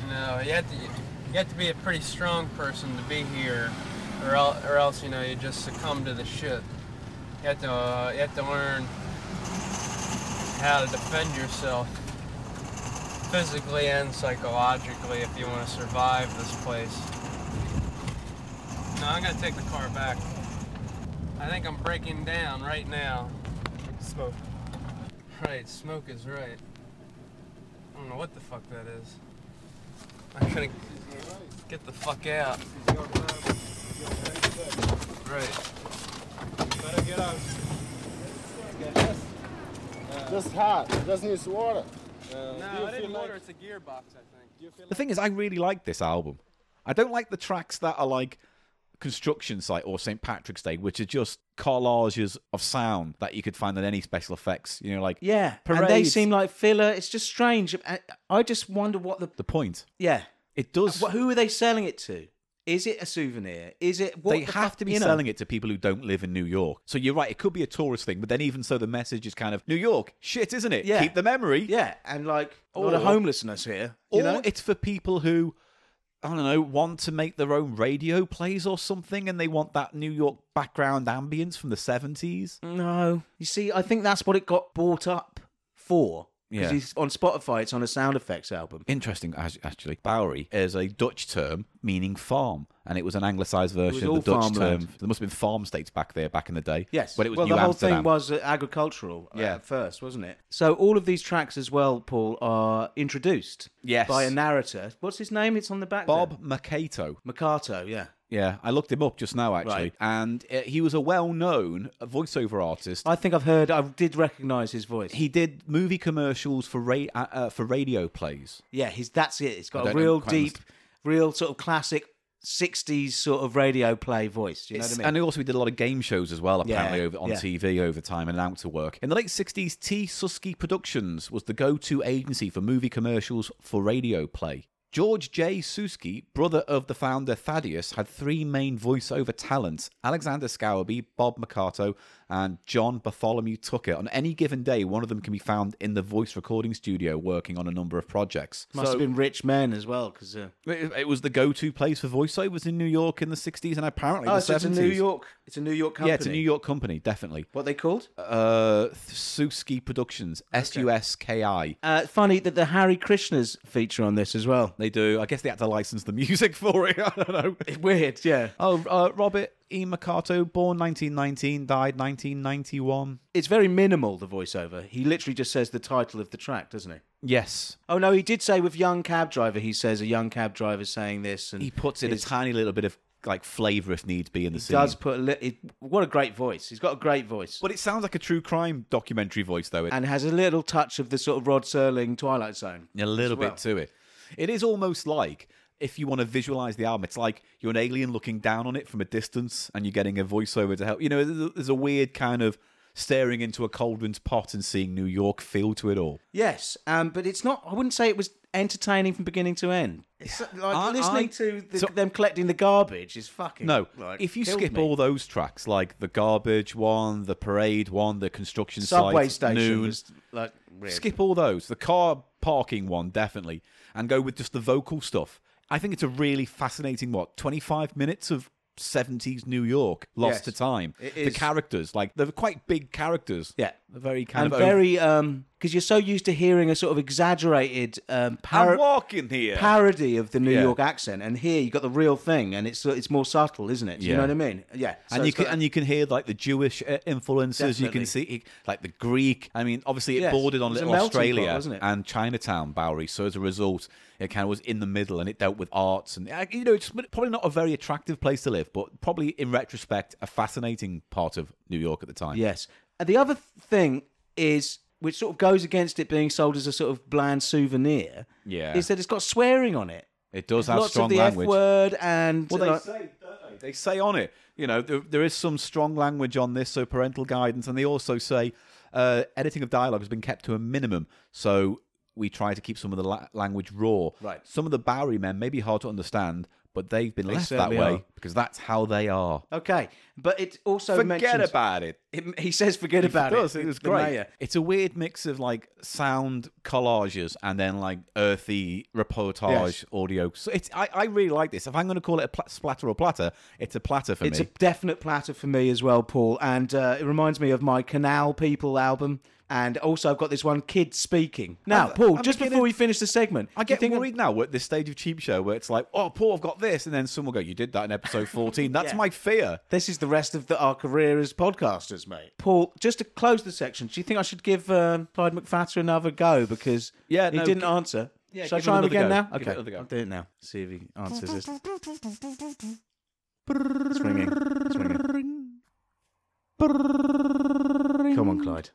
Speaker 11: You know, you have to, you have to be a pretty strong person to be here, or, el- or else you know you just succumb to the shit. You have to, uh, you have to learn how to defend yourself physically and psychologically if you want to survive this place. No, I'm gonna take the car back. I think I'm breaking down right now. Smoke. Right, smoke is right. I don't know what the fuck that is. I'm gonna get the fuck out. Right.
Speaker 12: Better get out. Get this. Just hot. Just needs water. Uh, do you
Speaker 11: No, I
Speaker 12: feel
Speaker 11: didn't
Speaker 12: like-
Speaker 11: order. It's a gearbox, I think.
Speaker 2: The thing is, I really like this album. I don't like the tracks that are like Construction Site or St. Patrick's Day, which are just collages of sound that you could find in any special effects. You know, like
Speaker 1: Yeah,
Speaker 2: parades.
Speaker 1: and they seem like filler. It's just strange. I, I just wonder what the
Speaker 2: the point.
Speaker 1: yeah
Speaker 2: it does.
Speaker 1: who are they selling it to? Is it a souvenir? Is it what
Speaker 2: they
Speaker 1: the
Speaker 2: have
Speaker 1: fuck-
Speaker 2: to be
Speaker 1: you know?
Speaker 2: selling it to people who don't live in New York. So you're right; it could be a tourist thing, but then even so, the message is kind of New York shit, isn't it?
Speaker 1: Yeah.
Speaker 2: Keep the memory.
Speaker 1: Yeah, and like a lot of homelessness here.
Speaker 2: Or
Speaker 1: You know?
Speaker 2: it's for people who I don't know want to make their own radio plays or something, and they want that New York background ambience from the seventies.
Speaker 1: No, you see, I think that's what it got bought up for.
Speaker 2: Yeah.
Speaker 1: Because on Spotify, it's on a sound effects album.
Speaker 2: Interesting, as- actually. Bowery is a Dutch term meaning farm, and it was an anglicised version
Speaker 1: all
Speaker 2: of the Dutch
Speaker 1: farmland.
Speaker 2: term. There must have been farm states back there back in the day.
Speaker 1: Yes,
Speaker 2: when it was
Speaker 1: well,
Speaker 2: New
Speaker 1: the whole
Speaker 2: Amsterdam.
Speaker 1: thing was uh, agricultural uh,
Speaker 2: Yeah.
Speaker 1: at first, wasn't it? So all of these tracks as well, Paul, are introduced
Speaker 2: Yes.
Speaker 1: by a narrator. What's his name? It's on the back.
Speaker 2: Bob Mercato.
Speaker 1: Mercato, yeah.
Speaker 2: Yeah, I looked him up just now actually,
Speaker 1: Right.
Speaker 2: and uh, he was a well-known voiceover artist.
Speaker 1: I think I've heard. I did recognise his voice.
Speaker 2: He did movie commercials for ra- uh, uh, for radio plays.
Speaker 1: Yeah, he's that's it. It's
Speaker 2: I
Speaker 1: got a
Speaker 2: don't know
Speaker 1: real
Speaker 2: quite
Speaker 1: deep, real sort of classic '60s sort of radio play voice. Do you know
Speaker 2: It's-
Speaker 1: what I mean?
Speaker 2: And also, he did a lot of game shows as well, apparently,
Speaker 1: Yeah,
Speaker 2: over, on
Speaker 1: yeah.
Speaker 2: TV over time and out to work. In the late 60s, T. Susky Productions was the go to agency for movie commercials for radio play. George J. Susky, brother of the founder Thaddeus, had three main voiceover talents Alexander Scourby, Bob Mercato, and John Bartholomew Tucker. On any given day, one of them can be found in the voice recording studio working on a number of projects.
Speaker 1: Must
Speaker 2: So-
Speaker 1: have been rich men as well, because uh,
Speaker 2: it it was the go-to place for voiceovers in New York in the 60s and apparently
Speaker 1: oh,
Speaker 2: the
Speaker 1: so
Speaker 2: 70s.
Speaker 1: it's a New York, it's a New York company.
Speaker 2: Yeah, it's a New York company, definitely.
Speaker 1: What they called?
Speaker 2: Uh, Suski Productions, S U S K I.
Speaker 1: Uh, funny that the Harry Krishnas feature on this as well.
Speaker 2: They do. I guess they had to license the music for it. I don't know.
Speaker 1: Weird, yeah.
Speaker 2: Oh, uh, Robert E. Mercato, born 1919, died 1991.
Speaker 1: It's very minimal the voiceover. He literally just says the title of the track, doesn't he?
Speaker 2: Yes,
Speaker 1: Oh no, he did say with young cab driver. He says a young cab driver saying this, and
Speaker 2: he puts in a
Speaker 1: his-
Speaker 2: tiny little bit of like flavour if need be in the scene.
Speaker 1: does put a li- it, what a great voice. He's got a great voice.
Speaker 2: But it sounds like a true crime documentary voice, though. It,
Speaker 1: and has a little touch of the sort of Rod Serling Twilight Zone.
Speaker 2: a little
Speaker 1: as well.
Speaker 2: bit to it. It is almost like if you want to visualize the album, it's like you're an alien looking down on it from a distance, and you're getting a voiceover to help. You know, there's a- there's a weird kind of staring into a cauldron's pot and seeing New York feel to it all.
Speaker 1: Yes, um, but it's not. I wouldn't say it was entertaining from beginning to end. It's like
Speaker 2: I-
Speaker 1: listening
Speaker 2: I-
Speaker 1: to the,
Speaker 2: so-
Speaker 1: them collecting the garbage is fucking
Speaker 2: No,
Speaker 1: Like,
Speaker 2: if you
Speaker 1: killed
Speaker 2: skip
Speaker 1: me.
Speaker 2: all those tracks, like the garbage one, the parade one, the construction
Speaker 1: subway
Speaker 2: site,
Speaker 1: station,
Speaker 2: noon,
Speaker 1: was, like weird.
Speaker 2: skip all those. The car parking one, definitely, and go with just the vocal stuff. I think it's a really fascinating what twenty five minutes of. 70s New York lost
Speaker 1: Yes.
Speaker 2: to time.
Speaker 1: It
Speaker 2: The
Speaker 1: is.
Speaker 2: characters, like they're quite big characters.
Speaker 1: Yeah.
Speaker 2: They're very kind
Speaker 1: and
Speaker 2: of
Speaker 1: very um because you're so used to hearing a sort of exaggerated um
Speaker 2: over-
Speaker 1: par-
Speaker 2: I'm walking here.
Speaker 1: parody of the New
Speaker 2: Yeah.
Speaker 1: York accent, and here you got the real thing, and it's it's more subtle, isn't it? Do you
Speaker 2: Yeah.
Speaker 1: know what I mean? Yeah, So
Speaker 2: and you
Speaker 1: it's
Speaker 2: can
Speaker 1: got-
Speaker 2: and you can hear like the Jewish uh, influences. You can see like the Greek. I mean, obviously it
Speaker 1: Yes.
Speaker 2: bordered on
Speaker 1: It was a
Speaker 2: Little
Speaker 1: melting
Speaker 2: Australia
Speaker 1: pot, wasn't it?
Speaker 2: and Chinatown, Bowery. So as a result, it kind of was in the middle, and it dealt with arts and uh, you know, it's probably not a very attractive place to live, but probably in retrospect, a fascinating part of New York at the time.
Speaker 1: Yes. And the other thing is, which sort of goes against it being sold as a sort of bland souvenir,
Speaker 2: Yeah.
Speaker 1: is that it's got swearing on it.
Speaker 2: It does have
Speaker 1: Lots
Speaker 2: strong
Speaker 1: of the
Speaker 2: language.
Speaker 1: F word and
Speaker 2: Well, they
Speaker 1: like-
Speaker 2: say, don't they? They say on it, you know, there, there is some strong language on this, so parental guidance, and they also say uh, editing of dialogue has been kept to a minimum, so we try to keep some of the la- language raw.
Speaker 1: Right.
Speaker 2: Some of the Bowery men may be hard to understand, but they've been
Speaker 1: They
Speaker 2: left that
Speaker 1: certainly
Speaker 2: way
Speaker 1: are.
Speaker 2: because that's how they are.
Speaker 1: okay, but it also
Speaker 2: Forget
Speaker 1: mentions-
Speaker 2: about it.
Speaker 1: It- He says forget
Speaker 2: He
Speaker 1: about
Speaker 2: does,
Speaker 1: it.
Speaker 2: It was
Speaker 1: the
Speaker 2: great.
Speaker 1: mayor.
Speaker 2: It's a weird mix of like sound collages and then like earthy reportage
Speaker 1: Yes.
Speaker 2: audio. So it's I, I really like this. If I'm going to call it a pla- splatter or platter, it's a platter for
Speaker 1: It's
Speaker 2: me.
Speaker 1: a definite platter for me as well, Paul, and uh, it reminds me of my Canal People album. And also, I've got this one kid speaking. Now,
Speaker 2: I'm-
Speaker 1: Paul,
Speaker 2: I'm
Speaker 1: just
Speaker 2: beginning-
Speaker 1: before we finish the segment,
Speaker 2: I
Speaker 1: you
Speaker 2: get
Speaker 1: think I'm-
Speaker 2: worried now at this stage of Cheap Show where it's like, oh, Paul, I've got this. And then someone will go, you did that in episode 14. That's
Speaker 1: Yeah.
Speaker 2: my fear.
Speaker 1: This is the rest of the, our career as podcasters, mate. Paul, just to close the section, do you think I should give um, Clyde McFatter another go because
Speaker 2: Yeah,
Speaker 1: he
Speaker 2: no,
Speaker 1: didn't
Speaker 2: gi-
Speaker 1: answer?
Speaker 2: yeah,
Speaker 1: Shall I try
Speaker 2: give him
Speaker 1: him
Speaker 2: another
Speaker 1: again
Speaker 2: go.
Speaker 1: now?
Speaker 2: Give it
Speaker 1: Okay,
Speaker 2: another go.
Speaker 1: I'll do it now. See if he answers this. It's ringing. It's ringing. Come on, Clyde.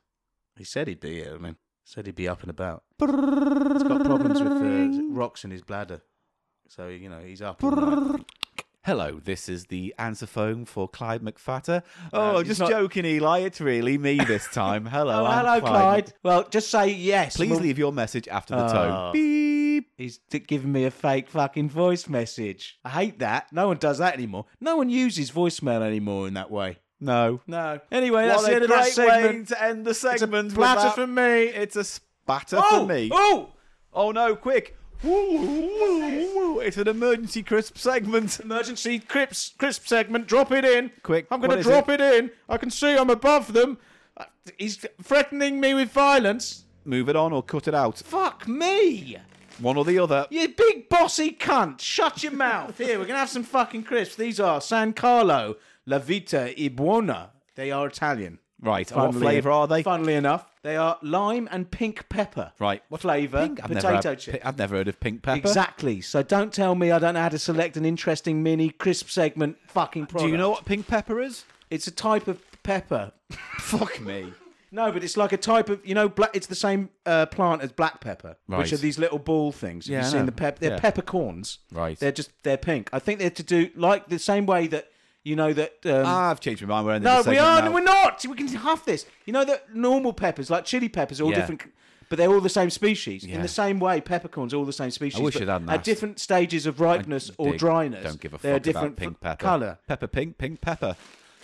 Speaker 1: He said he'd be here. I mean, said he'd be up and about. He's got problems with uh, rocks in his bladder, so you know he's up. all night.
Speaker 2: Hello, this is the answer phone for Clyde McFatter. Oh,
Speaker 1: it's
Speaker 2: just
Speaker 1: Uh, not-
Speaker 2: joking, Eli. It's really me this time. Hello,
Speaker 1: Oh,
Speaker 2: I'm
Speaker 1: hello,
Speaker 2: Clyde.
Speaker 1: Clyde. Well, just say yes.
Speaker 2: Please
Speaker 1: We'll-
Speaker 2: leave your message after the
Speaker 1: Oh.
Speaker 2: tone. Beep.
Speaker 1: He's t- giving me a fake fucking voice message. I hate that. No one does that anymore. No one uses voicemail anymore in that way.
Speaker 2: No.
Speaker 1: No. Anyway,
Speaker 2: What
Speaker 1: that's
Speaker 2: a
Speaker 1: the end of that
Speaker 2: great
Speaker 1: segment.
Speaker 2: way to end the segment. with
Speaker 1: platter
Speaker 2: that.
Speaker 1: for me.
Speaker 2: It's a spatter
Speaker 1: Oh,
Speaker 2: for me.
Speaker 1: oh!
Speaker 2: Oh no! Quick! Woo, woo, woo, woo. It's an emergency crisp segment.
Speaker 1: Emergency crisp crisp segment. Drop it in.
Speaker 2: Quick!
Speaker 1: I'm
Speaker 2: what
Speaker 1: going to
Speaker 2: is
Speaker 1: drop it? in. I can see I'm above them. Uh, He's threatening me with violence.
Speaker 2: Move it on or cut it out.
Speaker 1: Fuck me.
Speaker 2: One or the other.
Speaker 1: You big bossy cunt. Shut your mouth. Here, we're going to have some fucking crisps. These are San Carlo, La Vita e Buona. They are Italian.
Speaker 2: Right. and What
Speaker 1: Funnily-
Speaker 2: flavour are they?
Speaker 1: Funnily enough, they are lime and pink pepper.
Speaker 2: Right.
Speaker 1: What flavour?
Speaker 2: Pink- I've never
Speaker 1: Potato
Speaker 2: had-
Speaker 1: chip.
Speaker 2: I've never heard of pink pepper.
Speaker 1: Exactly. So don't tell me I don't know how to select an interesting mini crisp segment fucking
Speaker 2: Do
Speaker 1: product.
Speaker 2: you know what pink pepper is?
Speaker 1: It's a type of pepper.
Speaker 2: Fuck me.
Speaker 1: No, but it's like a type of you know black. It's the same uh, plant as black pepper, which
Speaker 2: Right.
Speaker 1: are these little ball things. Have
Speaker 2: Yeah, I
Speaker 1: you seen
Speaker 2: know.
Speaker 1: the pep? They're
Speaker 2: Yeah.
Speaker 1: peppercorns.
Speaker 2: Right.
Speaker 1: They're just they're pink. I think they're to do like the same way that you know that. Um,
Speaker 2: I've changed my mind. We're ending
Speaker 1: no,
Speaker 2: this
Speaker 1: we
Speaker 2: segment
Speaker 1: are.
Speaker 2: now.
Speaker 1: We're not. We can half this. You know that normal peppers, like chili peppers, are all
Speaker 2: Yeah.
Speaker 1: different, but they're all the same species. In
Speaker 2: Yeah.
Speaker 1: the same way, peppercorns are all the same species.
Speaker 2: I wish
Speaker 1: but
Speaker 2: you'd hadn't
Speaker 1: At
Speaker 2: asked.
Speaker 1: different stages of ripeness or
Speaker 2: Dig.
Speaker 1: dryness,
Speaker 2: Don't give a
Speaker 1: they're
Speaker 2: fuck
Speaker 1: different
Speaker 2: about pink
Speaker 1: f-
Speaker 2: pepper.
Speaker 1: color.
Speaker 2: Pepper pink, pink pepper.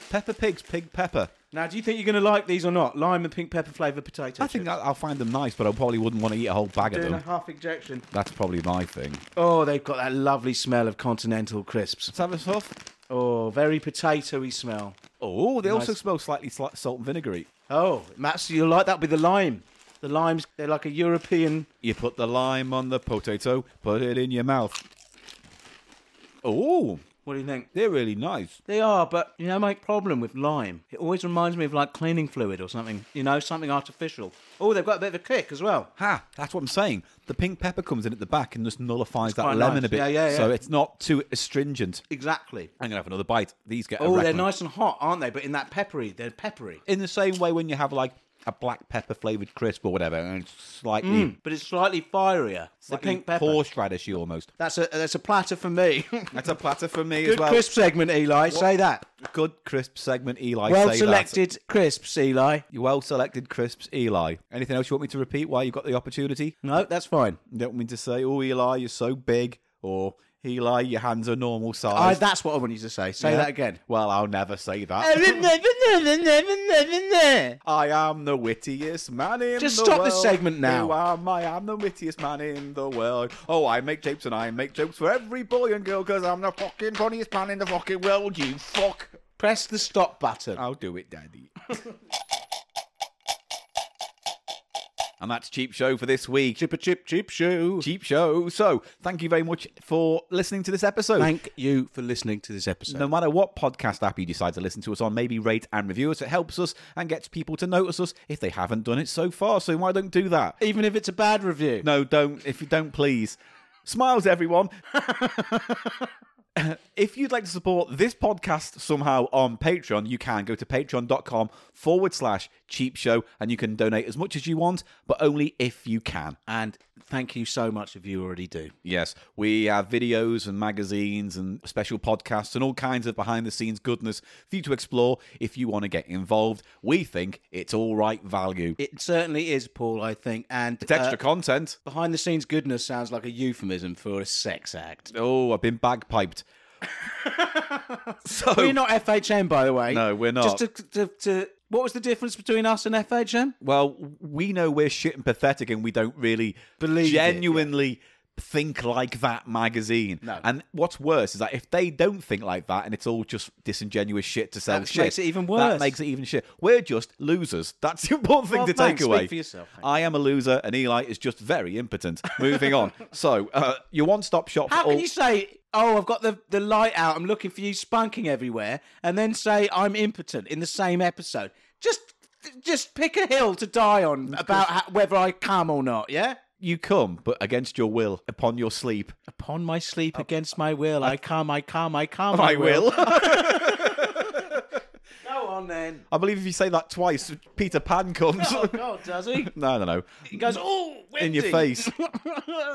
Speaker 2: Pepper pigs, pig pepper.
Speaker 1: Now, do you think you're going to like these or not? Lime and pink pepper flavored potato.
Speaker 2: I think I- I'll find them nice, but I probably wouldn't want to eat a whole bag of
Speaker 1: Doing a
Speaker 2: them.
Speaker 1: half injection.
Speaker 2: That's probably my thing.
Speaker 1: Oh, they've got that lovely smell of continental crisps.
Speaker 2: Let's have a huff.
Speaker 1: Oh, very potatoy smell.
Speaker 2: Oh, they also
Speaker 1: Nice.
Speaker 2: smell slightly sli- salt and vinegary.
Speaker 1: Oh, Max, you like that with the lime? The limes, they're like a European.
Speaker 2: You put the lime on the potato, put it in your mouth. Oh,
Speaker 1: What do you think?
Speaker 2: they're really nice.
Speaker 1: They are, but you know my problem with lime. It always reminds me of like cleaning fluid or something. You know, something artificial. Oh, they've got a bit of a kick as well.
Speaker 2: Ha, that's what I'm saying. The pink pepper comes in at the back and just nullifies that
Speaker 1: quite
Speaker 2: lemon
Speaker 1: nice.
Speaker 2: a bit.
Speaker 1: Yeah, yeah,
Speaker 2: So
Speaker 1: yeah.
Speaker 2: it's not too astringent.
Speaker 1: Exactly.
Speaker 2: I'm going to have another bite. These get a
Speaker 1: Oh, they're
Speaker 2: reckon.
Speaker 1: nice and hot, aren't they? But in that peppery, they're peppery.
Speaker 2: In the same way when you have like a black pepper flavored crisp or whatever, and it's slightly
Speaker 1: Mm, but it's slightly firier.
Speaker 2: slightly
Speaker 1: the pink pepper.
Speaker 2: horseradishy almost.
Speaker 1: That's a that's a platter for me.
Speaker 2: That's a platter for me
Speaker 1: Good
Speaker 2: as well.
Speaker 1: crisp segment, Eli. Say that.
Speaker 2: Good crisp segment, Eli.
Speaker 1: well
Speaker 2: say
Speaker 1: selected crisps, Eli.
Speaker 2: That. You well selected crisps, Eli. Anything else you want me to repeat while you've got the opportunity?
Speaker 1: No, that's fine.
Speaker 2: You don't want me to say, oh, Eli, you're so big, or Eli, your hands are normal
Speaker 1: I,
Speaker 2: size.
Speaker 1: that's what I wanted to say. Say
Speaker 2: Yeah?
Speaker 1: that again.
Speaker 2: Well, I'll never say that. I am the wittiest man in
Speaker 1: Just
Speaker 2: the world.
Speaker 1: stop this segment now.
Speaker 2: Who am I? I'm the wittiest man in the world. Oh, I make jokes and I make jokes for every boy and girl because I'm the fucking funniest man in the fucking world, you fuck.
Speaker 1: Press the stop button.
Speaker 2: I'll do it, Daddy. and that's Cheap Show for this week.
Speaker 1: Chip a chip chip shoe.
Speaker 2: Cheap Show. So, thank you very much for listening to this episode.
Speaker 1: Thank you for listening to this episode.
Speaker 2: No matter what podcast app you decide to listen to us on, maybe rate and review us. It helps us and gets people to notice us if they haven't done it so far. So why don't do that?
Speaker 1: Even if it's a bad review.
Speaker 2: No, don't. If you don't, please. Smiles, everyone. if you'd like to support this podcast somehow on Patreon, you can go to patreon.com forward slash cheap show and you can donate as much as you want, but only if you can.
Speaker 1: And thank you so much if you already do.
Speaker 2: Yes, we have videos and magazines and special podcasts and all kinds of behind the scenes goodness for you to explore if you want to get involved. We think it's all right value.
Speaker 1: It certainly is, Paul, I think. And
Speaker 2: It's extra
Speaker 1: uh,
Speaker 2: content.
Speaker 1: behind the scenes goodness sounds like a euphemism for a sex act.
Speaker 2: Oh, I've been bagpiped. so,
Speaker 1: We're not FHM, by the way.
Speaker 2: No, we're not.
Speaker 1: Just to, to, to what was the difference between us and FHM?
Speaker 2: well, we know we're shit and pathetic and we don't really
Speaker 1: Believe it,
Speaker 2: genuinely think like that magazine.
Speaker 1: No.
Speaker 2: And what's worse is that if they don't think like that and it's all just disingenuous shit to sell
Speaker 1: That
Speaker 2: shit,
Speaker 1: makes it even
Speaker 2: That
Speaker 1: worse.
Speaker 2: makes it even shit. We're just losers. That's the important thing
Speaker 1: Well,
Speaker 2: to
Speaker 1: thanks.
Speaker 2: take
Speaker 1: Speak
Speaker 2: away.
Speaker 1: for yourself, thank
Speaker 2: I am a loser, and Eli is just very impotent. Moving on. So uh, your one-stop shop. for
Speaker 1: How
Speaker 2: all-
Speaker 1: can you say, "Oh, I've got the, the light out. I'm looking for you, spunking everywhere," and then say I'm impotent in the same episode? Just just pick a hill to die on about how, whether I come or not. Yeah.
Speaker 2: You come, but against your will, upon your sleep.
Speaker 1: Upon my sleep, against my will, I come, I come, I come,
Speaker 2: I will.
Speaker 1: Go on then.
Speaker 2: I believe if you say that twice, Peter Pan comes.
Speaker 1: Oh God, does he?
Speaker 2: no, no, no.
Speaker 1: He goes, "Oh,
Speaker 2: In your
Speaker 1: windy."
Speaker 2: face.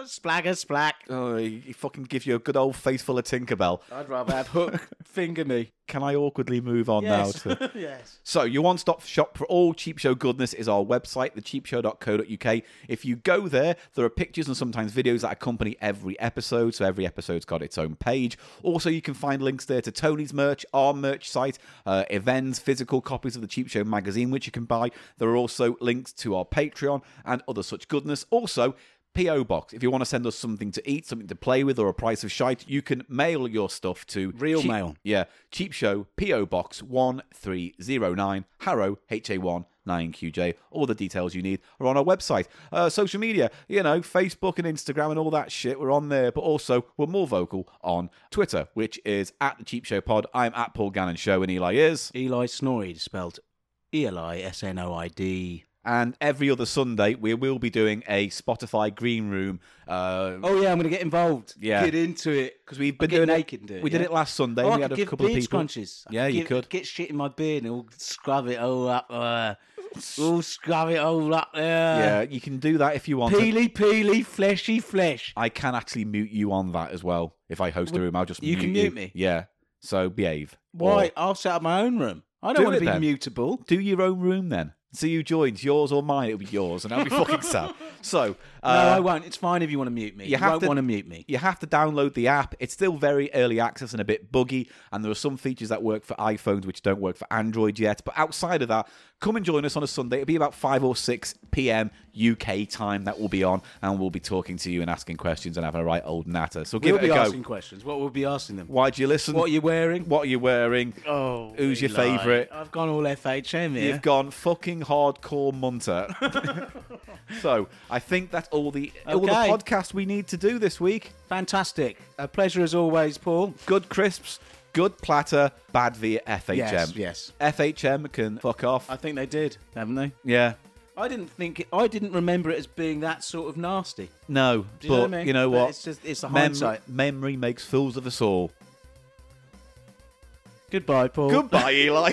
Speaker 1: splagger, splack.
Speaker 2: Oh, he, he fucking gives you a good old faithful Tinkerbell.
Speaker 1: I'd rather have hook finger me.
Speaker 2: Can I awkwardly move on now to
Speaker 1: yes.
Speaker 2: So, your one stop shop for all Cheap Show goodness is our website, thecheapshow.co.uk. If you go there, there are pictures and sometimes videos that accompany every episode, so every episode's got its own page. Also, you can find links there to Tony's merch, our merch site, uh, events, physical copies of the Cheap Show magazine, which you can buy. There are also links to our Patreon and other such goodness. Also, P.O. Box. If you want to send us something to eat, something to play with, or a price of shite, you can mail your stuff to
Speaker 1: Real mail.
Speaker 2: yeah. Cheap Show, P.O. Box 1309, Harrow, HA1. 9QJ. All the details you need are on our website. Uh, social media, you know, Facebook and Instagram and all that shit, we're on there, but also we're more vocal on Twitter, which is at the Cheap Show Pod. I'm at Paul Gannon Show, and Eli is.
Speaker 1: Eli Snoid, spelled E L I S N O I D.
Speaker 2: And every other Sunday, we will be doing a Spotify Green Room. Uh,
Speaker 1: Oh yeah, I'm gonna get involved.
Speaker 2: Yeah.
Speaker 1: Get into it because
Speaker 2: we've
Speaker 1: been doing naked. And do it,
Speaker 2: we did
Speaker 1: yeah?
Speaker 2: it last Sunday.
Speaker 1: Oh,
Speaker 2: we
Speaker 1: I
Speaker 2: had
Speaker 1: could
Speaker 2: a
Speaker 1: give
Speaker 2: couple of
Speaker 1: beard
Speaker 2: people.
Speaker 1: scrunches. I
Speaker 2: Yeah,
Speaker 1: could
Speaker 2: you
Speaker 1: give-
Speaker 2: could.
Speaker 1: get shit in my beard and all scrub it all up. Uh, all scrub it all up
Speaker 2: yeah,
Speaker 1: there.
Speaker 2: you can do that if you want. to.
Speaker 1: Peely, peely, fleshy, flesh.
Speaker 2: I can actually mute you on that as well. If I host a
Speaker 1: Well,
Speaker 2: room, I'll just
Speaker 1: you
Speaker 2: mute
Speaker 1: can mute me?
Speaker 2: Yeah. So behave.
Speaker 1: Why?
Speaker 2: Or
Speaker 1: I'll set up my own room. I don't
Speaker 2: do
Speaker 1: want
Speaker 2: it
Speaker 1: to be
Speaker 2: then.
Speaker 1: mutable.
Speaker 2: Do your own room then. So you joined yours or mine. It'll be yours, and I'll be fucking sad. So uh,
Speaker 1: no, I won't. It's fine if you want to mute me. You,
Speaker 2: have
Speaker 1: won't
Speaker 2: to-
Speaker 1: want to mute me.
Speaker 2: You have to download the app. It's still very early access and a bit buggy, and there are some features that work for iPhones which don't work for Android yet. But outside of that, come and join us on a Sunday. It'll be about 5 or 6 p.m. UK time that we'll be on, and we'll be talking to you and asking questions and having a right old natter. So give
Speaker 1: we'll
Speaker 2: it
Speaker 1: be
Speaker 2: a go.
Speaker 1: asking questions. What we'll be asking them.
Speaker 2: Why do you listen?
Speaker 1: What are you wearing?
Speaker 2: What are you wearing?
Speaker 1: Oh,
Speaker 2: Who's your
Speaker 1: Eli,
Speaker 2: favourite?
Speaker 1: I've gone all FHM here.
Speaker 2: You've gone fucking hardcore munter. so I think that's all the all the
Speaker 1: Okay.
Speaker 2: podcast we need to do this week.
Speaker 1: Fantastic. A pleasure as always, Paul.
Speaker 2: Good crisps, good platter, bad via FHM.
Speaker 1: Yes, yes.
Speaker 2: FHM can fuck off.
Speaker 1: I think they did, haven't they?
Speaker 2: Yeah.
Speaker 1: I didn't think it, I didn't remember it as being that sort of nasty.
Speaker 2: No,
Speaker 1: Do you know
Speaker 2: but
Speaker 1: what I mean?
Speaker 2: you know
Speaker 1: But
Speaker 2: what?
Speaker 1: it's just- it's the hindsight.
Speaker 2: Memory makes fools of us all.
Speaker 1: Goodbye, Paul.
Speaker 2: Goodbye, Eli.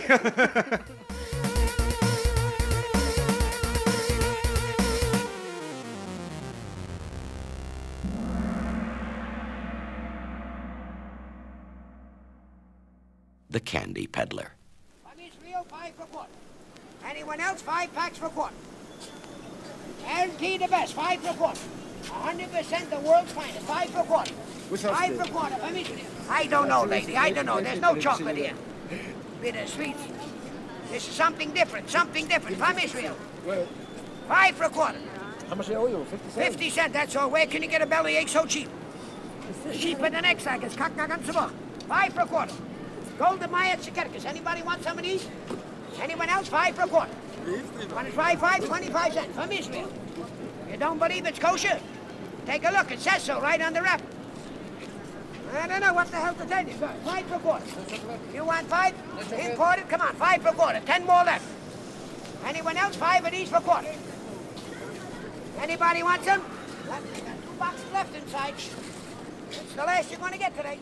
Speaker 8: The Candy Peddler.
Speaker 13: One is real, five for quarter. Anyone else, five packs for quarter. Guaranteed the best, five for quarter. 100% the world's finest, five for quarter. Five for quarter, permission. I don't know, lady, I don't know. There's no chocolate here. Bitter sweet. This is something different, something different from Israel. Five for a quarter.
Speaker 12: How much they owe you? 50 cents?
Speaker 13: 50 cent, that's all. Where can you get a bellyache so cheap? Cheaper than X-Hackers, Kaknagansawa. Five for a quarter. Golden Meyer Chiketikas. Anybody want some of these? Anyone else? Five for a quarter. Want to try five? 25 cents from Israel. You don't believe it's kosher? Take a look. It says so right on the wrap. I don't know what the hell to tell you. Five for a quarter. You want five? Imported? Come on, five for a quarter. Ten more left. Anyone else? Five of these for a quarter. Anybody want some? Well, we got two boxes left inside. It's the last you're going to get today.